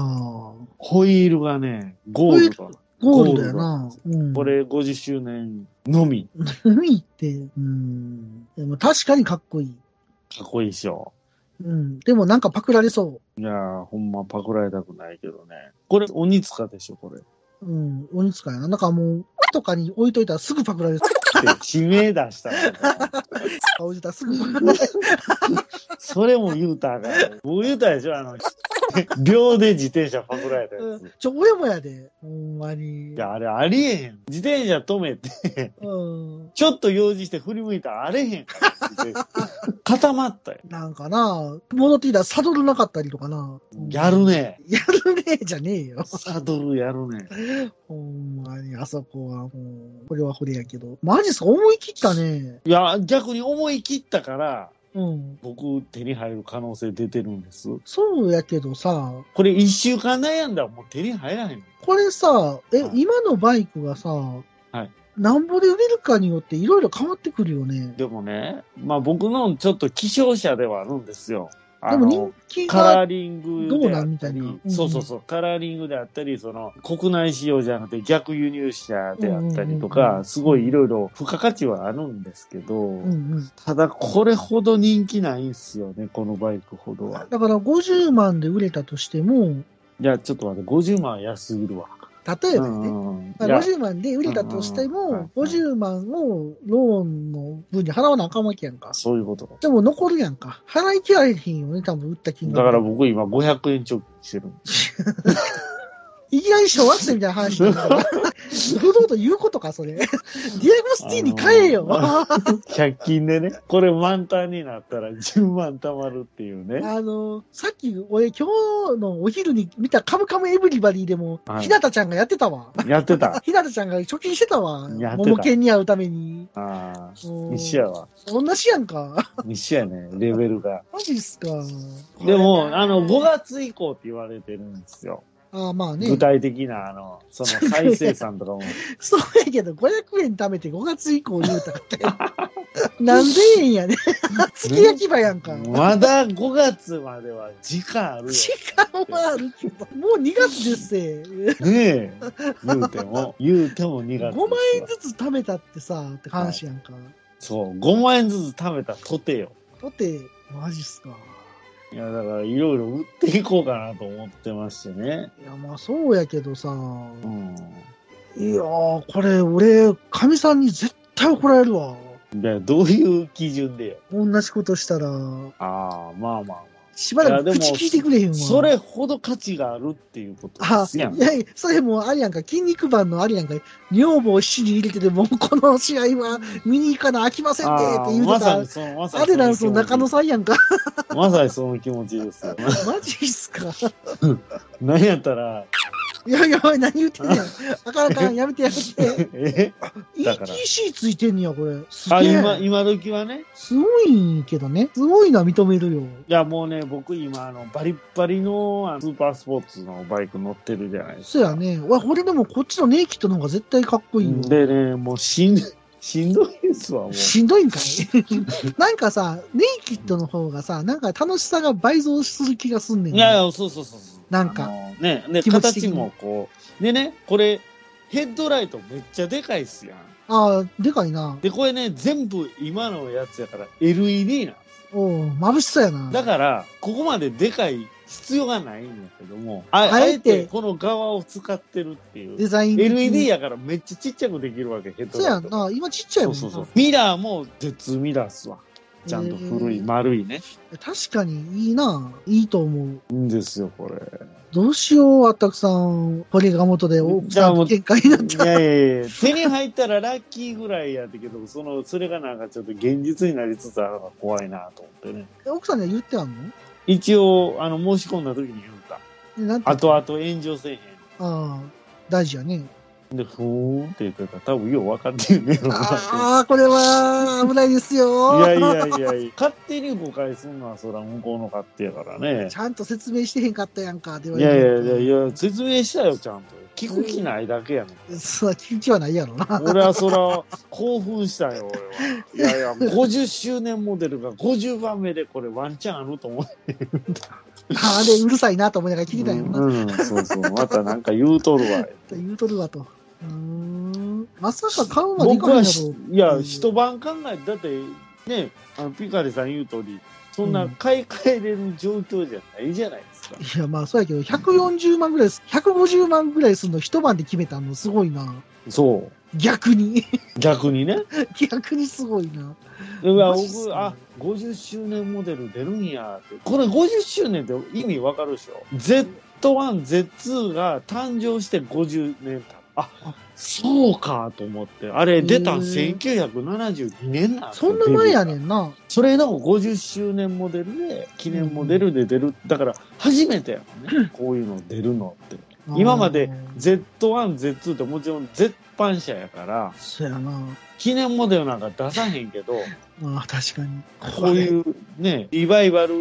Speaker 2: ホイールがね、ゴールド。
Speaker 1: ゴールドやな。うん。
Speaker 2: こ。れ50周年のみ。
Speaker 1: 海って、うん。でも確かにかっこいい。
Speaker 2: かっこいいでしょ。
Speaker 1: うん。でもなんかパクられそ
Speaker 2: いやー、ほんまパクられたくないけどね。これ、鬼塚でしょ、これ。
Speaker 1: う。うん。鬼使いな。なんかもう、とかに置いといたらすぐパクられそう。
Speaker 2: って地名出したらね
Speaker 1: 置いてたらすぐパクられ そう。
Speaker 2: それも言うたらあかんね僕言うたでしょ、あの、 秒で自転車パクられたやつ。
Speaker 1: ちょ、俺もやで。ほんまに
Speaker 2: い。や、あれありえへん。自転車止めて、
Speaker 1: うん。
Speaker 2: ちょっと用事して振り向いたらあれへん。固まったよ。
Speaker 1: なんかな、戻ってきたらサドルなかったりとかな。
Speaker 2: やる。ね。
Speaker 1: やるねじゃねえよ。
Speaker 2: サドルやるね。
Speaker 1: ほんまに、あそこはもう、これはこれやけど。マジっすか思い切ったね。
Speaker 2: いや、逆に思い切ったから、
Speaker 1: うん。
Speaker 2: 僕手に入る可能性出てるんです。
Speaker 1: そうやけどさ、
Speaker 2: これ一週間悩んだらもう手に入らへん。
Speaker 1: これさ、え、
Speaker 2: はい
Speaker 1: 今のバイクがさ、
Speaker 2: い
Speaker 1: なんぼで売れるかによっていろいろ変わってくるよね。
Speaker 2: でもね、まあ僕のちょっと希少者ではあるんですよ。あ
Speaker 1: でも人
Speaker 2: の、
Speaker 1: 気
Speaker 2: カラ
Speaker 1: が、
Speaker 2: ーリン
Speaker 1: ど
Speaker 2: グ
Speaker 1: う
Speaker 2: であ
Speaker 1: な
Speaker 2: っ
Speaker 1: んみた
Speaker 2: た
Speaker 1: い
Speaker 2: り、
Speaker 1: なうん
Speaker 2: そうそうそう、カラーリングであったり、その、国内仕様じゃなくて逆輸入車で
Speaker 1: う
Speaker 2: あったりと
Speaker 1: んうんうんう
Speaker 2: か、
Speaker 1: ん
Speaker 2: すごいいろいろ付加価値はあるんですけど
Speaker 1: う、んうん。
Speaker 2: ただこれほど人気ないんすよね、このバイクほどは。
Speaker 1: だから50万で売れたとしても、
Speaker 2: いや、ちょっと待って、50万は安すぎるわ。
Speaker 1: 例えばね、
Speaker 2: うん
Speaker 1: まあ
Speaker 2: いや
Speaker 1: 50万で売れたとして
Speaker 2: うんうん
Speaker 1: も、
Speaker 2: うん
Speaker 1: 50万をローンの分に払わなあかんわけやんか。
Speaker 2: そういうこと。
Speaker 1: でも残るやんか。払い切られへんよね、多分売った金
Speaker 2: だ
Speaker 1: 額。
Speaker 2: から僕今500円貯金してるんです。
Speaker 1: いきなり小学生みたいな話になる から。堂々と言うことか、それ。ディアゴスティーニ買えよ。
Speaker 2: あ100均でね、これ満タンになったら10万貯まるっていうね。
Speaker 1: あの、さっき、俺、今日のお昼に見たカムカムエブリバディでも、
Speaker 2: はい
Speaker 1: ひなたちゃんがやってたわ。
Speaker 2: やって た。
Speaker 1: ひなたちゃんが貯金してたわ。
Speaker 2: やってた
Speaker 1: 桃犬に会うために。
Speaker 2: ああ。
Speaker 1: もう
Speaker 2: 西やわ。
Speaker 1: 同じやんか。
Speaker 2: 西やね、レベルが。
Speaker 1: マジっすか。
Speaker 2: でも、あの、5月以降って言われてるんですよ。
Speaker 1: ああ、まあね
Speaker 2: 具。体的な、あの、その再生産とかも。
Speaker 1: そうやけど、500円貯めて5月以降言うたって。 なんでええんやね。月焼き場やんか。
Speaker 2: まだ5月までは時間あるよ。
Speaker 1: 時間はあるけど、もう2月ですせ。
Speaker 2: ねえ。言うても、言うても2
Speaker 1: 5
Speaker 2: 月。
Speaker 1: 万円ずつ貯めたってさ、って話やんか。
Speaker 2: つ。そう、5万円ずつ貯めたとてよ。
Speaker 1: とて、マジっすか。
Speaker 2: いや、だからいろいろ売っていこうかなと思ってましてね。
Speaker 1: いや、まあそうやけどさ。
Speaker 2: うん。
Speaker 1: いやー、これ俺、かみさんに絶対怒られるわ。
Speaker 2: で、どういう基準でよ。
Speaker 1: 同じことしたら、
Speaker 2: ああ、まあまあま
Speaker 1: しばら
Speaker 2: いや
Speaker 1: く
Speaker 2: でも
Speaker 1: 口聞いてくれへん
Speaker 2: あ。
Speaker 1: わ。
Speaker 2: それほど価値があるっていうことで
Speaker 1: あ、
Speaker 2: す
Speaker 1: い
Speaker 2: やん。
Speaker 1: やいや、それもうあれやんか、筋肉版のあれやんか、女房を死に入れてて、もうこの試合は見に行かな、飽きませんね
Speaker 2: あ
Speaker 1: っ
Speaker 2: あ
Speaker 1: て言う
Speaker 2: ま
Speaker 1: て
Speaker 2: さ
Speaker 1: た、
Speaker 2: にその、まさに
Speaker 1: アデランスの中野
Speaker 2: そ
Speaker 1: さんや んか。
Speaker 2: の気持ちまさにその気持ちですよ。
Speaker 1: マジっすか。
Speaker 2: なんやったら、
Speaker 1: いやいや、おい何言ってん ねん。あかんあかん、やめてやめて。
Speaker 2: えだから
Speaker 1: ETC ついてんねや、これ。すげ
Speaker 2: あ、
Speaker 1: え
Speaker 2: 今、今時はね、
Speaker 1: すごいけどね。すごいのは認めるよ。
Speaker 2: いやもうね、僕今、あの、バリッバリのあのスーパースポーツのバイク乗ってるじゃないですか。
Speaker 1: そやね。わ、これでもこっちのネイキッドの方が絶対かっこいいよ。
Speaker 2: でね、もうしん、しんどいですわ、もう。
Speaker 1: しんどいん かいなんかさ、ネイキッドの方がさ、なんか楽しさが倍増する気がすんねん
Speaker 2: い
Speaker 1: な。
Speaker 2: やいや、そうそうそうそう。
Speaker 1: なんか
Speaker 2: あのね、ね、
Speaker 1: 気持ち的
Speaker 2: 形
Speaker 1: に
Speaker 2: もこう。でね、これ、ヘッドライトめっちゃでかいっすやん。
Speaker 1: ああ、でかいな。
Speaker 2: で、これね、全部今のやつやから LED なんですよ。
Speaker 1: おう眩しそうやな。
Speaker 2: だから、ここまででかい必要がないんやけども、あ
Speaker 1: あ
Speaker 2: あ
Speaker 1: え
Speaker 2: え
Speaker 1: て
Speaker 2: てこの側を使ってるってい
Speaker 1: デ
Speaker 2: う。
Speaker 1: ザイン的に。
Speaker 2: LED やからめっちゃちっちゃくできるわけ、ヘッド
Speaker 1: そう
Speaker 2: ラ
Speaker 1: や
Speaker 2: イ
Speaker 1: ん
Speaker 2: ト。
Speaker 1: な。今ちっちゃいもん
Speaker 2: そう
Speaker 1: な。
Speaker 2: そうそう。ミラーも鉄ミラーっすわ。ちゃんと古い、
Speaker 1: えー
Speaker 2: 丸いね。
Speaker 1: 確かにいいな。いいと思う。
Speaker 2: いいんですよ、 これ。
Speaker 1: どうしよう、あったくさん。これが元で奥
Speaker 2: じゃ
Speaker 1: さ
Speaker 2: あ
Speaker 1: ん
Speaker 2: も
Speaker 1: と
Speaker 2: う
Speaker 1: 喧嘩になっ
Speaker 2: い
Speaker 1: た。
Speaker 2: やいやいや、手に入ったらラッキーぐらいやったけど、その、それがなんかちょっと現実になりつつあるのが怖いなと思ってね。
Speaker 1: 奥さんには言ってあんの
Speaker 2: 一応、あの、申し込んだ時に言うた。
Speaker 1: えなんて
Speaker 2: 後々炎上せえへ
Speaker 1: ああ、大事やね。
Speaker 2: ん。で、ふーんって言ってたら多分よう分かってるねんな。
Speaker 1: ああ、これは危ないですよ。
Speaker 2: いやいやいやいや、 勝手に誤解するのはそら向こうの勝手やからね
Speaker 1: ち。ゃんと説明してへんかったやんか、って言わ
Speaker 2: いやいや
Speaker 1: れ
Speaker 2: い
Speaker 1: て。
Speaker 2: やいや、説明したよ、ちゃんと。聞く気ないだけやね ん。
Speaker 1: そんな聞く気はないやろな。
Speaker 2: 俺はそら、興奮したよ、俺は。いやいや、50周年モデルが50番目でこれワンチャンあると思う。
Speaker 1: あれ、うるさいなと思いながら聞いたんやろな。
Speaker 2: うん、うんそうそう。またなんか言うとる わ。
Speaker 1: 言うとるわと。うーん。まさか買うまでい
Speaker 2: 僕
Speaker 1: かへん
Speaker 2: は
Speaker 1: や
Speaker 2: し、
Speaker 1: ろ。
Speaker 2: いや、一晩考えて、だって、ね、あの、ピカリさん言う通り、そんな買い替えれる状況じゃないじゃないですか。
Speaker 1: いや、まあ、そうやけど、140万ぐらいす、150万ぐらいするの一晩で決めたのすごいな。
Speaker 2: そ
Speaker 1: 逆に。
Speaker 2: う。逆にね。
Speaker 1: 逆にすごいな。
Speaker 2: うわ、
Speaker 1: マジっすね
Speaker 2: 僕、あ、50周年モデル出るんやって。これ50周年って意味わかるでしょ ?Z1、Z2 が誕生して50年経った。あ、そうかと思って。あれ、出たん
Speaker 1: へー
Speaker 2: 1972年なんです
Speaker 1: そ
Speaker 2: よ
Speaker 1: んな前や
Speaker 2: デビュ
Speaker 1: ね
Speaker 2: ーが
Speaker 1: んな。
Speaker 2: それの50周年モデルで、記念モデルで出る。だから、初めてやも んね。こういうの出るのって。今まで
Speaker 1: あー。
Speaker 2: Z1、Z2 ってもちろん絶版車やから、
Speaker 1: そうやな。
Speaker 2: 記念モデルなんか出さへんけど、
Speaker 1: ああ、確かに。
Speaker 2: こういうね、リバイバル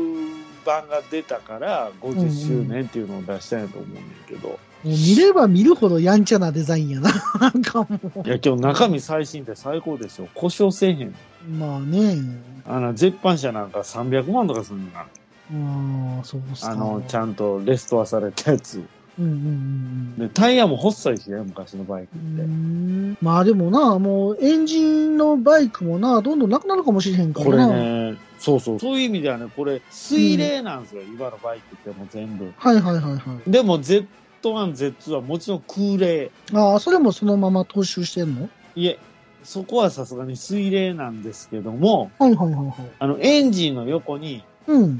Speaker 2: 版が出たから、50周年っていうのを出したんやと思うんだけど、
Speaker 1: もう見れば見るほどやんちゃなデザインやな。なんかも
Speaker 2: いや、今日中身最新って最高でしょ。故障せえへん。
Speaker 1: う。まあね。
Speaker 2: あの、絶版車なんか300万とかするんだ
Speaker 1: ああ、そうっすか。
Speaker 2: あの、ちゃんとレストアされたやつ。
Speaker 1: うんうんうんうん。
Speaker 2: で、タイヤも細いしね、昔のバイク
Speaker 1: う
Speaker 2: って。
Speaker 1: んまあでもな、もうエンジンのバイクもな、どんどんなくなるかもしれへんから
Speaker 2: これ
Speaker 1: な。
Speaker 2: ね、そうそう。そういう意味ではね、これ、水冷なんですよ、今のバイクってもう全部。
Speaker 1: はいはいはいはい。
Speaker 2: でも、Z1、Z2 はもちろん空冷。
Speaker 1: ああ、それもそのまま踏襲してんの
Speaker 2: いえ、そこはさすがに水冷なんですけども、
Speaker 1: はいはいはいはい。
Speaker 2: あの、エンジンの横に、
Speaker 1: うん。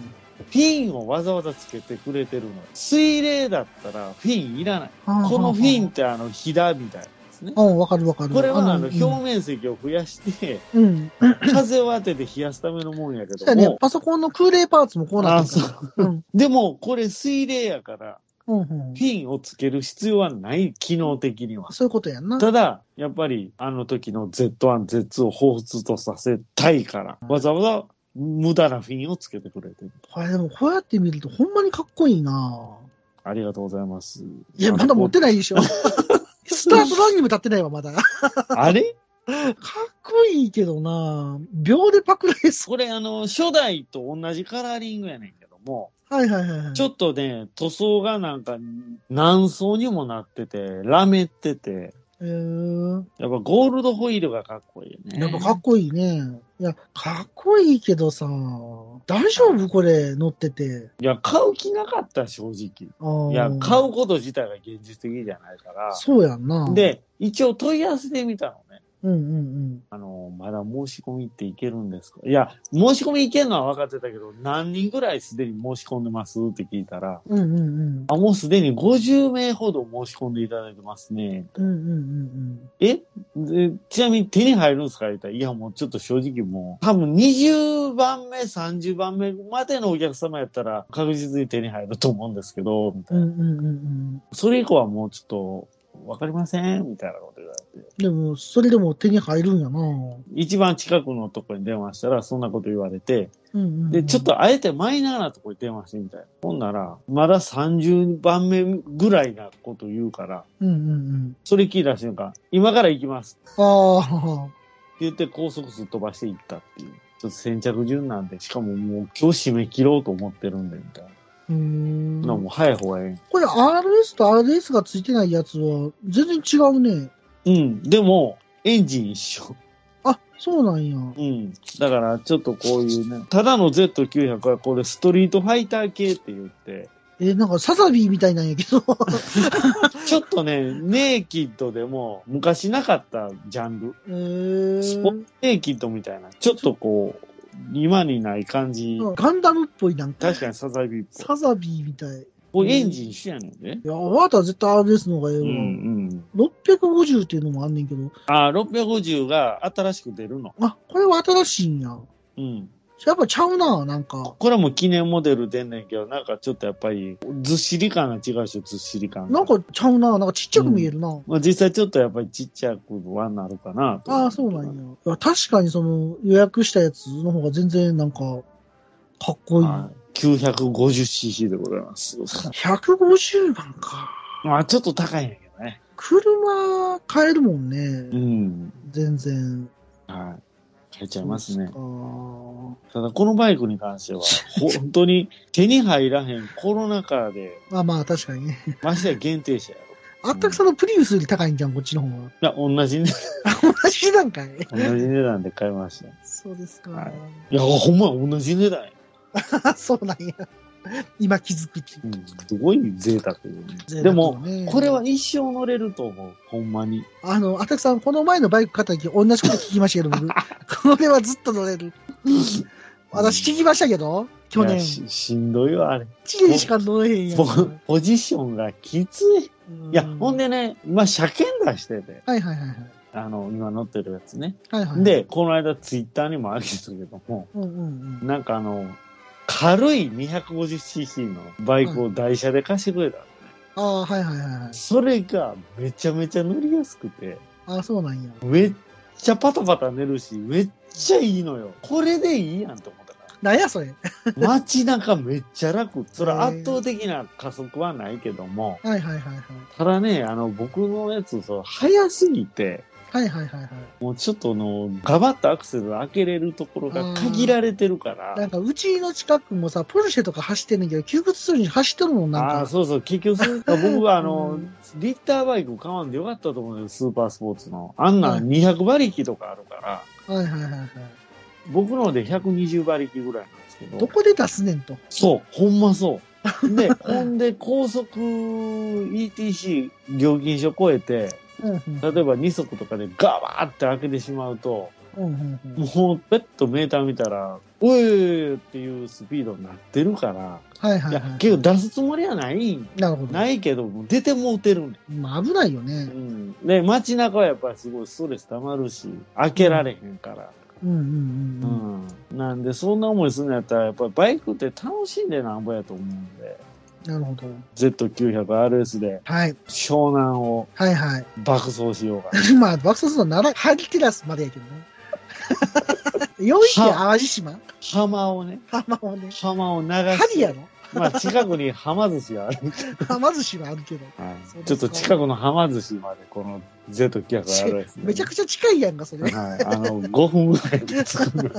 Speaker 2: フィンをわざわざつけてくれてるのよ水冷だったらフィンいらないこのフィンってあのひだみたいなですね
Speaker 1: うん、わかるわかる。
Speaker 2: これはあの
Speaker 1: う
Speaker 2: 表
Speaker 1: ん
Speaker 2: 面積を増や して
Speaker 1: うん。
Speaker 2: 風を当てて冷やすためのもんやけ
Speaker 1: そうや
Speaker 2: ど
Speaker 1: ね
Speaker 2: も。
Speaker 1: パソコンの空冷パーツもこうなってるから。うん。
Speaker 2: でもこれ水冷やから
Speaker 1: うんうん
Speaker 2: フ。ィンをつける必要はない機能的には
Speaker 1: そういうことやんな。
Speaker 2: ただ、やっぱりあの時の Z1、Z2 を彷彿とさせたいから、わざわざ無駄なフィンをつけてくれてる。
Speaker 1: これでもこうやって見るとほんまにかっこいいな
Speaker 2: ありがとうございます。
Speaker 1: いや、まだ持ってないでしょ。スタートラインにも立ってないわ、ま だ。か
Speaker 2: あれ
Speaker 1: っこいいけどな秒でパクられそ
Speaker 2: これあの、初代と同じカラーリングやねんけども、
Speaker 1: う。はいはいはいはい。
Speaker 2: ちょっとね、塗装がなんか何層にもなってて、ラメってて、
Speaker 1: えー、
Speaker 2: やっぱゴールドホイールがかっこいいよね。
Speaker 1: やっぱかっこいいね。いや、かっこいいけどさ大丈夫これ、乗ってて。
Speaker 2: いや、買う気なかった、正直。
Speaker 1: あ
Speaker 2: いや、買
Speaker 1: う。
Speaker 2: うこと自体が現実的じゃないから。
Speaker 1: そうやんな。、
Speaker 2: で、一応問い合わせてみたのね。
Speaker 1: うんうん
Speaker 2: あの、まだ申し込みっていけるんですかいや、申し込みいけるのは分かってたけど、何人ぐらいすでに申し込んでますって聞いたら、
Speaker 1: うん。うんうんうん。
Speaker 2: あ、もうすでに50名ほど申し込んでいただいてますね。
Speaker 1: うんうんうん
Speaker 2: えでちなみに手に入るんですか言ったら、いや、もうちょっと正直もう、多分20番目、30番目までのお客様やったら確実に手に入ると思うんですけど、みた
Speaker 1: う
Speaker 2: い
Speaker 1: ん。うん
Speaker 2: な。
Speaker 1: うんうんうん。
Speaker 2: それ以降はもうちょっと、わかりませんみたいなこと言われて。
Speaker 1: でも、それでも手に入るんやなうん
Speaker 2: 一番近くのとこに電話したら、そんなこと言われて、
Speaker 1: うんうん。
Speaker 2: で、ちょっ。とあえてマイナーなとこに電話してみたい。ほんなら、まだ30番目ぐらいなこと言うから、
Speaker 1: うんうんうん。
Speaker 2: それ聞いた瞬間、今から行きますって
Speaker 1: あ
Speaker 2: 言って高速すっ飛ばして行ったっていう。ちょっと先着順なんで、しかももう今日締め切ろうと思ってるんで、みたいな。
Speaker 1: あ。うん。
Speaker 2: なもう早い方がえ
Speaker 1: これ RS と RS がついてないやつは全然違うね。
Speaker 2: え。うん。でも、エンジン一緒。
Speaker 1: あ、そうなんや。
Speaker 2: うん。だから、ちょっとこういうね、ただの Z900 はこれストリートファイター系って言って、
Speaker 1: え、なんかサザビーみたいなんや けど。
Speaker 2: ちょっとね、 ネイキッドでも昔なかったジャンル。
Speaker 1: えー、
Speaker 2: スポーツネイキッドみたいな、ちょっとこう、今にない感じ。
Speaker 1: ガンダムっぽいなんか。
Speaker 2: 確かにサザエビーっぽい
Speaker 1: サザビーみたい。い
Speaker 2: これエンジン一緒やねんね。
Speaker 1: や、わたは絶対 RS の方がええ
Speaker 2: うんう
Speaker 1: わ。
Speaker 2: ん。
Speaker 1: 650っていうのもあんねんけど。
Speaker 2: あー、650が新しく出るの。
Speaker 1: あ、これは新しいんや。
Speaker 2: うん。
Speaker 1: やっぱちゃうな、なんか。
Speaker 2: これも記念モデル出んねんけど、なんかちょっとやっぱり、ずっしり感が違うでしょ、ずっしり感が。
Speaker 1: なんかちゃうな、なんかちっちゃく見えるな。
Speaker 2: まあ、実際ちょっとやっぱりちっちゃくはなるかなと。
Speaker 1: ああ、そうなんや。いや確かにその予約したやつの方が全然なんか、かっこいい。
Speaker 2: はい。950cc でございます。
Speaker 1: 150万か。
Speaker 2: まあちょっと高いんやけどね。
Speaker 1: 車買えるもんね。
Speaker 2: うん。
Speaker 1: 全然。
Speaker 2: はい。買えちゃいますね
Speaker 1: あ。ー
Speaker 2: ただこのバイクに関しては、本当に手に入らへんコロナ禍で、
Speaker 1: まあまあ、確かにね。
Speaker 2: ましてや限定車やろ。
Speaker 1: あったくさんのプリウスより高いんじゃん、こっちの方 は。
Speaker 2: いや、同じね、
Speaker 1: 同じなんかい。
Speaker 2: 同じ値段で買いました。い
Speaker 1: そうですか。
Speaker 2: はや、ほんま同じ値段や。
Speaker 1: そうなんや。今気づく気。
Speaker 2: うん、すごい贅沢よね。
Speaker 1: 贅
Speaker 2: で
Speaker 1: 沢よ
Speaker 2: も
Speaker 1: ね、
Speaker 2: これは一生乗れると思う。ほんまに。
Speaker 1: あの、あたくさん、この前のバイク買った時、同じこと聞きましたけど、 僕。これはずっと乗れる。私聞きましたけど、去
Speaker 2: い
Speaker 1: 年
Speaker 2: や。ししんどいわ、あれ。
Speaker 1: 1年しか乗れへんやん。
Speaker 2: ポポジションがきつい。いや、
Speaker 1: う
Speaker 2: ほん。でね、今、車検出してて、
Speaker 1: はいはいはいはい。
Speaker 2: あの、今乗ってるやつね。
Speaker 1: はいはい、
Speaker 2: で、この間ツイッターにもあげたけども、
Speaker 1: うんうんうん。
Speaker 2: なんかあの、軽い 250cc のバイクを台車で貸してくれたのね、
Speaker 1: ああ、はいはいはいはい。
Speaker 2: それがめちゃめちゃ乗りやすくて、めっ
Speaker 1: ああ、そうなんや。
Speaker 2: ちゃパタパタ寝るし、めっちゃいいのよ。これでいいやんと思ったか
Speaker 1: なんやそれ。
Speaker 2: ら。街中めっちゃ楽。それは圧倒的な加速はないけども、
Speaker 1: はいはいはいはい。
Speaker 2: ただね、あの、僕のやつ、そう、早すぎて、
Speaker 1: はいはいはいはい。
Speaker 2: もうちょっとあの、ガバッとアクセル開けれるところが限られてる
Speaker 1: な
Speaker 2: か
Speaker 1: ん
Speaker 2: ら、
Speaker 1: か、うちの近くもさ、ポルシェとか走ってんねんけど、窮屈するに走ってるもん、なんか。
Speaker 2: ああー、そうそう、結 局それ、僕はあの、
Speaker 1: うん
Speaker 2: リッターバイク買わんでよかったと思うんだよ、スーパースポーツの。あんな
Speaker 1: はい
Speaker 2: ん200馬力とかあるから、
Speaker 1: はいはいはいはい。
Speaker 2: 僕ので120馬力ぐらいなんですけど。
Speaker 1: どこで出すねんと。
Speaker 2: そう、ほんま そう。で、ほんで高速 ETC 料金所超えて、
Speaker 1: うんうん
Speaker 2: 例えば2速とかでガバーって開けてしまうと、
Speaker 1: うんうんうん
Speaker 2: もうペッとメーター見たら、うえーっていうスピードになってるから、
Speaker 1: はいはいい
Speaker 2: や
Speaker 1: は、
Speaker 2: けど出すつもりはないん
Speaker 1: い。なるほど。
Speaker 2: ないけど、もう出てもうてるんだよ
Speaker 1: まあ危ないよね
Speaker 2: う。ん。で、街中はやっぱりすごいストレス溜まるし、開けられへんから。
Speaker 1: うんうん
Speaker 2: う
Speaker 1: うん
Speaker 2: ん。なんで、そんな思いするんやったら、やっぱりバイクって楽しんでなんぼやと思うんで、
Speaker 1: うん。なるほど。
Speaker 2: Z900RS で
Speaker 1: はい。
Speaker 2: 湘南を
Speaker 1: はいはい。
Speaker 2: 爆走しようかな。
Speaker 1: まあ、爆走するのなら、ハリテラスまでやけどね。よいし淡路島
Speaker 2: 浜をね、
Speaker 1: 浜をね。
Speaker 2: 浜を流して。
Speaker 1: ハリやろ
Speaker 2: まあ、近くに浜寿司がある。
Speaker 1: 浜寿司はあるけど。
Speaker 2: はい、ちょっと近くの浜寿司までこの Z900RS で。
Speaker 1: めちゃくちゃ近いやんか、それ。
Speaker 2: はい、あの5分ぐらいで着く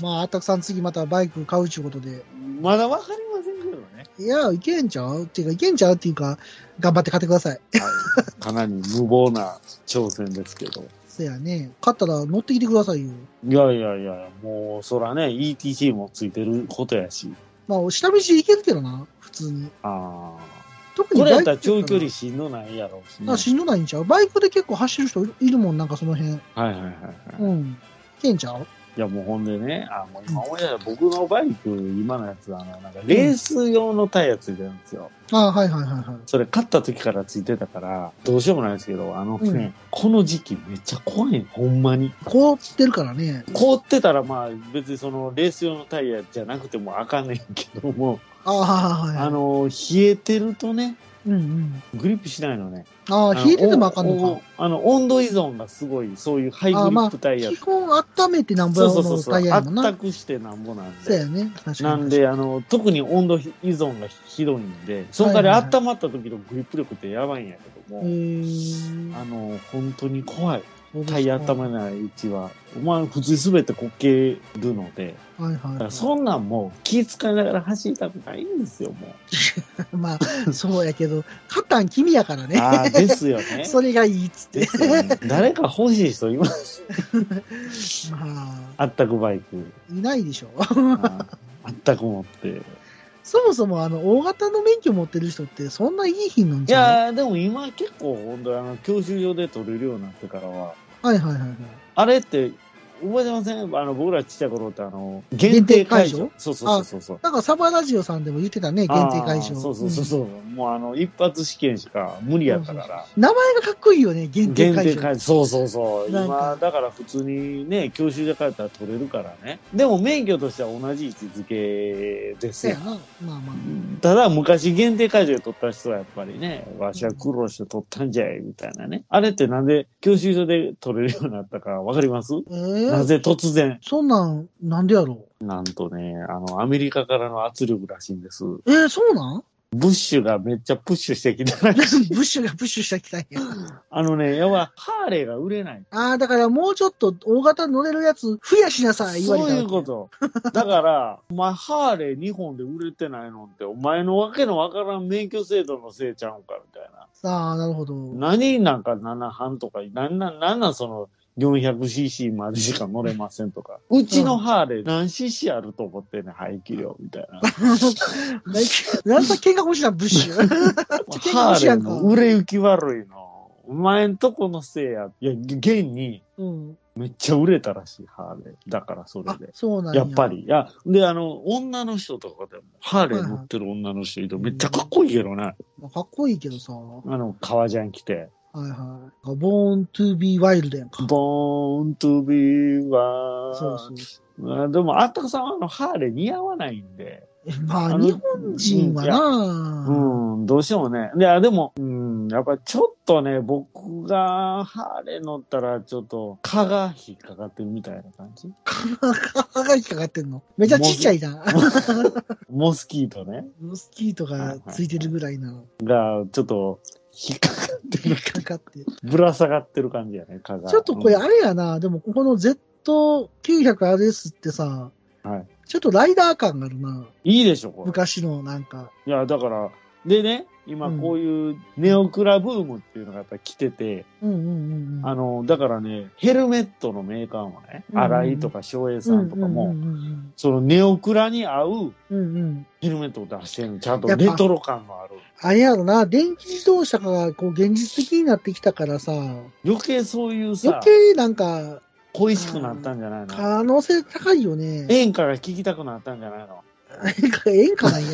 Speaker 1: まあ、あたくさん次またバイク買うちゅうことで。
Speaker 2: まだわかりませんけどね、
Speaker 1: いや、いけんちゃうっていうか、いけんちゃうっていうか、頑張って買ってください。
Speaker 2: はい、かなり無謀な挑戦ですけど
Speaker 1: そやね。買ったら乗ってきてくださいよ。
Speaker 2: いやいやいやもうそらね ETC もついてることやし
Speaker 1: まあ、下道行けるけどな、普通に。
Speaker 2: あ
Speaker 1: 特
Speaker 2: ー
Speaker 1: に
Speaker 2: こ
Speaker 1: バ
Speaker 2: れ
Speaker 1: イクやっ
Speaker 2: やったら
Speaker 1: たら
Speaker 2: 長距離しんどないやろうし、ね、
Speaker 1: あ、しんどないんちゃうバイクで結構走る人いるいるもん、なんかその辺。
Speaker 2: はいはいはい、はい、
Speaker 1: うん。いけんちゃう
Speaker 2: いやもうほんでねあもう今思い出した僕のバイク今のやつあのなんかレース用のタイヤついてるんですよ、
Speaker 1: ああはいはいはいはい。
Speaker 2: それ買った時からついてたからどうしようもないですけどあのね、
Speaker 1: うん
Speaker 2: この時期めっちゃ怖いほんまに
Speaker 1: 凍ってるからね。
Speaker 2: 凍ってたらまあ別にそのレース用のタイヤじゃなくてもあかんねんけども、
Speaker 1: ああはいはい。
Speaker 2: あ、の冷えてるとね
Speaker 1: うんうん。
Speaker 2: グリップしないのね
Speaker 1: ああ、
Speaker 2: の
Speaker 1: 冷えててもあかんのか。
Speaker 2: おおあの温度依存がすごいそういうハイグ
Speaker 1: あ
Speaker 2: リ
Speaker 1: あま
Speaker 2: ッ
Speaker 1: あ、
Speaker 2: プタイヤ、
Speaker 1: 基本温めてなんぼ
Speaker 2: そう
Speaker 1: や
Speaker 2: そうそう
Speaker 1: の
Speaker 2: そ
Speaker 1: タイ
Speaker 2: う
Speaker 1: ヤ
Speaker 2: あ
Speaker 1: や
Speaker 2: っ
Speaker 1: もん
Speaker 2: た
Speaker 1: な。
Speaker 2: くしてなんぼなん
Speaker 1: そう
Speaker 2: で
Speaker 1: やね。確かに。
Speaker 2: なんであの特に温度依存がひどいんでそこか
Speaker 1: は
Speaker 2: ら
Speaker 1: いはいはい
Speaker 2: 温まった時のグリップ力ってやばいんやけども、
Speaker 1: えー、
Speaker 2: あの本当に怖い
Speaker 1: そうですか
Speaker 2: タイヤ温めないうちは、まあ普通すべてこけるので、
Speaker 1: はいはい
Speaker 2: だ
Speaker 1: は
Speaker 2: か
Speaker 1: い。
Speaker 2: らそんなんもう気使いながら走りたくないんですよ、も
Speaker 1: まあ、そうやけど、カタン君やから
Speaker 2: う。
Speaker 1: ね。
Speaker 2: ああ、ですよ ね。
Speaker 1: それがいいっつって
Speaker 2: で。すよね。誰か欲しい人います。
Speaker 1: まあ、
Speaker 2: あったくバイ ク。
Speaker 1: いないでしょ。
Speaker 2: あーあったく持って。い
Speaker 1: そもそも、あの、大型の免許持ってる人って、そんないい品なんじゃう
Speaker 2: やー、でも今結構本当にあの、教習所で取れるようになってからは、
Speaker 1: はいはいはいはい。
Speaker 2: あれって、覚えてませんあの、僕らちっちゃい頃ってあの、限定会場
Speaker 1: 限定会場
Speaker 2: そうそうそうそう。
Speaker 1: なんか、サバラジオさんでも言ってたね、限定会
Speaker 2: あー
Speaker 1: 場。
Speaker 2: そうそうそうそう。もうあの、一発試験しか無理やったから。
Speaker 1: うん名前がかっこいいよね、限定
Speaker 2: 限
Speaker 1: 会
Speaker 2: 定
Speaker 1: 場。
Speaker 2: 会そうそうそう
Speaker 1: なんか
Speaker 2: 今だから普通にね教習所帰ったら取れるからねでも免許としては同じ位置づけで
Speaker 1: そ
Speaker 2: す
Speaker 1: う
Speaker 2: よ
Speaker 1: やな。まあまあ。
Speaker 2: ただ昔限定会場で取った人はやっぱりねわしは苦労して取ったんじゃいみたいなねあれってなんで教習所で取れるようになったかわかります
Speaker 1: え
Speaker 2: な
Speaker 1: ー、
Speaker 2: ぜ突然
Speaker 1: そんなん、なんでやろ
Speaker 2: なんとねあのアメリカからの圧力らしいんです
Speaker 1: う。えー、そうなん
Speaker 2: ブッシュがめっちゃプッシュしてきたら
Speaker 1: ブ
Speaker 2: しい
Speaker 1: ッシュがプッシュしたきたんや。
Speaker 2: あのねやばハーレーが売れない
Speaker 1: ああ、だからもうちょっと大型乗れるやつ増やしなさい、言われ
Speaker 2: そ
Speaker 1: た
Speaker 2: う
Speaker 1: わけ
Speaker 2: いうこと。だから、お前、ハーレー2本で売れてないのって、お前のわけのわからん免許制度のせいちゃうんか、みたいな。
Speaker 1: ああ、なるほど。
Speaker 2: 何なんか7半とか、なんなん、なんなんその、400cc までしか乗れませんとか。うちのハーレー何 cc あると思ってんねん、排気量みたいな。
Speaker 1: なんか喧嘩欲しいな、ブッ シュ。喧嘩
Speaker 2: ハ
Speaker 1: 欲しい
Speaker 2: ーレ
Speaker 1: や
Speaker 2: ー
Speaker 1: んか
Speaker 2: の売れ行き悪いの。お前んとこのせいや。いや、現に
Speaker 1: うん。
Speaker 2: めっちゃ売れたらしい、ハーレー。だからそれ
Speaker 1: あ
Speaker 2: で。、
Speaker 1: そうなん
Speaker 2: やっぱ。り。いや、で、あの、女の人とかでも、ハーレー乗ってる女の人いると、
Speaker 1: はい
Speaker 2: めっちゃかっこいいけどね。
Speaker 1: まあかっこいいけどさ。は
Speaker 2: あの、革ジャン着て。
Speaker 1: いはい。ボーントゥービーワイルドやんか。
Speaker 2: ボーンとビー
Speaker 1: そう
Speaker 2: は
Speaker 1: そう。
Speaker 2: でも、あったくさんはあの、ハーレー似合わないんで。
Speaker 1: まあ、
Speaker 2: あの
Speaker 1: 日本人はな、
Speaker 2: うん、どうしてもね。いや、でも、うん、やっぱちょっとね、僕がハーレー乗ったら、ちょっと、蚊が引っかかってるみたいな感じ。
Speaker 1: 歯が引っかかってんの。めちゃちっちゃいな。
Speaker 2: モスキートね。
Speaker 1: スキーとかついてるぐらいな。
Speaker 2: が、ちょっと、引っかかって
Speaker 1: 引
Speaker 2: る
Speaker 1: っ。かか って。
Speaker 2: ぶら下がってる感じやね、蚊が。
Speaker 1: ちょっとこれあれやな。でも、ここの Z900RS ってさ、
Speaker 2: はい
Speaker 1: ちょっとライダー感があるな。
Speaker 2: いいでしょ、これ。
Speaker 1: 昔のなんか。
Speaker 2: いや、だから、でね、今
Speaker 1: うん
Speaker 2: こういうネオクラブームっていうのがやっぱり来てて、
Speaker 1: うんうんうんうん。
Speaker 2: あの、だからね、ヘルメットのメーカーもね、
Speaker 1: うん
Speaker 2: 荒井とか翔英さんとかも、
Speaker 1: うんうん
Speaker 2: そのネオクラに合う
Speaker 1: うんうん。うんうん
Speaker 2: ヘルメットを出してるのちゃんと
Speaker 1: やっぱ
Speaker 2: レトロ感のある。
Speaker 1: あれやろな、電気自動車がこう現実的になってきたからさ、
Speaker 2: 余計そういうさ
Speaker 1: 余、計なんか、
Speaker 2: 恋しくなったんじゃないの
Speaker 1: 可能性高いよね。
Speaker 2: 演歌が聴きたくなったんじゃないの
Speaker 1: 演歌、演歌なんや っ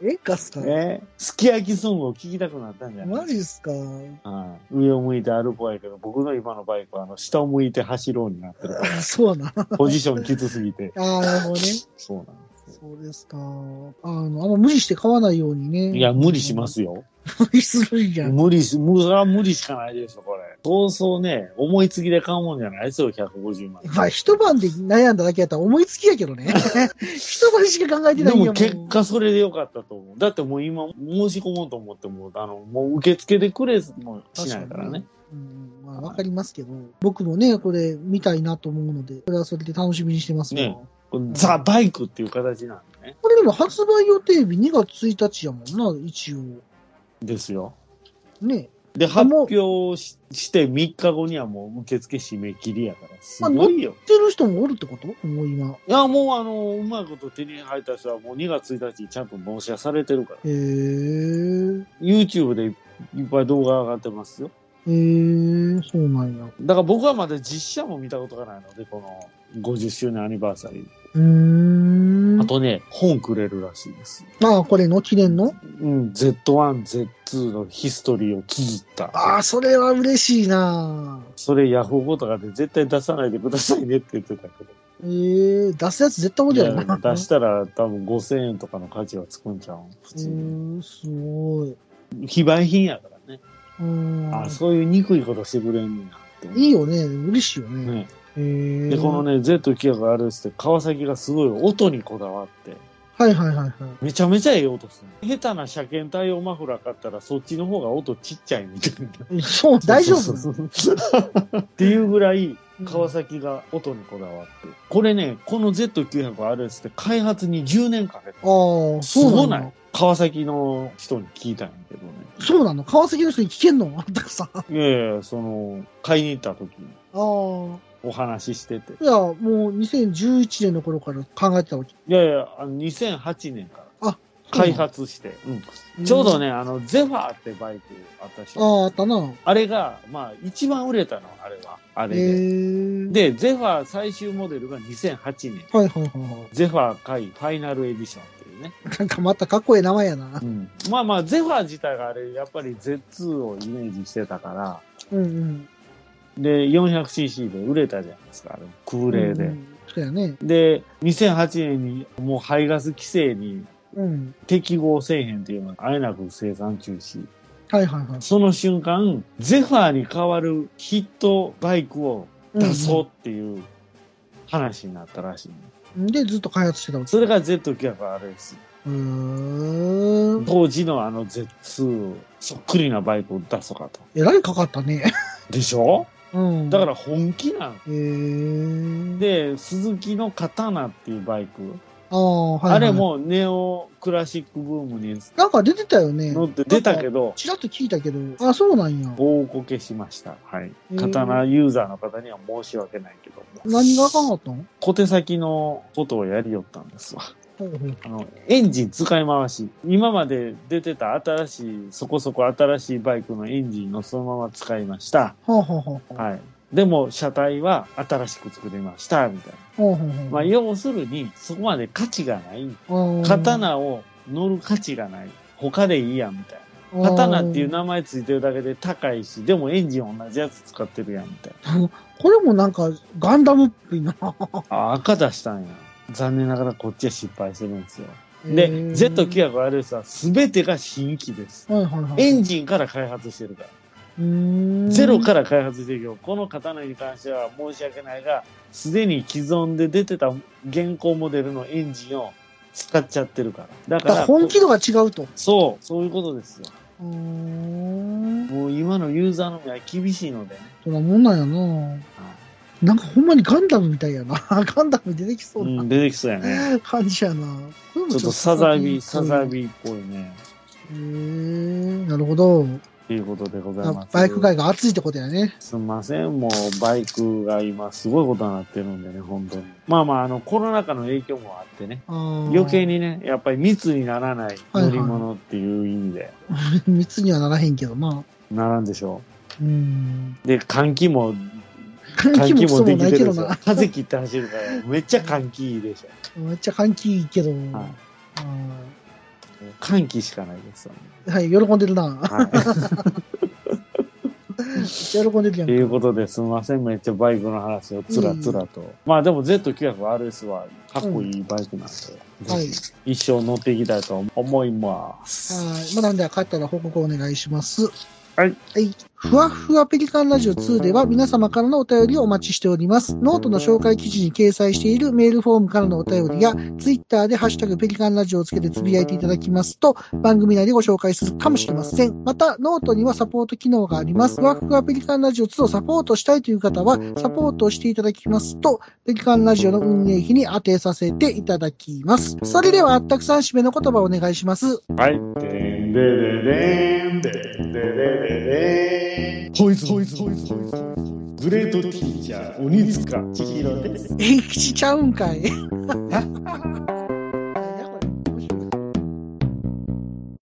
Speaker 1: て。演歌っすか
Speaker 2: えすき焼きソングを聴きたくなったんじゃない
Speaker 1: マジっすか
Speaker 2: はい上を向いて歩こうやけど、僕の今のバイクはあの下を向いて走ろうになってるか
Speaker 1: あそうな。 あ。
Speaker 2: ら、ポジションきつすぎて
Speaker 1: あ、なるほどね。
Speaker 2: そうなんですよ。
Speaker 1: そうですか。あの、あんま無理して買わないようにね。
Speaker 2: いや、無理しますよ。
Speaker 1: 無理するんや。
Speaker 2: 無理し、無駄無理しかないでしょ、これ。そうそうね、思いつきで買うもんじゃないですよ、150万。
Speaker 1: まあ、一晩で悩んだだけやったら思いつきやけどね。 一晩しか考えて
Speaker 2: で
Speaker 1: ないん
Speaker 2: も
Speaker 1: やもん。
Speaker 2: 結果それでよかったと思う。だってもう今申し込もうと思っても、あの、もう受付でくれもしないからね。
Speaker 1: うん、まあ、わかりますけど、僕もね、これ見たいなと思うので、それはそれで楽しみにしてますね
Speaker 2: ね。ザ・バイクっていう形なんでね。
Speaker 1: これでも発売予定日2月1日やもんな、一応。
Speaker 2: ですよ。
Speaker 1: ね。
Speaker 2: で、
Speaker 1: あ
Speaker 2: 発
Speaker 1: もう
Speaker 2: 表しして3日後にはもう受付締め切りやから、すごいよ。
Speaker 1: 売ってる人もおるってこともう今。
Speaker 2: いや、もうあの、うまいこと手に入った人はもう2月1日にちゃんと納車されてるから。
Speaker 1: へー。
Speaker 2: YouTube でいっぱい動画上がってますよ。
Speaker 1: へー、そうなんや。
Speaker 2: だから僕はまだ実写も見たことがないので、この50周年アニバーサリ
Speaker 1: うーん。
Speaker 2: ー。
Speaker 1: あ
Speaker 2: あとね、本くれるらしいです。
Speaker 1: あ、これの記念の
Speaker 2: うん、Z1、Z2 のヒストリーを綴った。
Speaker 1: ああ、それは嬉しいな
Speaker 2: それヤフオクとかで絶対出さないでくださいねって言ってたけど。
Speaker 1: ええー、出すやつ絶対無理やろ
Speaker 2: いや
Speaker 1: な。
Speaker 2: 出したら多分5000円とかの価値はつくんちゃう普
Speaker 1: う
Speaker 2: 通に。
Speaker 1: ーん、すごい。う
Speaker 2: 非売品やからね。
Speaker 1: ーん。
Speaker 2: あ、そういう憎いことしてくれんねんなって思う。
Speaker 1: いいよね。嬉しいよね。
Speaker 2: ね、
Speaker 1: へー
Speaker 2: で、この。ね、Z900RS って川崎がすごい音にこだわって、
Speaker 1: はいはいはいはい。
Speaker 2: めちゃめちゃええ音する。下手な車検対応マフラー買ったらそっちの方が音ちっちゃいみたいな。
Speaker 1: えそう、大丈夫な
Speaker 2: そ
Speaker 1: の
Speaker 2: うそうそう っていうぐらい川崎が音にこだわって。これね、この Z900RS って開発に10年か
Speaker 1: あ
Speaker 2: けた。
Speaker 1: あ、
Speaker 2: す
Speaker 1: そう
Speaker 2: ご
Speaker 1: な
Speaker 2: な
Speaker 1: の
Speaker 2: い川崎の人に聞いたんやけどね。
Speaker 1: そうなの川崎の人に聞けんのあんたさ。あ
Speaker 2: いやいや、その、買いに行った時に
Speaker 1: あー。
Speaker 2: お話ししてて。
Speaker 1: いや、もう2011年の頃から考えてたわけ。
Speaker 2: いやいや、あの2008年から。
Speaker 1: あ
Speaker 2: 開発して。
Speaker 1: う
Speaker 2: うんんちょうどね、あの、ゼファーってバイクあったでし
Speaker 1: あ
Speaker 2: ょ。
Speaker 1: あ、あったな。
Speaker 2: あれが、まあ、一番売れたの、あれは。あ
Speaker 1: え
Speaker 2: れ
Speaker 1: え
Speaker 2: で。
Speaker 1: ー。
Speaker 2: で、ゼファー最終モデルが2008年。
Speaker 1: はいはいはいは
Speaker 2: ゼファー回ファイナルエディションっていうね。
Speaker 1: い。なんかまたかっこええ名前やな。
Speaker 2: まあまあ、ゼファー自体があれ、やっぱり Z2 をイメージしてたから、
Speaker 1: うんうん。
Speaker 2: で、400cc で売れたじゃないですか、あれ空冷で。
Speaker 1: うんそうやね。
Speaker 2: で、2008年にもう排ガス規制に
Speaker 1: うん。
Speaker 2: 適合せえへんっていうのがあえなく生産中止。
Speaker 1: はいはいはい。
Speaker 2: その瞬間、ゼファーに代わるヒットバイクを出そうっていう話になったらしいね、
Speaker 1: で、ずっと開発してたわけ。
Speaker 2: それが Z900RS。
Speaker 1: うーん。
Speaker 2: 当時のあの Z2 そっくりなバイクを出そうかと。
Speaker 1: えらいかかったね。
Speaker 2: でしょ
Speaker 1: うん。
Speaker 2: だか。ら本気なの。
Speaker 1: へー。
Speaker 2: で、鈴木の刀っていうバイク。
Speaker 1: ああ、はい、はい。
Speaker 2: あれ。もネオクラシックブームに
Speaker 1: なんか出てたよね。
Speaker 2: 乗って出た
Speaker 1: ど。
Speaker 2: けど、
Speaker 1: ちらっと聞いたけど。あ、そうなんや。
Speaker 2: 大こけしました。はい
Speaker 1: へー。
Speaker 2: 刀ユーザーの方には申し訳ないけども。
Speaker 1: 何があかんかったの
Speaker 2: 小手先のことをやりよったんですわ。
Speaker 1: ほうほう
Speaker 2: あの、エンジン使い回し。今まで出てた新しい、そこそこ新しいバイクのエンジンをそのまま使いました。
Speaker 1: ほうほうほうほう。
Speaker 2: はい。でも、車体は新しく作りました、みたいな。
Speaker 1: ほうほうほう。
Speaker 2: まあ、要するに、そこまで価値がない。
Speaker 1: うん、
Speaker 2: 刀を乗る価値がない。他でいいやん、みたい
Speaker 1: うん、
Speaker 2: な。刀っていう名前ついてるだけで高いし、でもエンジン同じやつ使ってるやん、みたい
Speaker 1: これもなんか、ガンダムっぽいな。
Speaker 2: な。あ、赤出したんや。残念ながらこっちは失敗してるんですよ。
Speaker 1: へ
Speaker 2: で、
Speaker 1: ー
Speaker 2: Z900RS は全てが新規です。
Speaker 1: はいはいはい。
Speaker 2: エンジンから開発してるから。
Speaker 1: うーん
Speaker 2: ゼロから開発してるけど、この刀に関しては申し訳ないが、すでに既存で出てた現行モデルのエンジンを使っちゃってるから。だ
Speaker 1: だか
Speaker 2: からら、
Speaker 1: 本気度が違うと。
Speaker 2: そう、そういうことですよ。
Speaker 1: うーん。
Speaker 2: もう今のユーザーの目は厳しいのでね。
Speaker 1: そんなもんなんやな。なんかほんまにガンダムみたいやな。 ガンダムに出てきそう
Speaker 2: う、
Speaker 1: なん
Speaker 2: 出てきそうやね。
Speaker 1: 感じやな。これも
Speaker 2: ちょっとサザビー、サザ
Speaker 1: ー。
Speaker 2: ビーっぽいね。
Speaker 1: へーなるほど。
Speaker 2: ということでございます。
Speaker 1: バイク界が熱いってことやね。
Speaker 2: すんません。もうバイクが今すごいことになってるんでね、本当に。まあまあ、あの、コロナ禍の影響もあってね。
Speaker 1: 余
Speaker 2: 余計
Speaker 1: に。
Speaker 2: にね、やっぱり密にならない乗り物っていう意味で、
Speaker 1: 密にはならへんけどな。
Speaker 2: ならんでしょ
Speaker 1: うん。
Speaker 2: う。で、換気も、
Speaker 1: 換気もクソもないけど
Speaker 2: 換気もできてるんですよ
Speaker 1: な。
Speaker 2: 風切って走るから、めっちゃ換気いいでしょ。
Speaker 1: めっちゃ換気いいけど。
Speaker 2: は
Speaker 1: はい
Speaker 2: 換気しかないですよね。
Speaker 1: い、はい、喜んでるな。
Speaker 2: はい。
Speaker 1: めっちゃ喜んでるや
Speaker 2: と
Speaker 1: ん。
Speaker 2: いうことですみません、めっちゃバイクの話をつらつらと。まあでも Z900RS はかっこいいバイクなんで、
Speaker 1: は
Speaker 2: ぜ
Speaker 1: い。
Speaker 2: ひ一生乗っていきたいと思います。
Speaker 1: はい。まあ、なんで、帰ったら報告お願いします。
Speaker 2: はい。
Speaker 1: はい。ふわふわペリカンラジオ2では皆様からのお便りをお待ちしております。ノートの紹介記事に掲載しているメールフォームからのお便りや、ツイッターでハッシュタグペリカンラジオをつけてつぶやいていただきますと、番組内でご紹介するかもしれません。また、ノートにはサポート機能があります。ふわふわペリカンラジオ2をサポートしたいという方は、サポートをしていただきますと、ペリカンラジオの運営費に当てさせていただきます。それでは、あったくさん締めの言葉をお願いします。
Speaker 2: はい。でんでれれんでんでれれれんホイズホイズホイズホイズホイズ。グレートティーチャー、鬼塚千尋です。
Speaker 1: え、口ちゃうんかい。